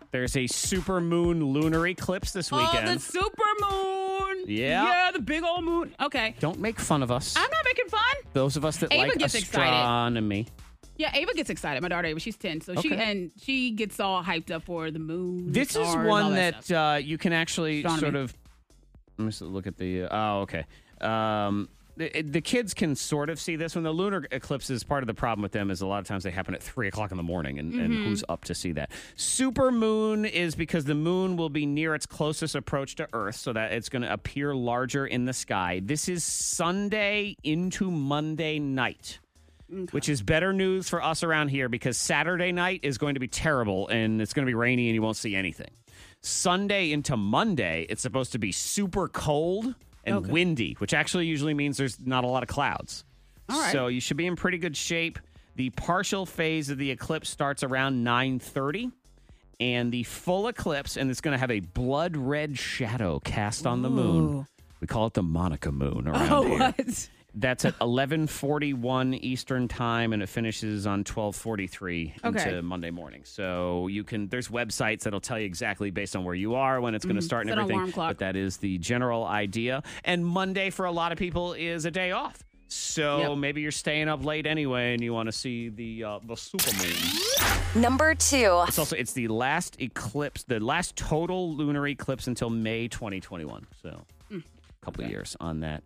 Speaker 4: There's a super moon lunar eclipse this weekend.
Speaker 5: Oh, the super moon.
Speaker 4: Yeah.
Speaker 5: Yeah, the big old moon. Okay.
Speaker 4: Don't make fun of us.
Speaker 5: I'm not making fun.
Speaker 4: Those of us that
Speaker 5: Ava
Speaker 4: like
Speaker 5: gets excited.
Speaker 4: astronomy.
Speaker 5: Yeah, Ava gets excited. My daughter Ava, she's ten, so she
Speaker 4: Okay.
Speaker 5: and she gets all hyped up for the moon.
Speaker 4: This is
Speaker 5: stars, Mm-hmm. all
Speaker 4: one
Speaker 5: that
Speaker 4: that, uh, you can actually
Speaker 5: Astronomy.
Speaker 4: sort of. Let me just look at the. Uh, oh, okay. Um, the, the kids can sort of see this when the lunar eclipse is part of the problem with them is a lot of times they happen at three o'clock in the morning and, and
Speaker 5: Mm-hmm.
Speaker 16: Mhm.
Speaker 4: who's up to see that super moon is because the moon will be near its closest approach to earth so that it's going to appear larger in the sky this is sunday into monday night Which is better news for us around here because Saturday night is going to be terrible and it's going to be rainy and you won't see anything. Sunday into Monday, it's supposed to be super cold and windy, which actually usually means there's not a lot of clouds.
Speaker 5: All right.
Speaker 4: So you should be in pretty good shape. The partial phase of the eclipse starts around 9:30 and the full eclipse and it's going to have a blood red shadow cast on the moon. We call it the Monica moon around
Speaker 5: Oh,
Speaker 4: here.
Speaker 5: what?
Speaker 4: That's at 11:41 Eastern time and it finishes on 12:43
Speaker 5: Okay.
Speaker 4: into Monday morning. So you can there's websites that'll tell you exactly based on where you are when it's going to
Speaker 5: Mhm.
Speaker 4: start and
Speaker 5: Set an
Speaker 4: everything.
Speaker 5: alarm clock.
Speaker 4: But that is the general idea. And Monday for a lot of people is a day off. So
Speaker 2: Yep.
Speaker 4: maybe you're staying up late anyway and you want to see the uh, the supermoon.
Speaker 2: Number two.
Speaker 4: It's also it's the last eclipse, the last total lunar eclipse until May 2021. So
Speaker 5: Hmm.
Speaker 2: Mm.
Speaker 4: a couple years on that.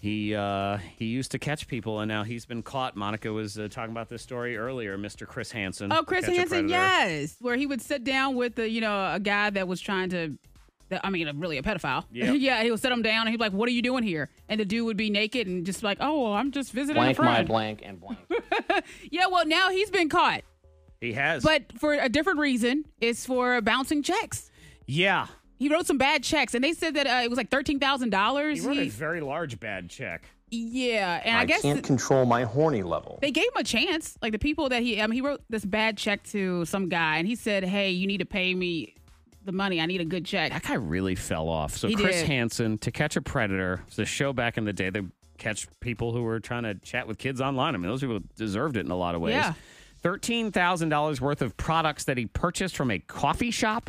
Speaker 4: He uh, he used to catch people, and now he's been caught. Monica was uh, talking about this story earlier. Mr. Chris Hansen.
Speaker 5: stuff. Oh, Chris
Speaker 4: catch a
Speaker 5: Hansen,
Speaker 4: predator.
Speaker 5: yes, where he would sit down with the you know a guy that was trying to. that- I mean, a- really a pedophile.
Speaker 4: Yeah.
Speaker 5: yeah, he would set him down and he'd be like, What are you doing here? And the dude would be naked and just like, Oh, well, I'm just visiting a
Speaker 17: Blank my
Speaker 5: friend.
Speaker 17: blank and blank.
Speaker 5: Yeah, well, now he's been caught,
Speaker 4: He has.
Speaker 5: but for a different reason. It's for bouncing checks.
Speaker 4: yeah,
Speaker 5: He wrote some bad checks, and they said that uh, it was like thirteen thousand dollars.
Speaker 4: he wrote a very large bad check.
Speaker 5: Yeah, and I, guess
Speaker 17: control my horny level.
Speaker 5: they gave him a chance. Like the people that he, I mean, he wrote this bad check to some guy, and he said, "Hey, you need to pay me the money. I need a good check."
Speaker 4: That guy really fell off. So
Speaker 5: He
Speaker 4: Chris
Speaker 5: did.
Speaker 4: Hansen to catch a predator. It's a show back in the day. They catch people who were trying to chat with kids online. I mean, those people deserved it in a lot of ways.
Speaker 5: Yeah.
Speaker 4: Thirteen thousand dollars worth of products that he purchased from a coffee shop.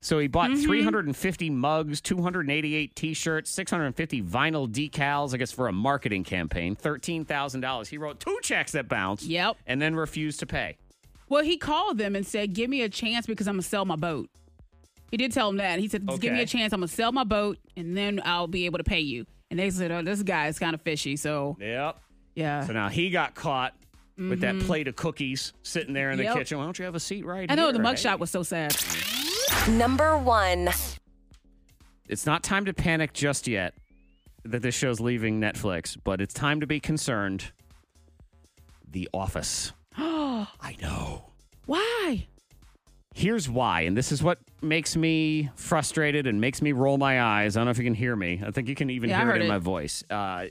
Speaker 4: So he
Speaker 5: Mm-hmm.
Speaker 4: bought 350 mugs, 288 t-shirts, 650 vinyl decals, I guess for a marketing campaign. $13,000. He wrote two checks that bounced.
Speaker 5: Yep.
Speaker 4: And then refused to pay.
Speaker 5: Well, he called them and said, "Give me a chance because I'm gonna sell my boat." He did tell him that. He said, "Just give me
Speaker 4: Okay.
Speaker 5: a chance. I'm gonna sell my boat, and then I'll be able to pay you." And they said, "Oh, this guy is kind of fishy." So
Speaker 4: Yep.
Speaker 5: yeah,
Speaker 4: So now he got caught with that
Speaker 5: Mhm.
Speaker 4: plate of cookies sitting there in the
Speaker 5: Yep.
Speaker 4: kitchen. Why don't you have a seat right
Speaker 5: I know the
Speaker 4: here,
Speaker 5: mugshot
Speaker 4: hey?
Speaker 5: shot was so sad.
Speaker 2: Number one.
Speaker 4: It's not time to panic just yet that this show's leaving Netflix, but it's time to be concerned. The Office.
Speaker 5: I
Speaker 4: know.
Speaker 5: Why?
Speaker 4: Here's why, and this is what makes me frustrated and makes me roll my eyes. I don't know if you can hear me. I think you can even
Speaker 5: Yeah, I
Speaker 4: hear it
Speaker 5: heard
Speaker 4: in
Speaker 5: it.
Speaker 4: my voice. Uh,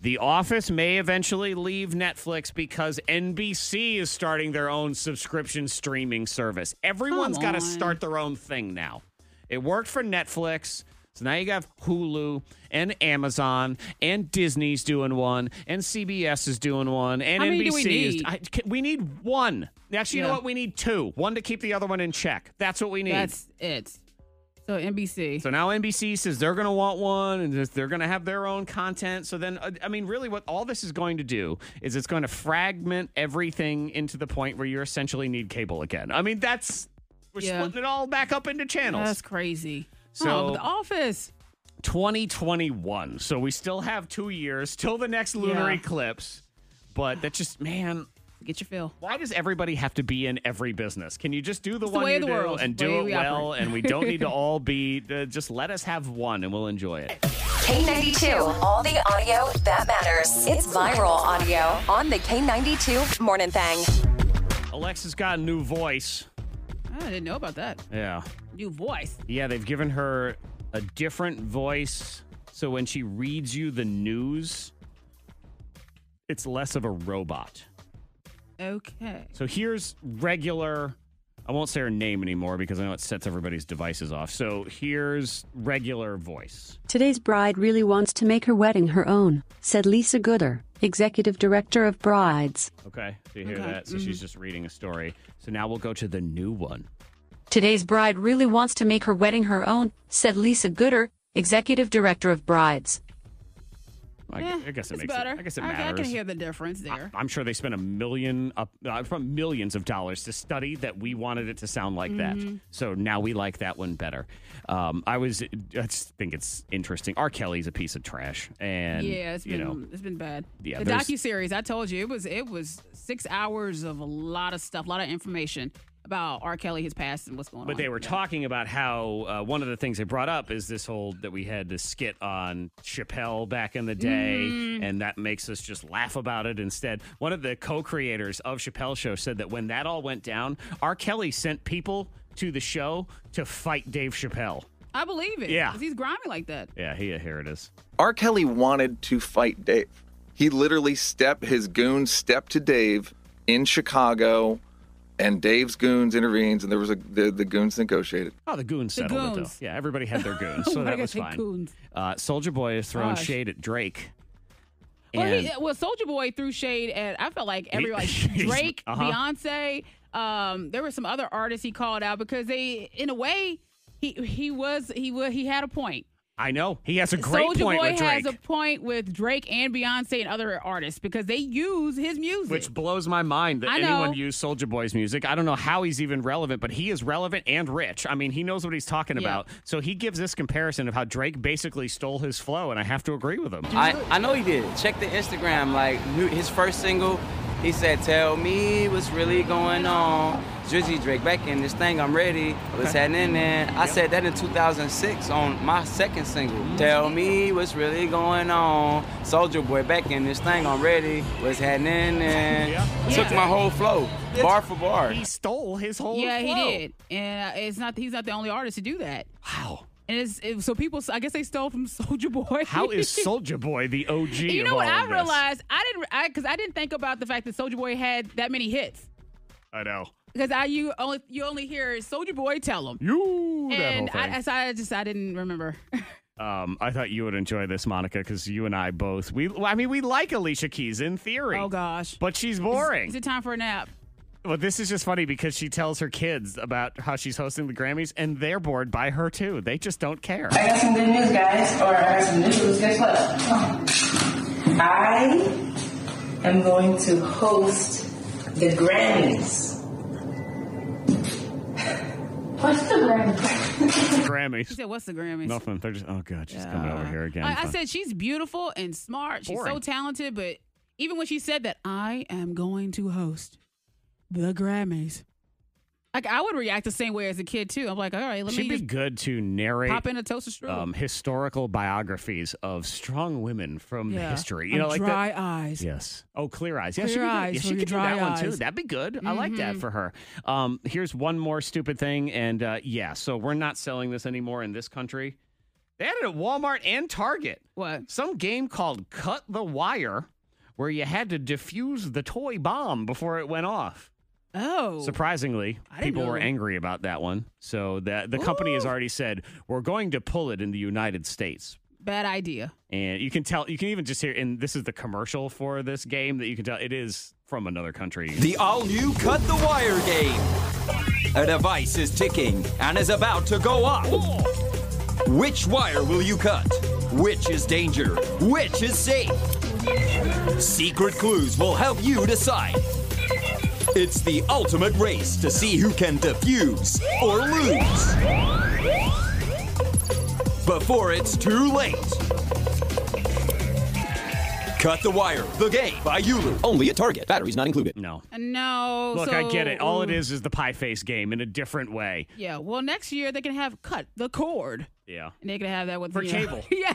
Speaker 4: the Office may eventually leave Netflix because NBC is starting their own subscription streaming service. Everyone's got to start their own thing now. It worked for Netflix. So now you have Hulu and Amazon and Disney's doing one and CBS is doing one and NBC
Speaker 5: How many do we
Speaker 4: is.
Speaker 5: need?
Speaker 4: I, can- we need one. Actually, you know
Speaker 5: Yeah.
Speaker 4: what? We need two. One to keep the other one in check. That's what we need.
Speaker 5: That's it. So NBC.
Speaker 4: So now NBC says they're going to want one and just- they're going to have their own content. So then, uh, I mean, really, what all this is going to do is it's going to fragment everything into the point where you essentially need cable again. I mean, that's. We're splitting it all back up into channels.
Speaker 5: That's crazy.
Speaker 4: So-
Speaker 5: oh, but the office.
Speaker 4: 2021. So we still have two years till the next lunar
Speaker 5: Yeah.
Speaker 4: eclipse. But that just, man.
Speaker 5: Get your feel.
Speaker 4: Why does everybody have to be in every business? Can you just do the
Speaker 5: It's the
Speaker 4: one
Speaker 5: way
Speaker 4: you
Speaker 5: of the
Speaker 4: do
Speaker 5: world.
Speaker 4: and
Speaker 5: Way
Speaker 4: do it
Speaker 5: we
Speaker 4: well?
Speaker 5: operate.
Speaker 4: And we don't need to all be, uh, just let us have one and we'll enjoy it.
Speaker 2: K92. All the audio that matters. It's viral audio on the K92 Morning Thang.
Speaker 4: Alexa's got a new voice.
Speaker 5: I didn't know about that.
Speaker 4: Yeah.
Speaker 5: New voice.
Speaker 4: Yeah, they've given her a different voice. So when she reads you the news, it's less of a robot.
Speaker 5: Okay.
Speaker 4: So here's regular I won't say her name anymore because I know it sets everybody's devices off. So here's regular voice.
Speaker 16: Today's bride really wants to make her wedding her own, said Lisa Gooder, executive director of brides.
Speaker 4: Okay, so you hear
Speaker 16: Okay,
Speaker 4: that? So she's
Speaker 5: Mm-hmm.
Speaker 16: mhm.
Speaker 4: just reading a story. So now we'll go to the new one.
Speaker 18: Today's bride really wants to make her wedding her own, said Lisa Gooder, executive director of brides.
Speaker 4: I,
Speaker 5: Eh,
Speaker 4: I guess it
Speaker 5: it's
Speaker 4: makes
Speaker 5: better.
Speaker 4: It, I guess it
Speaker 5: I,
Speaker 4: matters.
Speaker 5: I can hear the difference there.
Speaker 4: I'm sure they spent a million, up, uh, from millions of dollars to study that we wanted it to sound like that.
Speaker 5: Mhm.
Speaker 4: So now we like that one better. Um, I was, I just think it's interesting. R. Kelly's a piece of trash, and
Speaker 5: yeah, it's
Speaker 4: you
Speaker 5: been
Speaker 4: know,
Speaker 5: it's been bad.
Speaker 4: Yeah,
Speaker 5: the
Speaker 4: there's-
Speaker 5: docu series I told you it was it was six hours of a lot of stuff, a lot of information about R. Kelly, his past, and what's going on.
Speaker 4: But they were
Speaker 5: Yeah.
Speaker 4: talking about how uh, one of the things they brought up is this whole that we had this skit on Chappelle back in the day,
Speaker 5: Mm.
Speaker 4: and that makes us just laugh about it instead. One of the co-creators of Chappelle Show said that when that all went down, R. Kelly sent people to the show to fight Dave Chappelle.
Speaker 5: I believe it.
Speaker 4: Yeah.
Speaker 5: 'cause he's grimy like that.
Speaker 4: Yeah, he, here it is.
Speaker 19: R. Kelly wanted to fight Dave. He literally stepped, his goons stepped to Dave in Chicago, and Dave's goons intervenes, and there was a the, the goons negotiated.
Speaker 4: Oh, the goons
Speaker 19: The
Speaker 4: settled it
Speaker 19: goons.
Speaker 4: though. Yeah, everybody had their goons, so
Speaker 5: Why
Speaker 4: that
Speaker 5: did I
Speaker 4: was
Speaker 5: say
Speaker 4: fine.
Speaker 5: goons?
Speaker 4: Uh, Soldier Boy has thrown
Speaker 5: Gosh.
Speaker 4: shade at Drake.
Speaker 5: Well,
Speaker 4: and-
Speaker 5: he, uh, well, Soldier Boy threw shade at. I felt like every like
Speaker 4: he's-
Speaker 5: Drake,
Speaker 4: uh-huh.
Speaker 5: Beyonce. Um, there were some other artists he called out because they, in a way, he he was he was he had a point.
Speaker 4: I know he has a great
Speaker 5: Soldier
Speaker 4: point
Speaker 5: Boy
Speaker 4: with
Speaker 5: has
Speaker 4: Drake.
Speaker 5: a point with Drake and Beyonce and other artists because they use his music.
Speaker 4: Which blows my mind that
Speaker 5: I know.
Speaker 4: anyone used Soldier Boy's music. I don't know how he's even relevant, but he is relevant and rich. I mean, he knows what he's talking
Speaker 5: Yeah.
Speaker 4: about. So he gives this comparison of how Drake basically stole his flow, and I have to agree with him.
Speaker 20: I, I know he did. Check the Instagram. Like new, his first single, he said, "Tell me what's really going on." Drizzy Drake back in this thing. I'm ready. What's
Speaker 21: Okay.
Speaker 20: happening, man? I said that in 2006 on my second single. Tell me what's really going on. Soldier Boy back in this thing. I'm ready. What's happening? Man? Took my whole flow, bar for bar.
Speaker 4: He stole his whole
Speaker 5: yeah, he
Speaker 4: flow.
Speaker 5: did, and uh, it's not he's not the only artist to do that.
Speaker 4: Wow.
Speaker 5: And it's it, so people. I guess they stole from Soldier Boy.
Speaker 4: How is Soldier Boy the OG?
Speaker 5: you
Speaker 4: of
Speaker 5: know what
Speaker 4: all
Speaker 5: I
Speaker 4: of this?
Speaker 5: realized? I didn't I because I didn't think about the fact that Soldier Boy had that many hits.
Speaker 4: I know.
Speaker 5: Because I you only you only hear Soldier Boy tell him.
Speaker 4: You that
Speaker 5: and
Speaker 4: whole thing.
Speaker 5: I, I, so I just I didn't remember.
Speaker 4: Um, I thought you would enjoy this, Monica, because you and I both we. well, I mean, we like Alicia Keys in theory. Oh
Speaker 5: gosh,
Speaker 4: but she's boring.
Speaker 5: Is it time for a nap?
Speaker 4: Well, this is just funny because she tells her kids about how she's hosting the Grammys, and they're bored by her too. They just don't care.
Speaker 22: I got some good news, guys, or I got some news. Guess what? I am going to host the Grammys. What's the Grammys?
Speaker 4: Grammys.
Speaker 5: She said, "What's the Grammys?"
Speaker 4: Nothing. They're just oh god, she's coming over here again.
Speaker 5: I, I said she's beautiful and smart. She's so
Speaker 4: Boring.
Speaker 5: talented, but even when she said that, I am going to host the Grammys. Like I would react the same way as a kid too. I'm like, all right, let
Speaker 4: She'd
Speaker 5: me
Speaker 4: be
Speaker 5: just
Speaker 4: good to narrate
Speaker 5: pop in a toaster strudel.
Speaker 4: um, historical biographies of strong women from
Speaker 5: Yeah.
Speaker 4: history.
Speaker 5: On
Speaker 4: You know, like
Speaker 5: dry
Speaker 4: that.
Speaker 5: eyes.
Speaker 4: Yes. Oh, clear eyes. Yeah,
Speaker 5: Clear
Speaker 4: she could, do-
Speaker 5: eyes
Speaker 4: yeah,
Speaker 5: for
Speaker 4: she
Speaker 5: your
Speaker 4: could do
Speaker 5: dry
Speaker 4: that one too.
Speaker 5: eyes.
Speaker 4: That'd be good. I like that
Speaker 5: Mhm.
Speaker 4: for her. Um, here's one more stupid thing, and uh, yeah, so we're not selling this anymore in this country. They had it at Walmart and Target.
Speaker 5: What?
Speaker 4: Some game called Cut the Wire, where you had to defuse the toy bomb before it went off.
Speaker 5: Oh.
Speaker 4: Surprisingly,
Speaker 5: I didn't
Speaker 4: people were
Speaker 5: know.
Speaker 4: angry about that one. So that the company has already said we're going to pull it in the United States.
Speaker 5: Bad idea.
Speaker 4: And you can tell you can even just hear and this is the commercial for this game that you can tell it is from another country.
Speaker 23: The all new Cut the Wire game. A device is ticking and is about to go off. Which wire will you cut? Which is danger? Which is safe? Secret clues will help you decide. It's the ultimate race to see who can defuse or lose before it's too late. Cut the Wire, the game by Yulu. Only at Target. Batteries not included.
Speaker 4: No.
Speaker 5: No.
Speaker 4: Look, I get it.
Speaker 5: Oh, so-
Speaker 4: All it is is the pie face game in a different way.
Speaker 5: Yeah. Well, next year they can have cut the cord.
Speaker 4: Yeah.
Speaker 5: And they can have that with
Speaker 4: For
Speaker 5: you know-
Speaker 4: cable.
Speaker 5: yeah.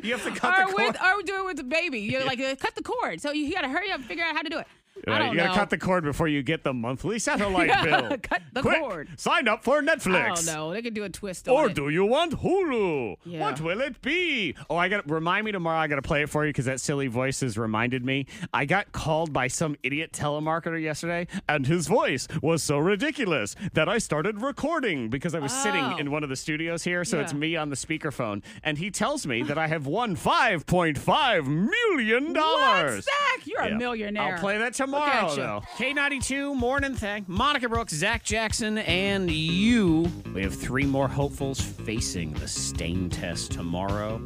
Speaker 4: You have to cut
Speaker 5: or
Speaker 4: the
Speaker 5: with or do it with the baby. You're like uh, cut the cord. So you, you got to hurry up and figure out how to do it. I
Speaker 4: Right,
Speaker 5: don't
Speaker 4: you gotta
Speaker 5: know.
Speaker 4: cut the cord before you get the monthly satellite bill.
Speaker 5: Cut the
Speaker 4: Quick,
Speaker 5: cord.
Speaker 4: sign up for Netflix.
Speaker 5: I don't know. They could do a twist on
Speaker 4: Or
Speaker 5: it.
Speaker 4: do you want Hulu?
Speaker 5: Yeah.
Speaker 4: What will it be? Oh, I got to remind me tomorrow. I got to play it for you because that silly voice has reminded me. I got called by some idiot telemarketer yesterday, and his voice was so ridiculous that I started recording because I was
Speaker 5: Oh.
Speaker 4: sitting in one of the studios here, so it's
Speaker 5: Yeah.
Speaker 4: me on the speakerphone, and he tells me that I have won five point five million
Speaker 5: What,
Speaker 4: dollars.
Speaker 5: Zach? You're
Speaker 4: Yeah.
Speaker 5: a millionaire.
Speaker 4: I'll play that tomorrow, though. K92 Morning Thing. Monica Brooks, Zach Jackson, and you. We have three more hopefuls facing the stain test tomorrow.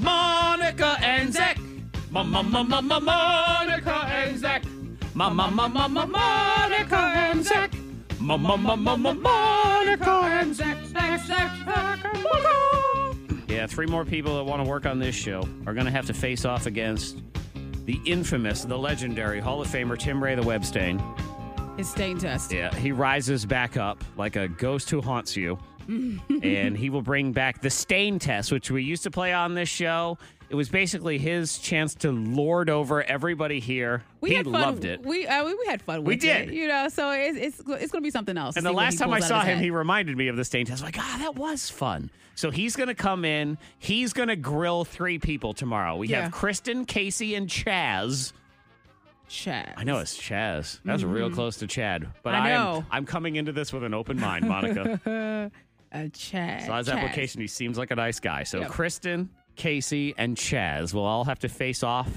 Speaker 4: Monica and Zach. Ma ma ma ma ma Monica and Zach. Ma ma ma ma ma Monica and Zach. Ma ma ma ma ma Monica and Zach. Zach Zach Zach. and Monica. Yeah, three more people that want to work on this show are going to have to face off against the infamous, the legendary Hall of Famer Tim Ray the Webstain.
Speaker 5: His stain test.
Speaker 4: Yeah, he rises back up like a ghost who haunts you. and he will bring back the stain test, which we used to play on this show. It was basically his chance to lord over everybody here.
Speaker 5: We
Speaker 4: he
Speaker 5: had fun.
Speaker 4: loved it.
Speaker 5: We, uh, we we had fun. With
Speaker 4: We
Speaker 5: It,
Speaker 4: did.
Speaker 5: you know, so it's it's, it's going to be something else.
Speaker 4: And
Speaker 5: to
Speaker 4: the
Speaker 5: see what
Speaker 4: last
Speaker 5: he
Speaker 4: time I
Speaker 5: pulls out
Speaker 4: saw
Speaker 5: of his
Speaker 4: him,
Speaker 5: hat.
Speaker 4: he reminded me of the stain test. I'm like, ah, that was fun. So he's going to come in. He's going to grill three people tomorrow. We
Speaker 5: Yeah.
Speaker 4: have Kristen, Casey, and Chaz.
Speaker 5: Chaz.
Speaker 4: I know it's Chaz. That's real
Speaker 5: Mhm.
Speaker 4: close to Chad. But
Speaker 5: I
Speaker 4: I, am
Speaker 5: know.
Speaker 4: I'm coming into this with an open mind, Monica.
Speaker 5: a Chaz.
Speaker 4: so his
Speaker 5: Chaz.
Speaker 4: application, he seems like a nice guy. So
Speaker 5: Yep.
Speaker 4: Kristen, Casey, and Chaz will all have to face off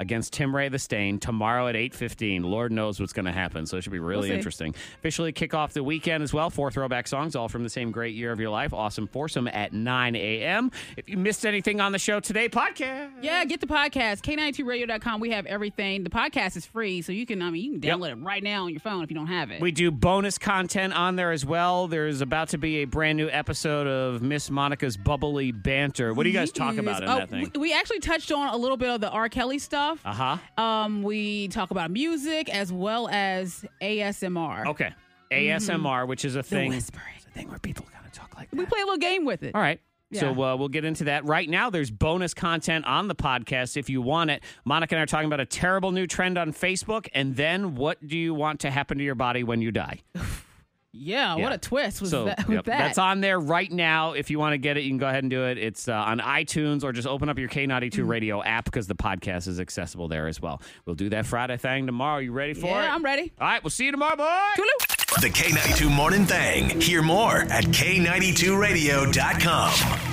Speaker 4: against Tim Ray the Stain tomorrow at 8.15. Lord knows what's going to happen, so it should be really
Speaker 24: see.
Speaker 4: interesting. Officially kick off the weekend as well. Four throwback songs, all from the same great year of your life. Awesome foursome at 9 a.m. If you missed anything on the show today, podcast.
Speaker 5: Yeah, get the podcast. K92radio.com. We have everything. The podcast is free, so you can I mean you can
Speaker 4: Yep.
Speaker 5: download it right now on your phone if you don't have it.
Speaker 4: We do bonus content on there as well. There's about to be a brand new episode of Miss Monica's bubbly banter. What do you guys talk
Speaker 5: Yes.
Speaker 4: about in
Speaker 5: Oh,
Speaker 4: that thing?
Speaker 5: We, we actually touched on a little bit of the R. Kelly stuff.
Speaker 4: Uh huh.
Speaker 5: Um, we talk about music as well as ASMR.
Speaker 4: Okay. ASMR, which is a thing.
Speaker 5: whisper. We play a little game with it.
Speaker 4: All right.
Speaker 5: Yeah.
Speaker 4: So uh, we'll get into that. Right now, there's bonus content on the podcast if you want it. Monica and I are talking about a terrible new trend on Facebook. And then, what do you want to happen to your body when you die?
Speaker 5: yeah, what
Speaker 4: Yeah.
Speaker 5: a twist was
Speaker 4: so,
Speaker 5: that with
Speaker 4: yep,
Speaker 5: that.
Speaker 4: That's on there right now. If you want to get it, you can go ahead and do it. It's uh, on iTunes or just open up your K92
Speaker 5: Mm-hmm.
Speaker 4: radio app because the podcast is accessible there as well. We'll do that Friday thing tomorrow. You ready for it?
Speaker 5: yeah, I'm ready.
Speaker 4: All right, we'll see you tomorrow, boy.
Speaker 1: The K92 Morning Thing. Hear more at K92Radio.com.